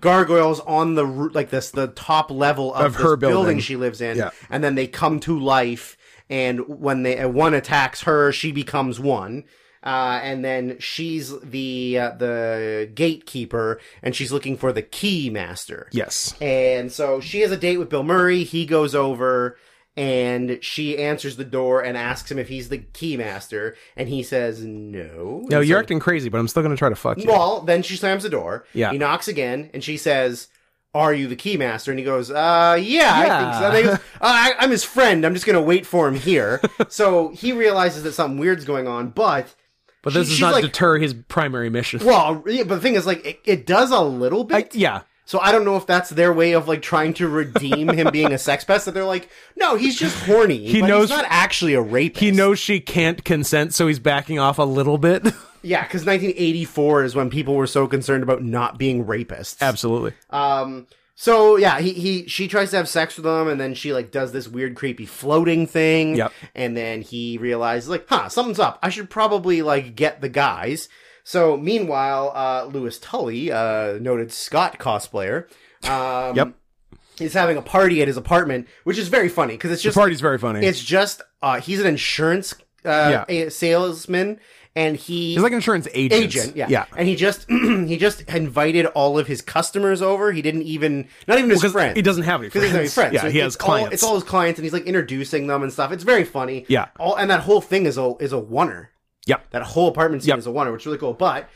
gargoyles on the roo- like this the top level of, Of this her building. she lives in Yeah. and then they come to life and when they uh, one attacks her she becomes one uh, and then she's the uh, the gatekeeper and she's looking for the key master Yes. and so she has a date with Bill Murray. He goes over and she answers the door and asks him if he's the keymaster. And he says, no. No, And you're so- acting crazy, but I'm still gonna try to fuck you. Well, then she slams the door. Yeah. He knocks again and she says, are you the keymaster? And he goes, uh, yeah, I think so. Yeah. And he goes, uh, I, I'm his friend. I'm just going to wait for [laughs] him here. so he realizes that something weird's going on, but. but this does she- she's not like- deter his primary mission. Well, yeah, but the thing is, like, it, it does a little bit. I- [laughs] yeah. So I don't know if that's their way of like trying to redeem him being a sex pest. That they're like, no, he's just horny. He knows- knows he's not actually a rapist. He knows she can't consent, so he's backing off a little bit. [laughs] Yeah, because 1984 is when people were so concerned about not being rapists. Absolutely. Um. So yeah, he he she tries to have sex with him, and then she like does this weird, creepy floating thing. Yep. And then he realizes like, huh, something's up. I should probably like get the guys. So meanwhile, uh, Lewis Tully, uh, noted Scott cosplayer, um, Yep. is having a party at his apartment, which is very funny because it's The just party's very funny. it's just uh, he's an insurance uh, a- salesman, and he He's like an insurance agent. agent. Yeah. Yeah. And he just [clears throat] he just invited all of his customers over. He didn't even not even his Because friends. he doesn't have any 'Cause he friends. doesn't have any friends. Yeah, So he has it's all- clients. it's all his clients, and he's like introducing them and stuff. It's very funny. Yeah. All and that whole thing is a is a oneer. Yep. That whole apartment scene Yep. is a oneer, which is really cool. But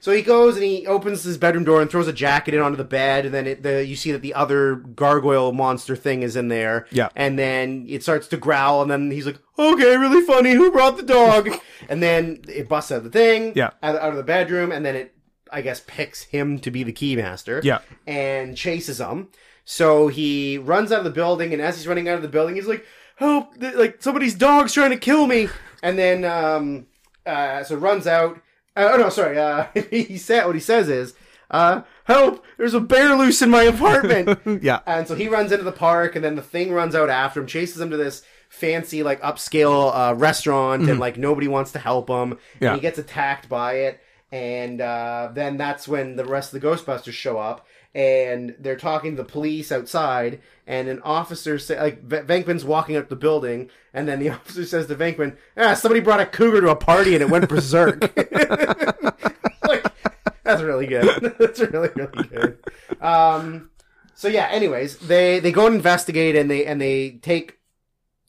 so he goes and he opens his bedroom door and throws a jacket in onto the bed, and then it, the you see that the other gargoyle monster thing is in there. Yeah. And then it starts to growl, and then he's like, "Okay, really funny. Who brought [laughs] the dog?" and then it busts out of the thing. Yeah. Out, out of the bedroom, and then it, I guess, picks him to be the keymaster. Yeah. And chases him. So he runs out of the building, and as he's running out of the building, he's like, "Help! th- Like somebody's dog's trying to kill me!" And then, um, uh, so runs out. Uh, oh no, sorry. Uh, [laughs] he said what he says is, uh, "Help! There's a bear loose in my apartment." yeah. And so he runs into the park, and then the thing runs out after him, chases him to this fancy, like, upscale uh, restaurant, and, like, nobody wants to help him. Yeah. And he gets attacked by it. And uh, then that's when the rest of the Ghostbusters show up, and they're talking to the police outside, and an officer say, like, v- Venkman's walking up the building, and then the [laughs] officer says to Venkman, ah, somebody brought a cougar to a party and it went berserk. [laughs] like, that's really good. [laughs] That's really, really good. Um, so yeah, anyways, they they go and investigate and they and they take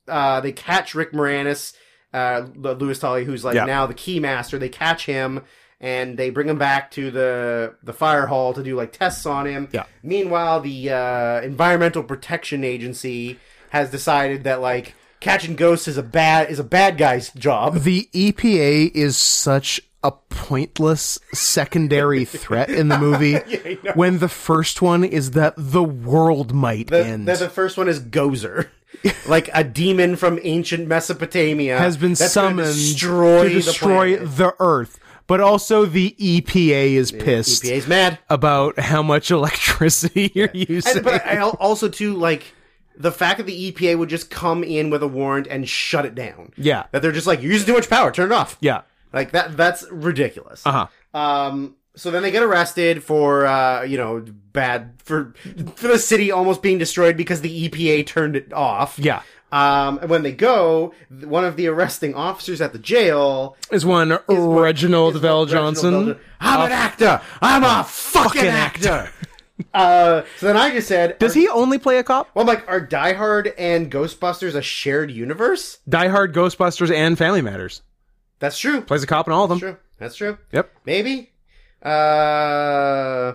uh they catch Rick Moranis, uh L- Louis Tully who's like Yeah. now the key master. They catch him and they bring him back to the the fire hall to do like tests on him. Yeah. Meanwhile, the uh Environmental Protection Agency has decided that like catching ghosts is a bad is a bad guy's job. The EPA is such a pointless [laughs] secondary threat in the movie I know. when the first one is that the world might The, end. the, the first one is Gozer. [laughs] like a demon from ancient Mesopotamia has been that's gonna summoned destroy to destroy the the, planet. Earth. But also the EPA is pissed [laughs] EPA's mad. about how much [laughs] electricity you're using. And, but I al- also too like the fact that the EPA would just come in with a warrant and shut it down. Yeah. that they're just like you're using too much power, turn it off. yeah. like that. That's ridiculous. Uh huh. Um, so then they get arrested for uh, you know bad for for the city almost being destroyed because the EPA turned it off. Yeah. Um, and when they go, th- one of the arresting officers at the jail Is one Reginald Vell Johnson. I'm an actor. I'm a fucking, fucking actor." actor. uh, so then I just said, Does he only play a cop? Well, I'm like, are Die Hard and Ghostbusters a shared universe? Die Hard, Ghostbusters, and Family Matters. That's true. Plays a cop in all of them. That's true. That's true. Yep. Maybe. Uh,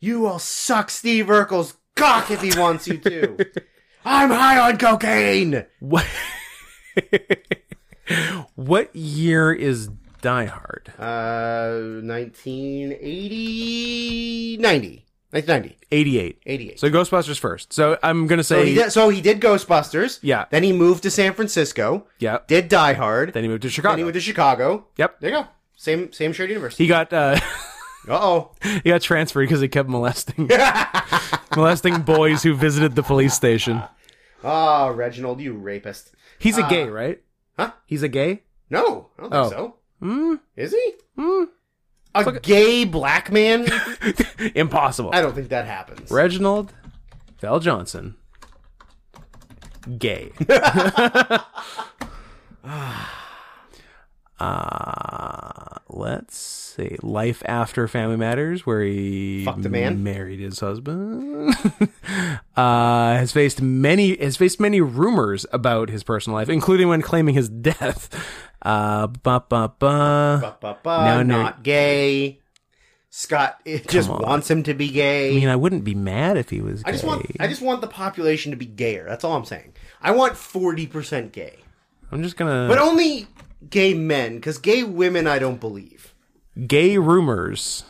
you will suck Steve Urkel's cock if he wants you [laughs] to. I'm high on cocaine. What? what year is Die Hard? Uh, 1980, 90, 1990, 88. 88. So, So Ghostbusters first. So I'm gonna he say did, so he did Ghostbusters. Yeah. Then he moved to San Francisco. yeah. Did Die Hard. Then he moved to Chicago. Then he went to Chicago. yep. There you go. Same same shared universe. He got uh, [laughs] Uh oh. he got transferred because he kept [laughs] molesting molesting boys who visited the police station. Ah, Reginald, you rapist. He's a gay, right? Uh, huh? He's a gay. No, I don't Oh. think so. Hmm. [laughs] Is he? Hmm. A gay black man? Impossible. I don't think that happens. Reginald Val Johnson. Gay. [laughs] uh, let's see. Life after Family Matters, where he Fucked a man? married his husband, [laughs] uh, has faced many has faced many rumors about his personal life, including when claiming his death. Uh, ba ba ba. Ba, ba, ba, No, no. not gay. Scott it just on. wants him to be I gay. mean, I wouldn't be mad if he was. I just want gay. I just want the population to be gayer. That's all I'm saying. I want 40% gay. I'm just gonna. But only gay men cuz gay women I don't believe. gay rumors.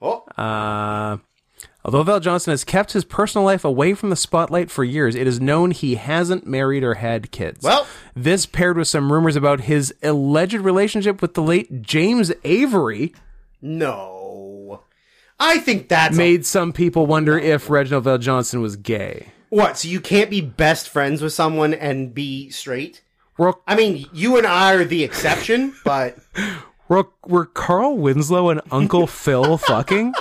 Oh, Uh, although Val Johnson has kept his personal life away from the spotlight for years, it is known he hasn't married or had kids. Well- this paired with some rumors about his alleged relationship with the late James Avery no. I think that's a made some people wonder if Reginald Val Johnson was gay. What? So you can't be best friends with someone and be straight? Were, I mean, you and I are the exception, but were, were Carl Winslow and Uncle [laughs] Phil fucking?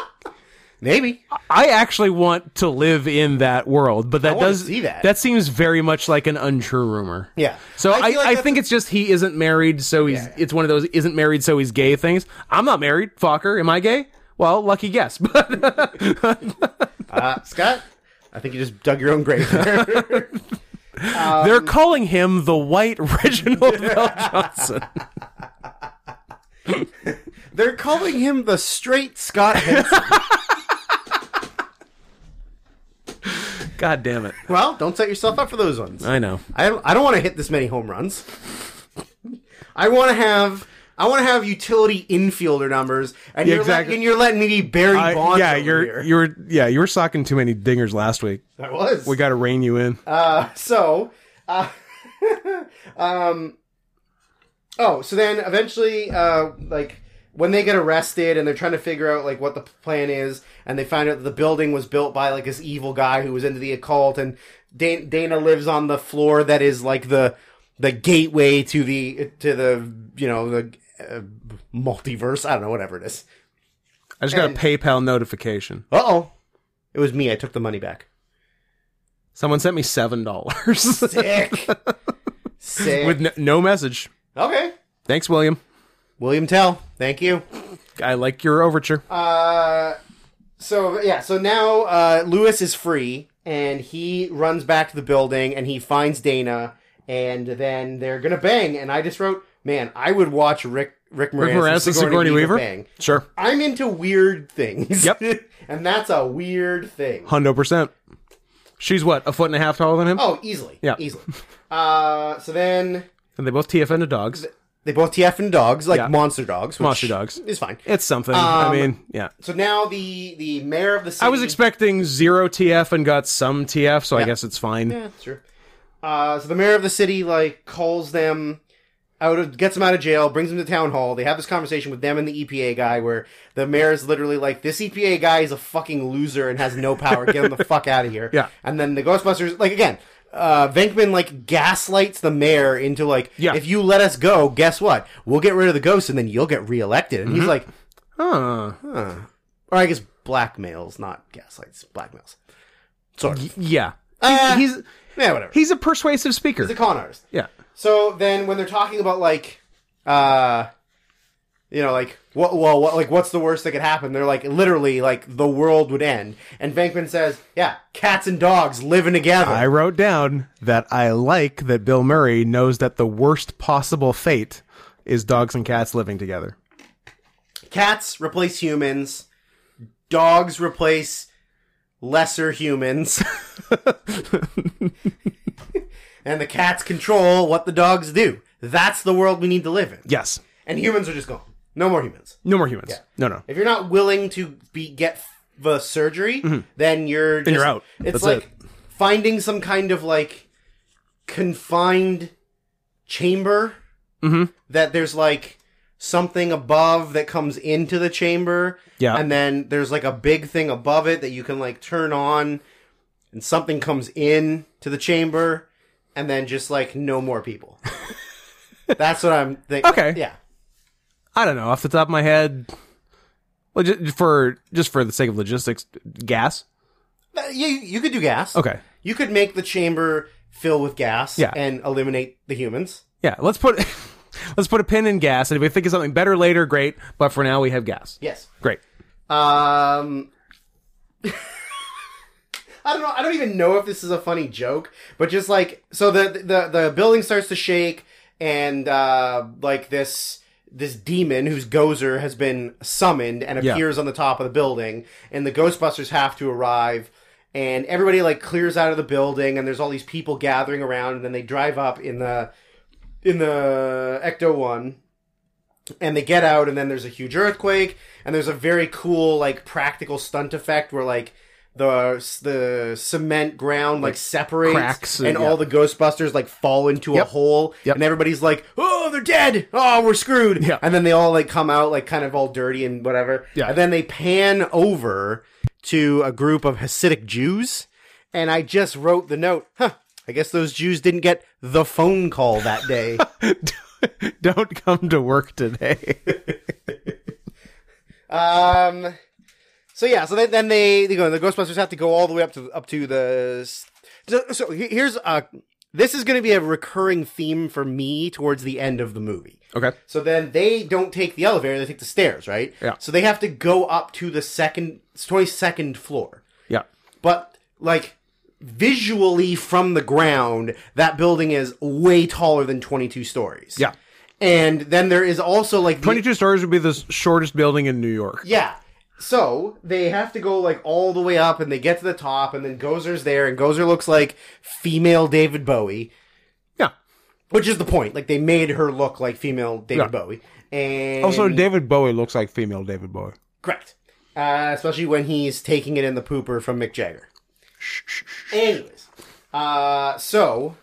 maybe. I actually want to live in that world, but that wanna does see that. that seems very much like an untrue rumor. Yeah. So I, I, feel like that's- think it's just he isn't married, so he's it's one of those isn't married, so he's gay things. I'm not married, fucker. Am I gay? Well, lucky guess. [laughs] But uh, Scott, I think you just dug your own grave there. Um, they're calling him the white [laughs] Reginald Bell Johnson. They're calling him the straight Scott Henson. God damn it! well, don't set yourself up for those ones. I know. I don't, I don't want to hit this many home runs. I want to have I want to have utility infielder numbers, and Yeah, you're exactly. let, and you're letting me be Barry Bonds. yeah, over you're here. you were yeah you were socking too many dingers last week. I was. We got to rein you in. Uh, so uh, [laughs] um oh so then eventually uh like when they get arrested and they're trying to figure out like what the plan is and they find out that the building was built by like this evil guy who was into the occult and Dan- dana lives on the floor that is like the the gateway to the to the you know the uh, multiverse i don't know whatever it is I just got a and- PayPal notification. uh-oh it was me i took the money back Someone sent me seven dollars [laughs] sick [laughs] sick with no, no message. okay Thanks, William. william tell thank you I like your overture. Uh, so yeah, so now uh, Lewis is free, and he runs back to the building, and he finds Dana, and then they're gonna bang. And I just wrote, man, I would watch Rick Rick Moranis, Rick Moranis and Sigourney Weaver. bang. Sure, I'm into weird things. Yep. [laughs] and that's a weird thing. hundred percent. She's what a foot and a half taller than him. Oh, easily. Yeah. easily. Uh, so then And they both TFN to dogs. they both TF and dogs, like Yeah. monster dogs. Which Monster dogs. is fine. It's something. I mean, yeah. So now the the mayor of the city. I was expecting zero TF and got some TF, so I guess it's fine. Yeah, sure. Uh, so the mayor of the city like calls them out of gets them out of jail, brings them to town hall. They have this conversation with them and the EPA guy where the mayor's literally like, "This EPA guy is a fucking loser and has no power. Get him the fuck out of here." [laughs] Yeah. And then the Ghostbusters like again. Uh, Venkman like gaslights the mayor into like, Yeah. if you let us go, guess what? We'll get rid of the ghosts and then you'll get reelected. And Mm-hmm. he's like, Huh. or I guess blackmails, not gaslights, blackmails. Sort of. Y- yeah. Uh, he's yeah, whatever. he's a persuasive speaker. He's a con artist. yeah. So then, when they're talking about like, uh, you know, like what, well, what, like what's the worst that could happen? They're like, literally, like the world would end. And Venkman says, "Yeah, cats and dogs living together." I wrote down that I like that Bill Murray knows that the worst possible fate is dogs and cats living together. Cats replace humans. Dogs replace lesser humans. and the cats control what the dogs do. That's the world we need to live in. Yes. And humans are just gone. No more humans. No more humans. No, no. If you're not willing to be get the surgery, then you're just, Mm-hmm. you're out. It's That's like it. finding some kind of like confined chamber Mm-hmm. that there's like something above that comes into the chamber. Yeah. And then there's like a big thing above it that you can like turn on and something comes in to the chamber and then just like no [laughs] more people. That's what I'm thinking. Okay. Yeah. I don't know. Off the top of my head, well, just for just for the sake of logistics, gas. Uh, You, you could do gas. Okay. You could make the chamber fill with gas Yeah. and eliminate the humans. Yeah. Let's put [laughs] let's put a pin in gas, and if we think of something better later, great. But for now, we have gas. Yes. Great. Um [laughs] I don't know. I don't even know if this is a funny joke, but just like so the the the building starts to shake and uh like this this demon whose gozer has been summoned and Yeah. appears on the top of the building and the ghostbusters have to arrive and everybody like clears out of the building and there's all these people gathering around and then they drive up in the in the Ecto One, and they get out, and then there's a huge earthquake, and there's a very cool like practical stunt effect where like the the cement ground like, separates, cracks, and yeah. all the Ghostbusters like fall into a Yep. hole, Yep. and everybody's like, "Oh, they're dead! Oh, we're screwed!" Yeah. and then they all like come out like kind of all dirty and whatever, Yeah. and then they pan over to a group of Hasidic Jews, and I just wrote the note, huh. I guess those Jews didn't get the phone call [laughs] that day. [laughs] Don't come to work today. Um. So yeah, so they, then they they go. The Ghostbusters have to go all the way up to up to the. So, so he- here's uh, this is going to be a recurring theme for me towards the end of the movie. [laughs] okay. So then they don't take the elevator; they take the stairs, right? Yeah. So they have to go up to the second twenty second floor, Yeah. but like visually from the ground, that building is way taller than twenty two stories. Yeah. And then there is also like the- Twenty-two stories would be the s- shortest building in New York. yeah. So they have to go like all the way up, and they get to the top, and then Gozer's there, and Gozer looks like female David Bowie, Yeah. which is the point. Like they made her look like female David Yeah. Bowie, and Also, David Bowie looks like female David Bowie. correct, uh, especially when he's taking it in the pooper from Mick Jagger. Anyways, uh, so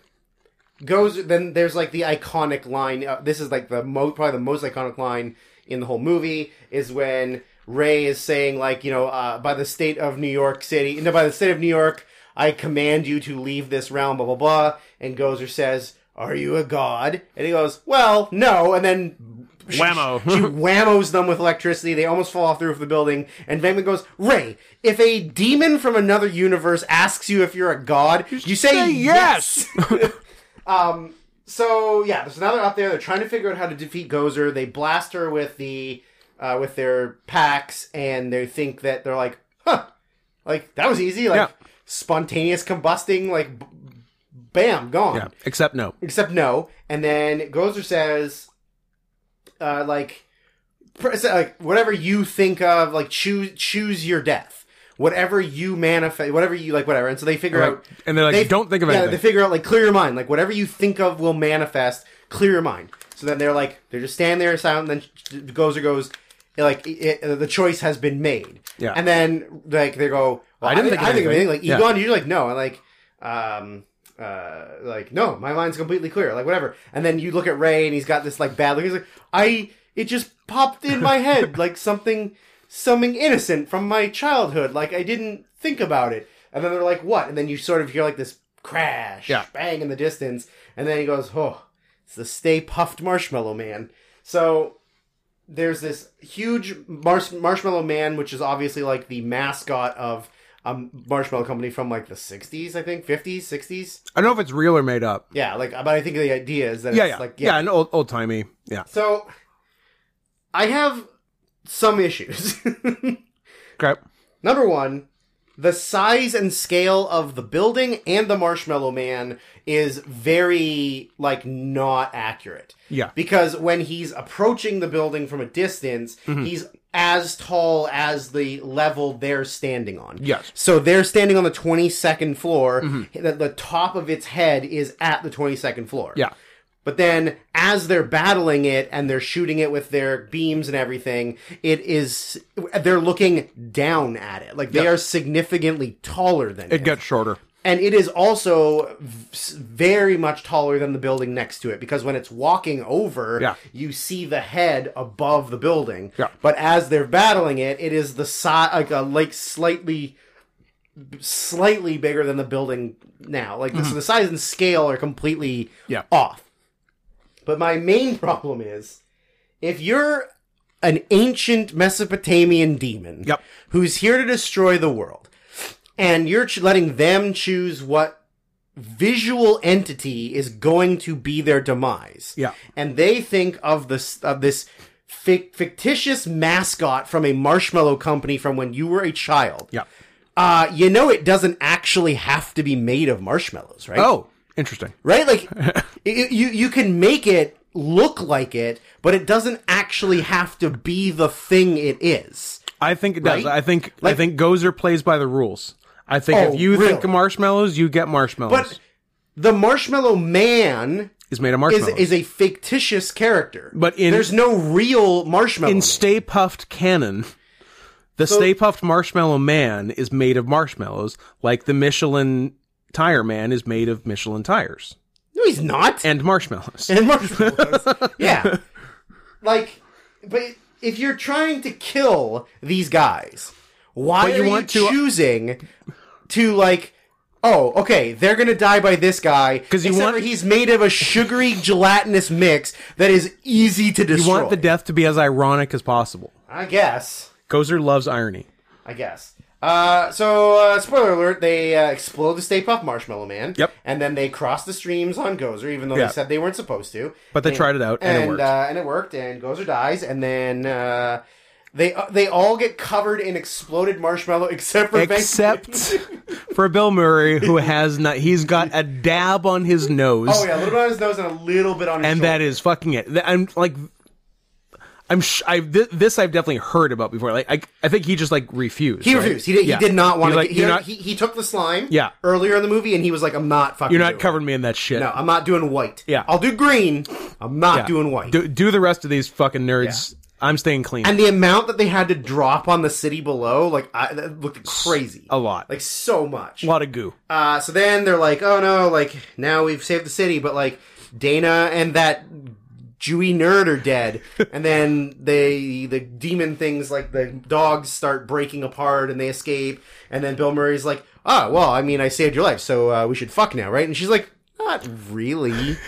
goes then there's like the iconic line. Uh, this is like the most probably the most iconic line in the whole movie is when Ray is saying like you know uh, by the state of New York City, no, by the state of New York, I command you to leave this realm, blah blah blah. And Gozer says, "Are you a god?" And he goes, "Well, no." And then. she- Whammo. she whammos them with electricity. They almost fall off the roof of the building. And Venkman goes, Ray, if a demon from another universe asks you if you're a god, you say, say yes. [laughs] yes. um, so yeah, so now they're out there. They're trying to figure out how to defeat Gozer. They blast her with the uh, with their packs, and they think that they're like, huh, like that was easy, like Yeah. spontaneous combusting, like b- bam, gone. Yeah. Except no. Except no. And then Gozer says, uh, like, pr- so, like whatever you think of, like choose choose your death. Whatever you manifest, whatever you like, whatever. And so they figure Like- out. and they're like, they- "Don't think of yeah, anything." They figure out like clear your mind. Like whatever you think of will manifest. Clear your mind. So then they're like they're just standing there silent. And then Gozer goes. Like it, it- the choice has been made, Yeah. And then like they go, well, I didn't think, of anything. Like Yeah. Egon, you're like no, and like um, uh, like, no, my mind's completely clear, like whatever. And then you look at Ray, and he's got this like bad look. He's like, I, it just popped in my [laughs] head, like something, something innocent from my childhood. Like I didn't think about it. And then they're like, what? And then you sort of hear like this crash, Yeah. bang in the distance, and then he goes, oh, it's the Stay Puffed Marshmallow Man. So there's this huge marsh- marshmallow man which is obviously like the mascot of a marshmallow company from like the 60s i think 50s 60s I don't know if it's real or made up. yeah like but i think the idea is that Yeah, it's yeah, like yeah, an old old timey. Yeah, so i have some issues [laughs] okay. Number one, the size and scale of the building and the Marshmallow Man is very, like, not accurate. Yeah. Because when he's approaching the building from a distance, Mm-hmm. he's as tall as the level they're standing on. Yes. So they're standing on the 22nd floor. Mm-hmm. The, the top of its head is at the 22nd floor. Yeah. But then, as they're battling it and they're shooting it with their beams and everything, it is they're looking down at it. Like they Yeah. are significantly taller than it, It gets shorter. and it is also v- s- very much taller than the building next to it because when it's walking over, Yeah. you see the head above the building. Yeah. But as they're battling it, it is the size like a like slightly slightly bigger than the building now. Like the, so the size and scale are completely Mm-hmm. Yeah. off. But my main problem is if you're an ancient Mesopotamian demon Yep. who's here to destroy the world, and you're ch- letting them choose what visual entity is going to be their demise. Yeah. And they think of this of this fic- fictitious mascot from a marshmallow company from when you were a child. Yeah. Uh, you know it doesn't actually have to be made of marshmallows, right? Oh, interesting. [laughs] right? Like y- y- you you can make it look like it, but it doesn't actually have to be the thing it is. I think it does. Right? I think I Like- think Gozer plays by the rules. I think Oh, if you think really? marshmallows, you get marshmallows. But the Marshmallow Man is made of is marshmallows. is a fictitious character. But in- there's no real Marshmallow. in Man. Stay Puffed canon, the Stay Puffed Marshmallow Man is made of marshmallows, like the Michelin Tire Man is made of Michelin tires no, he's [laughs] not. and marshmallows. and marshmallows. yeah. Like, but if you're trying to kill these guys, why But you are want you to- uh, choosing to like? Oh, okay. They're gonna die by this guy because you want- he's made of a sugary gelatinous mix that is easy to You destroy. want the death to be as ironic as possible. I guess. Gozer loves irony. I guess. Uh, so uh, spoiler alert: they uh, explode the Stay Puft Marshmallow Man. Yep. And then they cross the streams on Gozer, even though Yeah. they said they weren't supposed to. But they And- tried it out, and it worked. Uh, and it worked. And Gozer dies, and then uh, they uh, they all get covered in exploded marshmallow, [laughs] except for Bank- [laughs] Except for Bill Murray, who has not, he's got a dab on his nose. oh yeah, a little bit on his nose and a little bit on his and shoulder. that is fucking it. Th- I'm like, I'm sh- I th- this I've definitely heard about before. Like, I, I think he just like refused. He right? refused. He did. Yeah. He did not want He's to. like, he, you're not, he he took the slime. Yeah. Earlier in the movie, and he was like, "I'm not fucking. you're not doing it. covering me in that shit. No, I'm not doing white. Yeah. I'll do green. I'm not Yeah. doing white. Do, do the rest of these fucking nerds. I'm staying clean. and the amount that they had to drop on the city below, like I, that looked crazy. a lot. like so much. a lot of goo. Uh, so then they're like, "Oh no! Like now we've saved the city, but like Dana and that Jewy nerd [laughs] are dead." and then they the demon things like the dogs start breaking apart and they escape. And then Bill Murray's like, "Oh well, I mean, I saved your life, so uh, we should fuck now, right?" And she's like, "Not [laughs] really.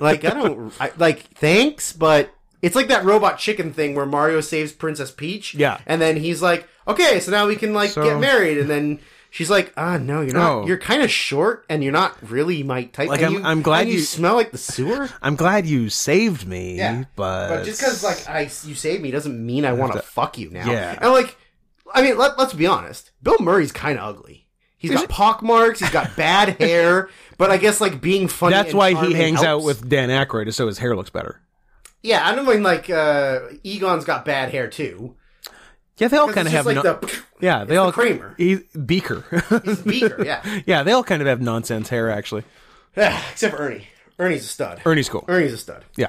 like I don't I, like thanks, but." It's like that robot chicken thing where Mario saves Princess Peach. Yeah. And then he's like, okay, so now we can like So- get married. And then she's like, ah, no, you're not, No. you're kind of short and you're not really my type. Like, and I'm- I'm glad and you, you- smell like the sewer. I'm glad you saved me, but [laughs] but just because like I you saved me doesn't mean I want to fuck you now. Yeah. and like I mean, let, let's be honest. Bill Murray's kind of ugly. He's got pock marks. He's got bad [laughs] hair. But I guess like being funny. that's and why he charming hangs out helps. with Dan Aykroyd, is so his hair looks better. Yeah, I don't mean like uh, Egon's got bad hair too. Yeah, they all 'Cause kind of it's just have. like no- the [laughs] yeah, they the all Kramer. He's Beaker. [laughs] beaker. Yeah, yeah, they all kind of have nonsense hair. Actually, [laughs] except for Ernie. Ernie's a stud. Ernie's cool. Ernie's a stud. Yeah,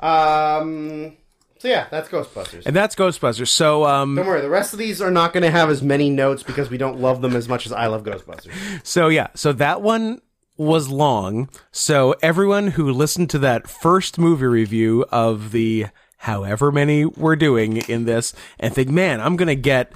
Um. So yeah, that's Ghostbusters. and that's Ghostbusters. So, um, Don't worry, the rest of these are not going to have as many notes because we don't love them as much as I love Ghostbusters. So yeah, so that one was long, so everyone who listened to that first movie review of the however many we're doing in this and think, man, I'm going to get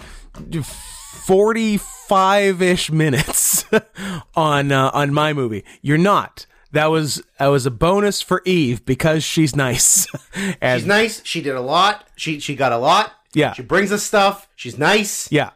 45 ish minutes [laughs] on, uh, on my movie. You're not. That was that was a bonus for Eve because she's nice. [laughs] and She's nice. She did a lot. She she got a lot. Yeah. She brings us stuff. She's nice. yeah.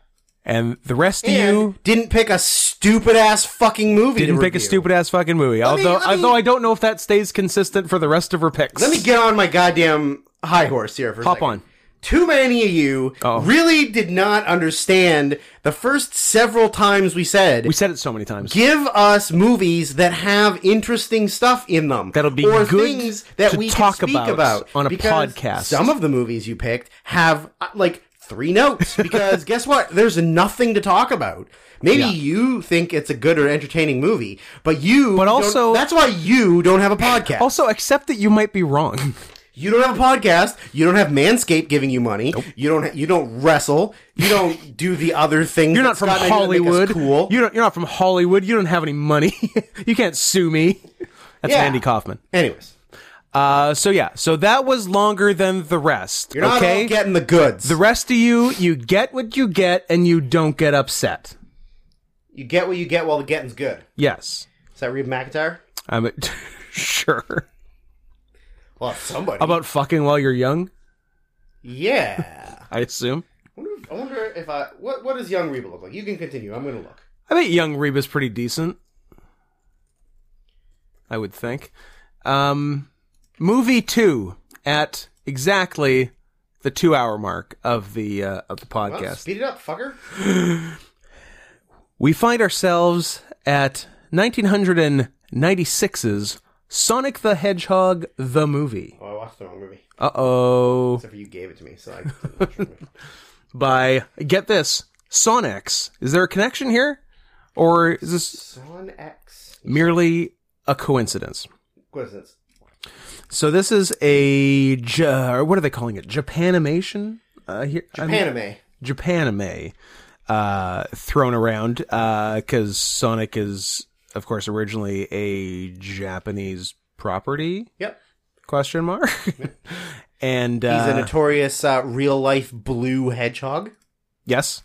And the rest of you And didn't pick a stupid ass fucking movie. to didn't pick a review. stupid ass fucking movie. me- although let me- although I don't know if that stays consistent for the rest of her picks. Let me get on my goddamn high horse here for a hop second. on. Oh. Too many of you really did not understand the first several times we said We said it so many times. give us movies that have interesting stuff in them That'll be or good things that to we can talk speak about about, on a because podcast. Some of the movies you picked have uh, like [laughs] three notes because guess what? There's nothing to talk about. Maybe Yeah. you think it's a good or entertaining movie, but you but also- that's why you don't have a podcast. Also, accept that you might be wrong. You don't have a podcast. You don't have Manscaped giving you money. You don't. Ha- you don't wrestle. You don't do the other things. You're not from Hollywood. Cool. You don't, you're not from Hollywood. You don't have any money. [laughs] you can't sue me. That's Yeah. Andy Kaufman. Anyways, Uh, so yeah, so that was longer than the rest. you're not okay, all getting the goods. the rest of you, you get what you get, and you don't get upset. you get what you get while the getting's good. Yes, Is that Reed McIntyre? I'm a- [laughs] sure Well, somebody. about fucking while you're young. yeah. I assume. I wonder, I wonder if I. What What does young Reba look like? You can continue. I'm gonna look. I bet young Reba's pretty decent. I would think. Um, movie two at exactly the two hour mark of the uh, of the Well, podcast. Speed it up, fucker. We find ourselves at 1996's Sonic the Hedgehog the movie. Oh, I watched the wrong movie. Uh oh. Except for you gave it to me, so I. [laughs] By get this Sonics. Is there a connection here, or is this Son X. merely a coincidence? What is this? So this is a Ja- or what are they calling it? Japanimation. Uh, here, I'm- Anime. Japanime uh, thrown around because Sonic is, of course, originally a Japanese property Yep. question mark, [laughs] and uh, He's a notorious uh, real life blue hedgehog. yes,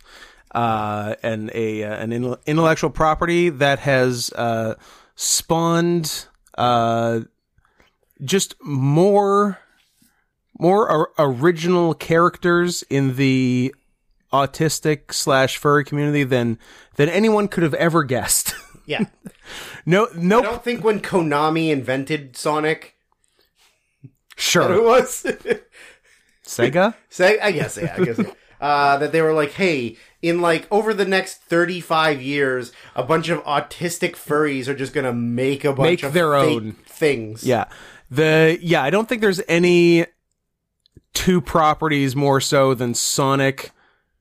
uh, and a uh, an inle- intellectual property that has uh, spawned uh, just more more or- original characters in the autistic slash furry community than than anyone could have ever guessed. [laughs] Yeah. no, I no, don't think when Konami invented Sonic, [laughs] it sure, was. Sega. so I, I guess, yeah, I guess. [laughs] yeah. Uh, that they were like, hey, in like over the next 35 years, a bunch of autistic furries are just going to make a bunch Make of their fake own. things. Yeah. The yeah, I don't think there's any two properties more so than Sonic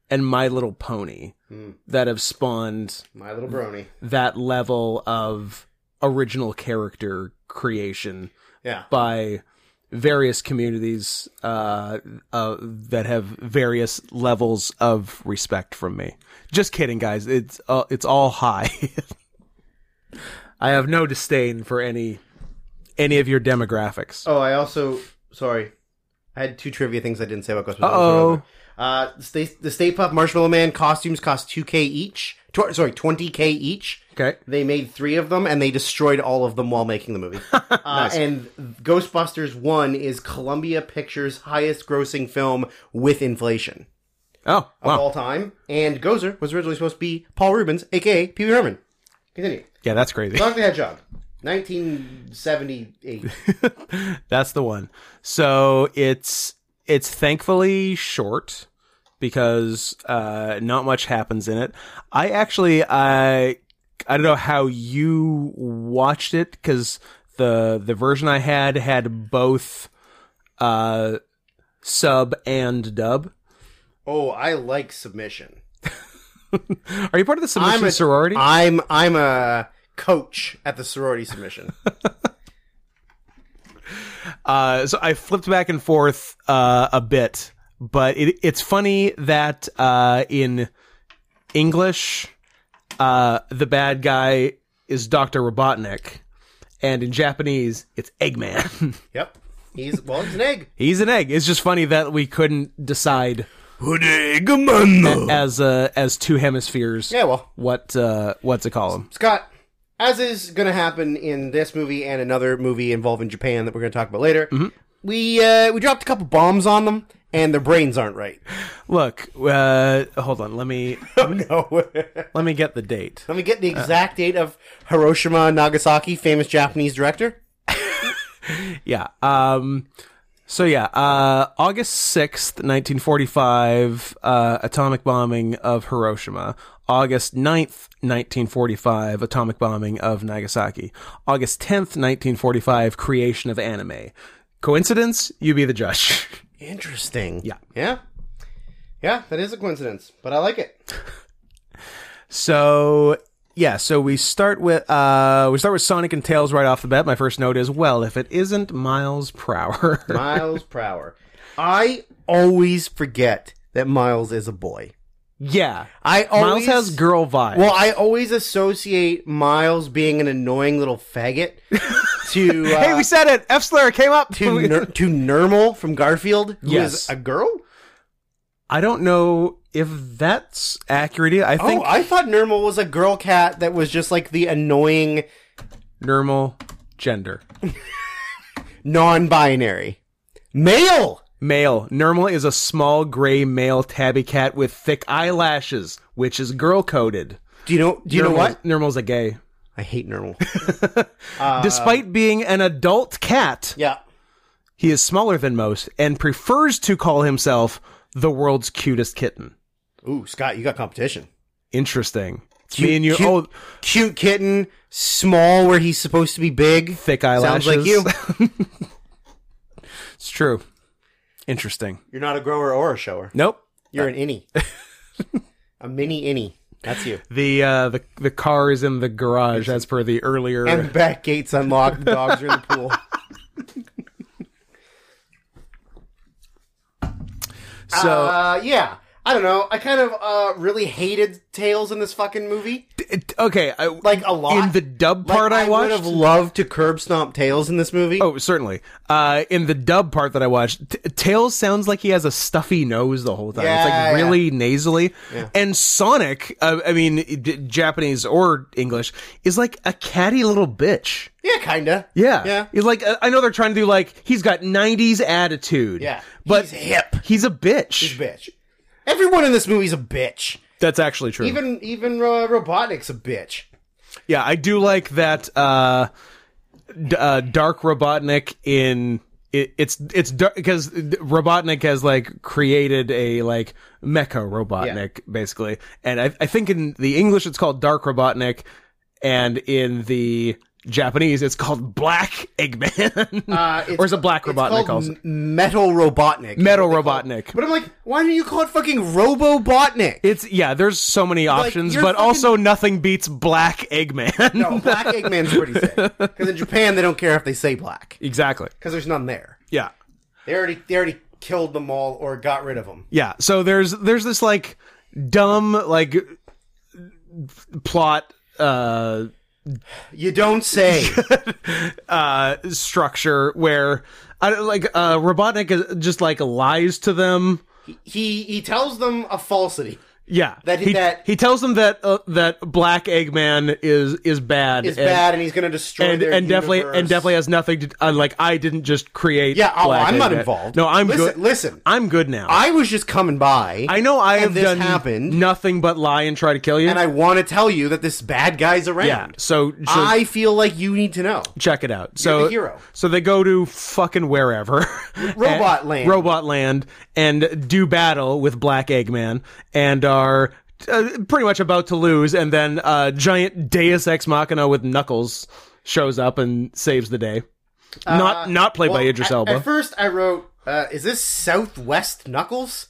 and My Little Pony that have spawned My little brony. that level of original character creation Yeah. by various communities uh, uh, that have various levels of respect from me. Just kidding, guys. It's uh, it's all high. [laughs] I have no disdain for any any of your demographics. Oh, I also sorry, I had two trivia things I didn't say about Ghostbusters. Uh-oh. Uh, the Stay, the Stay Puft Marshmallow Man costumes cost two k each. Tw- sorry, twenty k each. Okay. They made three of them, and they destroyed all of them while making the [laughs] movie. uh, And Ghostbusters One is Columbia Pictures' highest-grossing film with inflation Oh, of wow. all time. And Gozer was originally supposed to be Paul Rubens, aka Pee Wee Herman. Continue. Yeah, that's crazy. [laughs] Sonic the Hedgehog, nineteen seventy-eight. That's the one. So it's it's thankfully short because uh, not much happens in it. I actually I I don't know how you watched it because the the version I had had both uh, sub and dub. [laughs] Oh, I like submission. Are you part of the submission I'm a- sorority? I'm I'm a coach at the sorority [laughs] submission. Uh, so I flipped back and forth uh, a bit, but it, it's funny that uh, in English, uh, the bad guy is Dr. Robotnik, and in Japanese, it's Eggman. [laughs] Yep. He's well, he's an egg. He's an egg. It's just funny that we couldn't decide Eggman. as uh, as two hemispheres Yeah, well, what uh, what to call him. Scott, as is going to happen in this movie and another movie involving Japan that we're going to talk about later, Mm-hmm. we uh, we dropped a couple bombs on them, and their brains aren't right. [laughs] Look, uh, hold on. Let me Oh [laughs] no! let me get the date. Let me get the exact date of Hiroshima Nagasaki, famous Japanese director. Yeah. Um. So yeah, uh, August sixth, nineteen forty-five, uh, atomic bombing of Hiroshima. August 9th, nineteen forty-five, atomic bombing of Nagasaki. August tenth, nineteen forty-five, creation of anime. Coincidence? You be the judge. [laughs] Interesting. Yeah. Yeah. Yeah, that is a coincidence, but I [laughs] like it. So yeah, so we start with uh we start with Sonic and Tails right off the bat. My first note is well, if it isn't miles per hour. Miles per hour. I always forget that Miles is a boy. [laughs] yeah. I always Miles has girl vibes. Well, I always associate Miles being an annoying little [laughs] faggot to uh, hey, we said it. F Slayer came up. [laughs] to Ner- to Nermal from Garfield, who is Yes. a girl. I don't know if that's accurate. I think oh, I thought Nermal was a girl cat that was just like the annoying normal gender. non-binary male. Male. Normal is a small gray male tabby cat with thick eyelashes, which is girl coded. Do you know? Do you know what? Uh, Normal's a gay. I [laughs] hate Nermal. Despite being an adult cat, yeah, He is smaller than most and prefers to call himself the world's cutest kitten. Ooh, Scott, you got competition. Interesting. It's Cute- me and you. cute- Oh, Cute kitten, small where he's supposed to be big. thick eyelashes. like you. [laughs] it's true. Interesting. You're not a grower or a shower. Nope. You're an innie, [laughs] a mini innie. That's you. The uh, the the car is in the garage as per the earlier. And the back gates unlocked. The dogs are in the pool. [laughs] so uh, yeah. I don't know. I kind of uh, really hated Tails in this fucking movie. it- okay, I, Like a lot. in the dub Like, part I, would watched. have loved to curb stomp Tails in this movie. Oh, certainly. Uh, in the dub part that I watched, T- Tails sounds like he has a stuffy nose the whole time. it's Yeah, yeah. like really nasally. And Sonic, uh, I mean, d- Japanese or English, is like a catty little bitch. Yeah, kinda. Yeah. Yeah. He's like, uh, I know they're trying to do like, he's got 90s attitude. Yeah. But He's hip. He's a bitch. Bitch. Everyone in this movie's a bitch. That's actually true. Even even uh, Robotnik's a bitch. yeah, I do like that, uh, d- uh, Dark Robotnik in. It, it's it's because Robotnik has like created a like mecha Robotnik basically, and I, I think in the English it's called Dark Robotnik, and in the Japanese it's called Black Eggman, Uh, [laughs] it's, or is it Black it's Robotnik called also? M- Metal Robotnik. Metal Robotnik. But I'm like, why don't you call it fucking Robobotnik? [laughs] It's yeah. There's so many options, you're but fucking- also nothing beats Black Eggman. [laughs] no, Black Eggman's pretty sick. Because in Japan they don't care if they say black [laughs] exactly. because there's none there. Yeah. They already they already killed them all or got rid of them. Yeah. So there's there's this like dumb like plot uh You [laughs] don't say. uh structure where I don't- like uh Robotnik is- just like lies to them. he he tells them a falsity. Yeah. That- he that- he tells them that uh, that Black Eggman is is bad It's and, bad, and he's going to destroy and, their and definitely and universe. definitely has nothing to uh, like I didn't just create Yeah, oh, Black I'm not Eggman. involved. No, I'm listen, good. Listen, I'm good now. I was just coming by. I know I and have this done happened. nothing but lie and try to kill you. and I want to tell you that this bad guy's around. yeah, so, so I feel like you need to know. check it out. So the hero. So they go to fucking [laughs] wherever, Robot And- Land. Robot Land, and do battle with Black Eggman, and are. Uh, pretty much about to lose, and then uh, giant Deus Ex Machina with Knuckles shows up and saves the day. not not played by Uh, Well, Idris at, Elba. At first, I wrote, uh, "Is this Southwest Knuckles?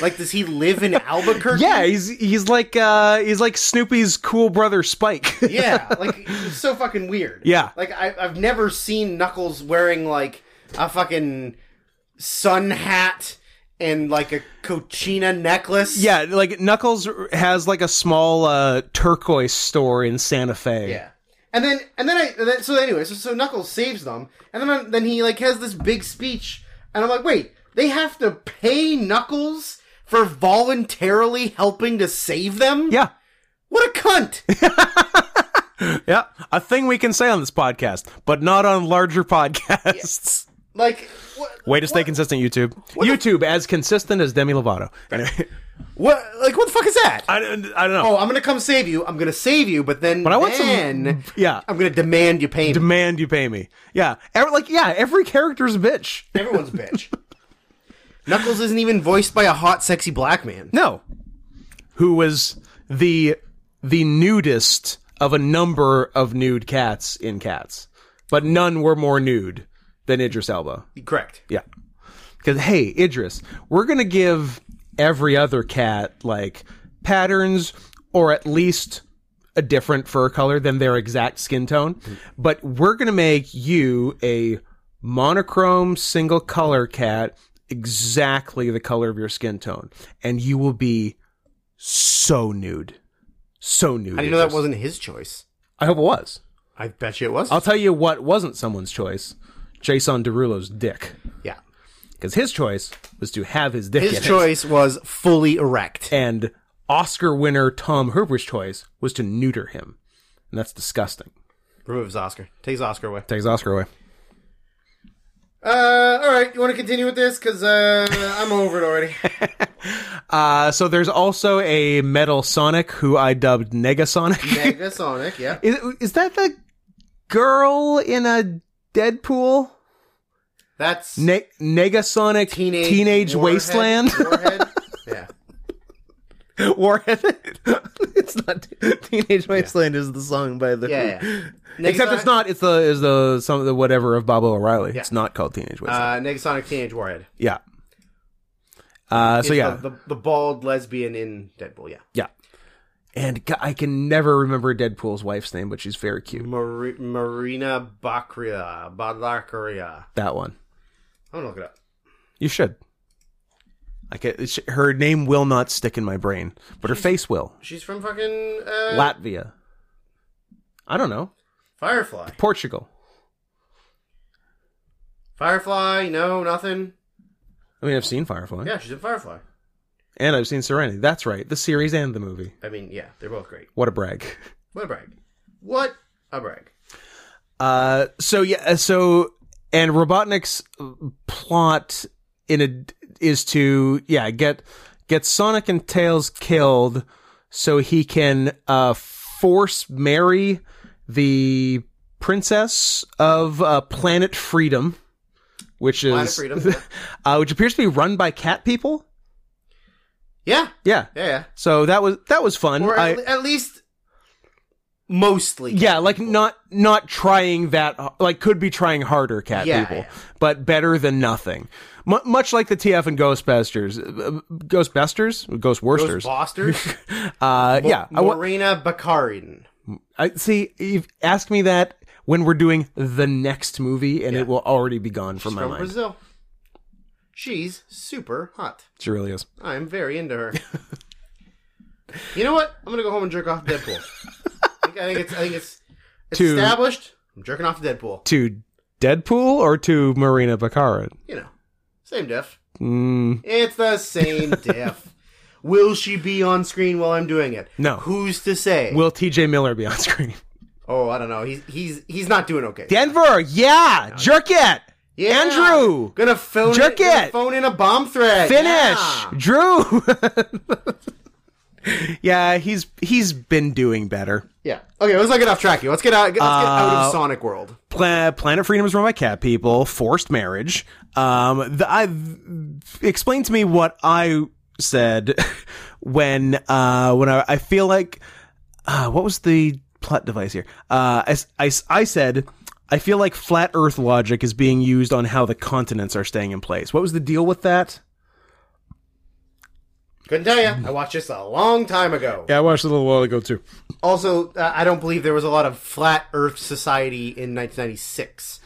Like, does he live [laughs] in Albuquerque? yeah, he's he's like uh, he's like Snoopy's cool brother Spike. [laughs] yeah, like it's so fucking weird. Yeah. like I, I've never seen Knuckles wearing like a fucking sun hat and like a cochina necklace. Yeah, like Knuckles has like a small uh, turquoise store in Santa Fe. yeah. And then and then I and then, so anyway so, so Knuckles saves them and then then he like has this big speech and I'm like wait they have to pay Knuckles for voluntarily helping to save them Yeah. what a cunt Yeah. A thing we can say on this podcast, but not on larger [laughs] podcasts. like what, Way to stay consistent, YouTube. YouTube as consistent as Demi Lovato. Anyway, what like what the fuck is that [laughs] I, don't- I don't know. oh I'm gonna come save you I'm gonna save you but then but I want some- then Yeah. I'm gonna demand you pay me. Demand you pay me. Yeah. Every, like yeah. Every character's a bitch. Everyone's a bitch. Knuckles isn't even voiced by a hot, sexy black man. No. Who was the the nudist of a number of nude cats in Cats, but none were more nude than Idris Elba. Correct. Yeah. Because, hey, Idris, we're going to give every other cat, like, patterns or at least a different fur color than their exact skin tone. But we're going to make you a monochrome single color cat, exactly the color of your skin tone. And you will be so nude. So nude. I didn't know that Idris. wasn't his choice. I hope it was. I bet you it was. I'll tell you what wasn't someone's choice Jason Derulo's dick yeah. because his choice was to have his dick His in it. Eh. choice was fully erect. and Oscar winner Tom Hooper's choice was to neuter him, and that's disgusting. Removes Oscar. Takes Oscar away. Takes Oscar away. Uh, all right. You want to continue with this? Because uh, I'm over [laughs] it already. Uh, so there's also a metal Sonic who I dubbed [laughs] Negasonic. Mega Sonic, yeah. is, is that the girl in a Deadpool? That's Ne- Negasonic Teenage, Warhead- Wasteland [laughs] Warhead. Yeah. Warhead. it's not Teenage Wasteland is the song by the Yeah, yeah. [laughs] Except it's Negasonic- not. It's the is the some of the whatever of Bob O'Reilly. It's not called Teenage Wasteland. Uh, Negasonic Teenage Warhead. yeah. Uh, so It's yeah, The, the, the bald lesbian in Deadpool, yeah. yeah. And g- I can never remember Deadpool's wife's name, but she's very cute. Mari- Marina Bacria. Badacaria. That one. I'm going to look it up. You should. I can, it's, her name will not stick in my brain, but her face will. She's from fucking uh, Latvia. I don't know. Firefly. Portugal. Firefly, no, nothing. I mean, I've seen Firefly, Yeah, she's in Firefly. and I've seen Serenity. That's right, the series and the movie. I mean, yeah, they're both great. What a brag! [laughs] What a brag. What a brag. Uh, so yeah, so and Robotnik's plot in a is to yeah get get Sonic and Tails killed so he can uh force marry the princess of uh, Planet Freedom, which Planet is Freedom, [laughs] yeah. uh, which appears to be run by cat people. Yeah, Yeah, yeah, so that was that was fun. yeah. Or I- at, le- at least mostly. Yeah, like not not trying that like could be trying harder cat Yeah, people, yeah. but better than nothing. M- much like the TF and Ghostbusters, Uh, Ghostbusters, Ghostworsters. Ghostbusters. uh, [laughs] yeah, I, wa- Marina Bakarin. I see. You've asked me that when we're doing the next movie, and it will already be gone from my From mind. Brazil. She's super hot. She really is. I'm very into her. you know what? I'm gonna go home and jerk off Deadpool. I think, I think it's I think it's, it's To- established. I'm jerking off Deadpool. To Deadpool or to Marina Baccarat? You know, same diff. Mm, It's the [laughs] same diff. Will she be on screen while I'm doing it? No. Who's to say? will T.J. Miller be on [laughs] screen? oh, I don't know. He's he's he's not doing okay. Denver, yeah, jerk it, Yeah. Andrew. Gonna phone Jerk in, gonna it. phone in a bomb threat. finish Yeah. drew [laughs] yeah he's he's been doing better Yeah. Okay, let's not get off track here. Let's get out. Let's get out Uh, of Sonic World. Pla- planet freedom is run by cat people forced marriage um the, i explain to me what i said [laughs] when uh when i, I feel like uh what was the plot device here uh I s I s I I said i feel like flat earth logic is being used on how the continents are staying in place what was the deal with that Couldn't tell you. I watched this a long time ago. yeah i watched it a little while ago too Also, uh, I don't believe there was a lot of flat Earth society in 1996.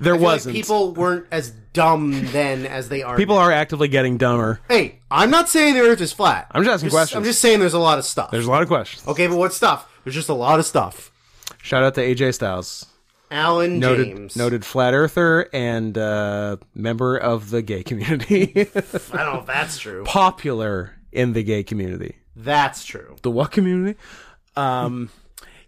there I feel like wasn't people weren't as dumb then as they are. People now. are actively getting dumber. Hey, I'm not saying the Earth is flat. I'm just asking questions. I'm just saying there's a lot of stuff. There's a lot of questions. okay, but what stuff? There's just a lot of stuff. Shout out to AJ Styles, Alan noted James. noted flat earther and uh, member of the gay community, [laughs] I don't know if that's true. popular in the gay community. That's true. the what community? Um,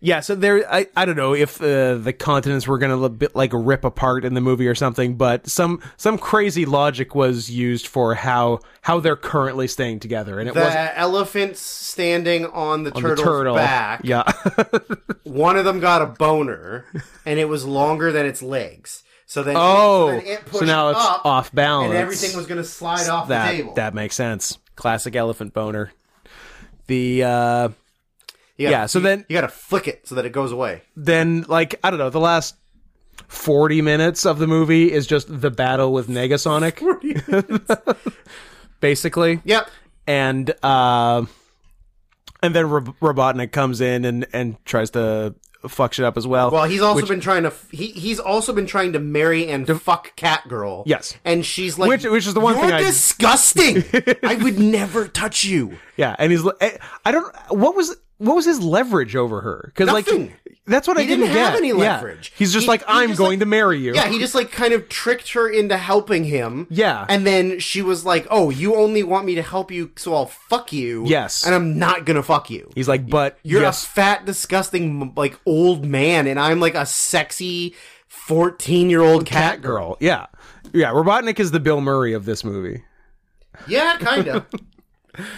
yeah, so there, I, I don't know if uh, the continents were gonna li- bit like rip apart in the movie or something, but some some crazy logic was used for how how they're currently staying together, and it The wasn't elephants standing on the the turtle's turtle. back. [laughs] Yeah, One of them got a boner, and it was longer than its legs. So then, Oh, so, then it so pushed now it's up, off balance. and everything was going to slide off that the table. that makes sense. Classic elephant boner. The uh, You gotta- yeah, so you- then- you got to flick it so that it goes away. then like I don't know the last. 40 minutes of the movie is just the battle with [laughs] Negasonic. [laughs] Basically. Yep. and uh, and then Rob- Robotnik comes in and and tries to fuck shit up as well. Well, he's also been trying to f- he he's also been trying to marry and fuck Cat Girl. Yes. and she's like, Which- which is the one You're thing I- [laughs] disgusting. I would never touch you. yeah, and he's li- I I don't what was what was his leverage over her because like Nothing. that's what I He didn't get. have any Yeah. leverage. He's just He- like he I'm just, going like- to marry you. Yeah, he just like kind of tricked her into helping him. Yeah. and then she was like, "Oh, you only want me to help you, so I'll fuck you." Yes. and I'm not gonna fuck you. he's like, but You're a yes, fat, disgusting, m- like old man, and I'm like a sexy fourteen year old cat girl. girl. Yeah, yeah. Robotnik is the Bill Murray of this movie. Yeah, kind of.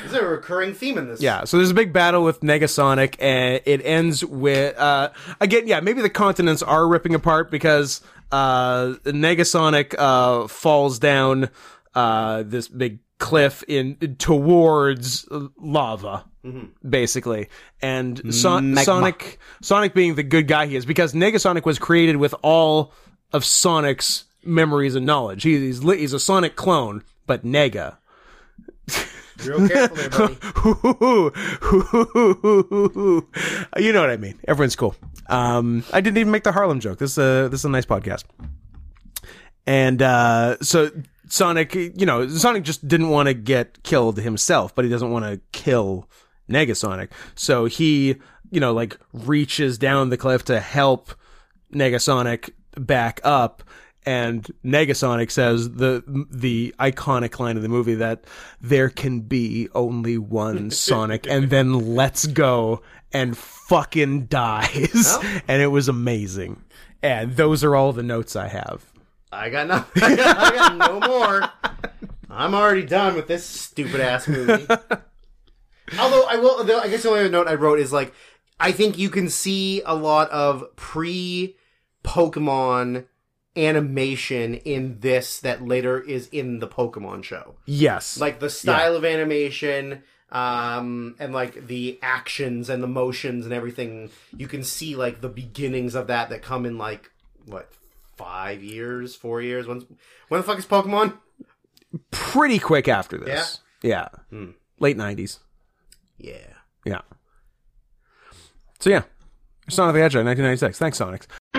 Is there a recurring theme in this? Yeah, so there's a big battle with Negasonic, and it ends with uh, again, yeah, maybe the continents are ripping apart because uh, Negasonic uh, falls down uh, this big cliff in towards lava, basically, and Son- Sonic, Sonic being the good guy he is, because Negasonic was created with all of Sonic's memories and knowledge. He, he's li- he's a Sonic clone, but Nega. Real careful there, buddy. [laughs] you know what I mean. Everyone's cool. Um, I didn't even make the Harlem joke. This is a this is a nice podcast. And uh, so Sonic, you know, Sonic just didn't want to get killed himself, but he doesn't want to kill Negasonic. So he, you know, like reaches down the cliff to help Negasonic back up. And Negasonic says the the iconic line of the movie that there can be only one Sonic, and then lets go and fucking dies, [laughs] and it was amazing. And those are all the notes I have. I got no. [laughs] I got, I got no more. I'm already done with this stupid ass movie. Although I will, though, I guess the only other note I wrote is like, I think you can see a lot of pre Pokemon animation in this that later is in the Pokemon show. Yes. like the style of animation um and like the actions and the motions and everything you can see like the beginnings of that that come in like what five years four years when when the fuck is pokemon pretty quick after this. Yeah. Late 90s. yeah Yeah. So yeah. Sonic the Hedgehog, 1996. Thanks, Sonics.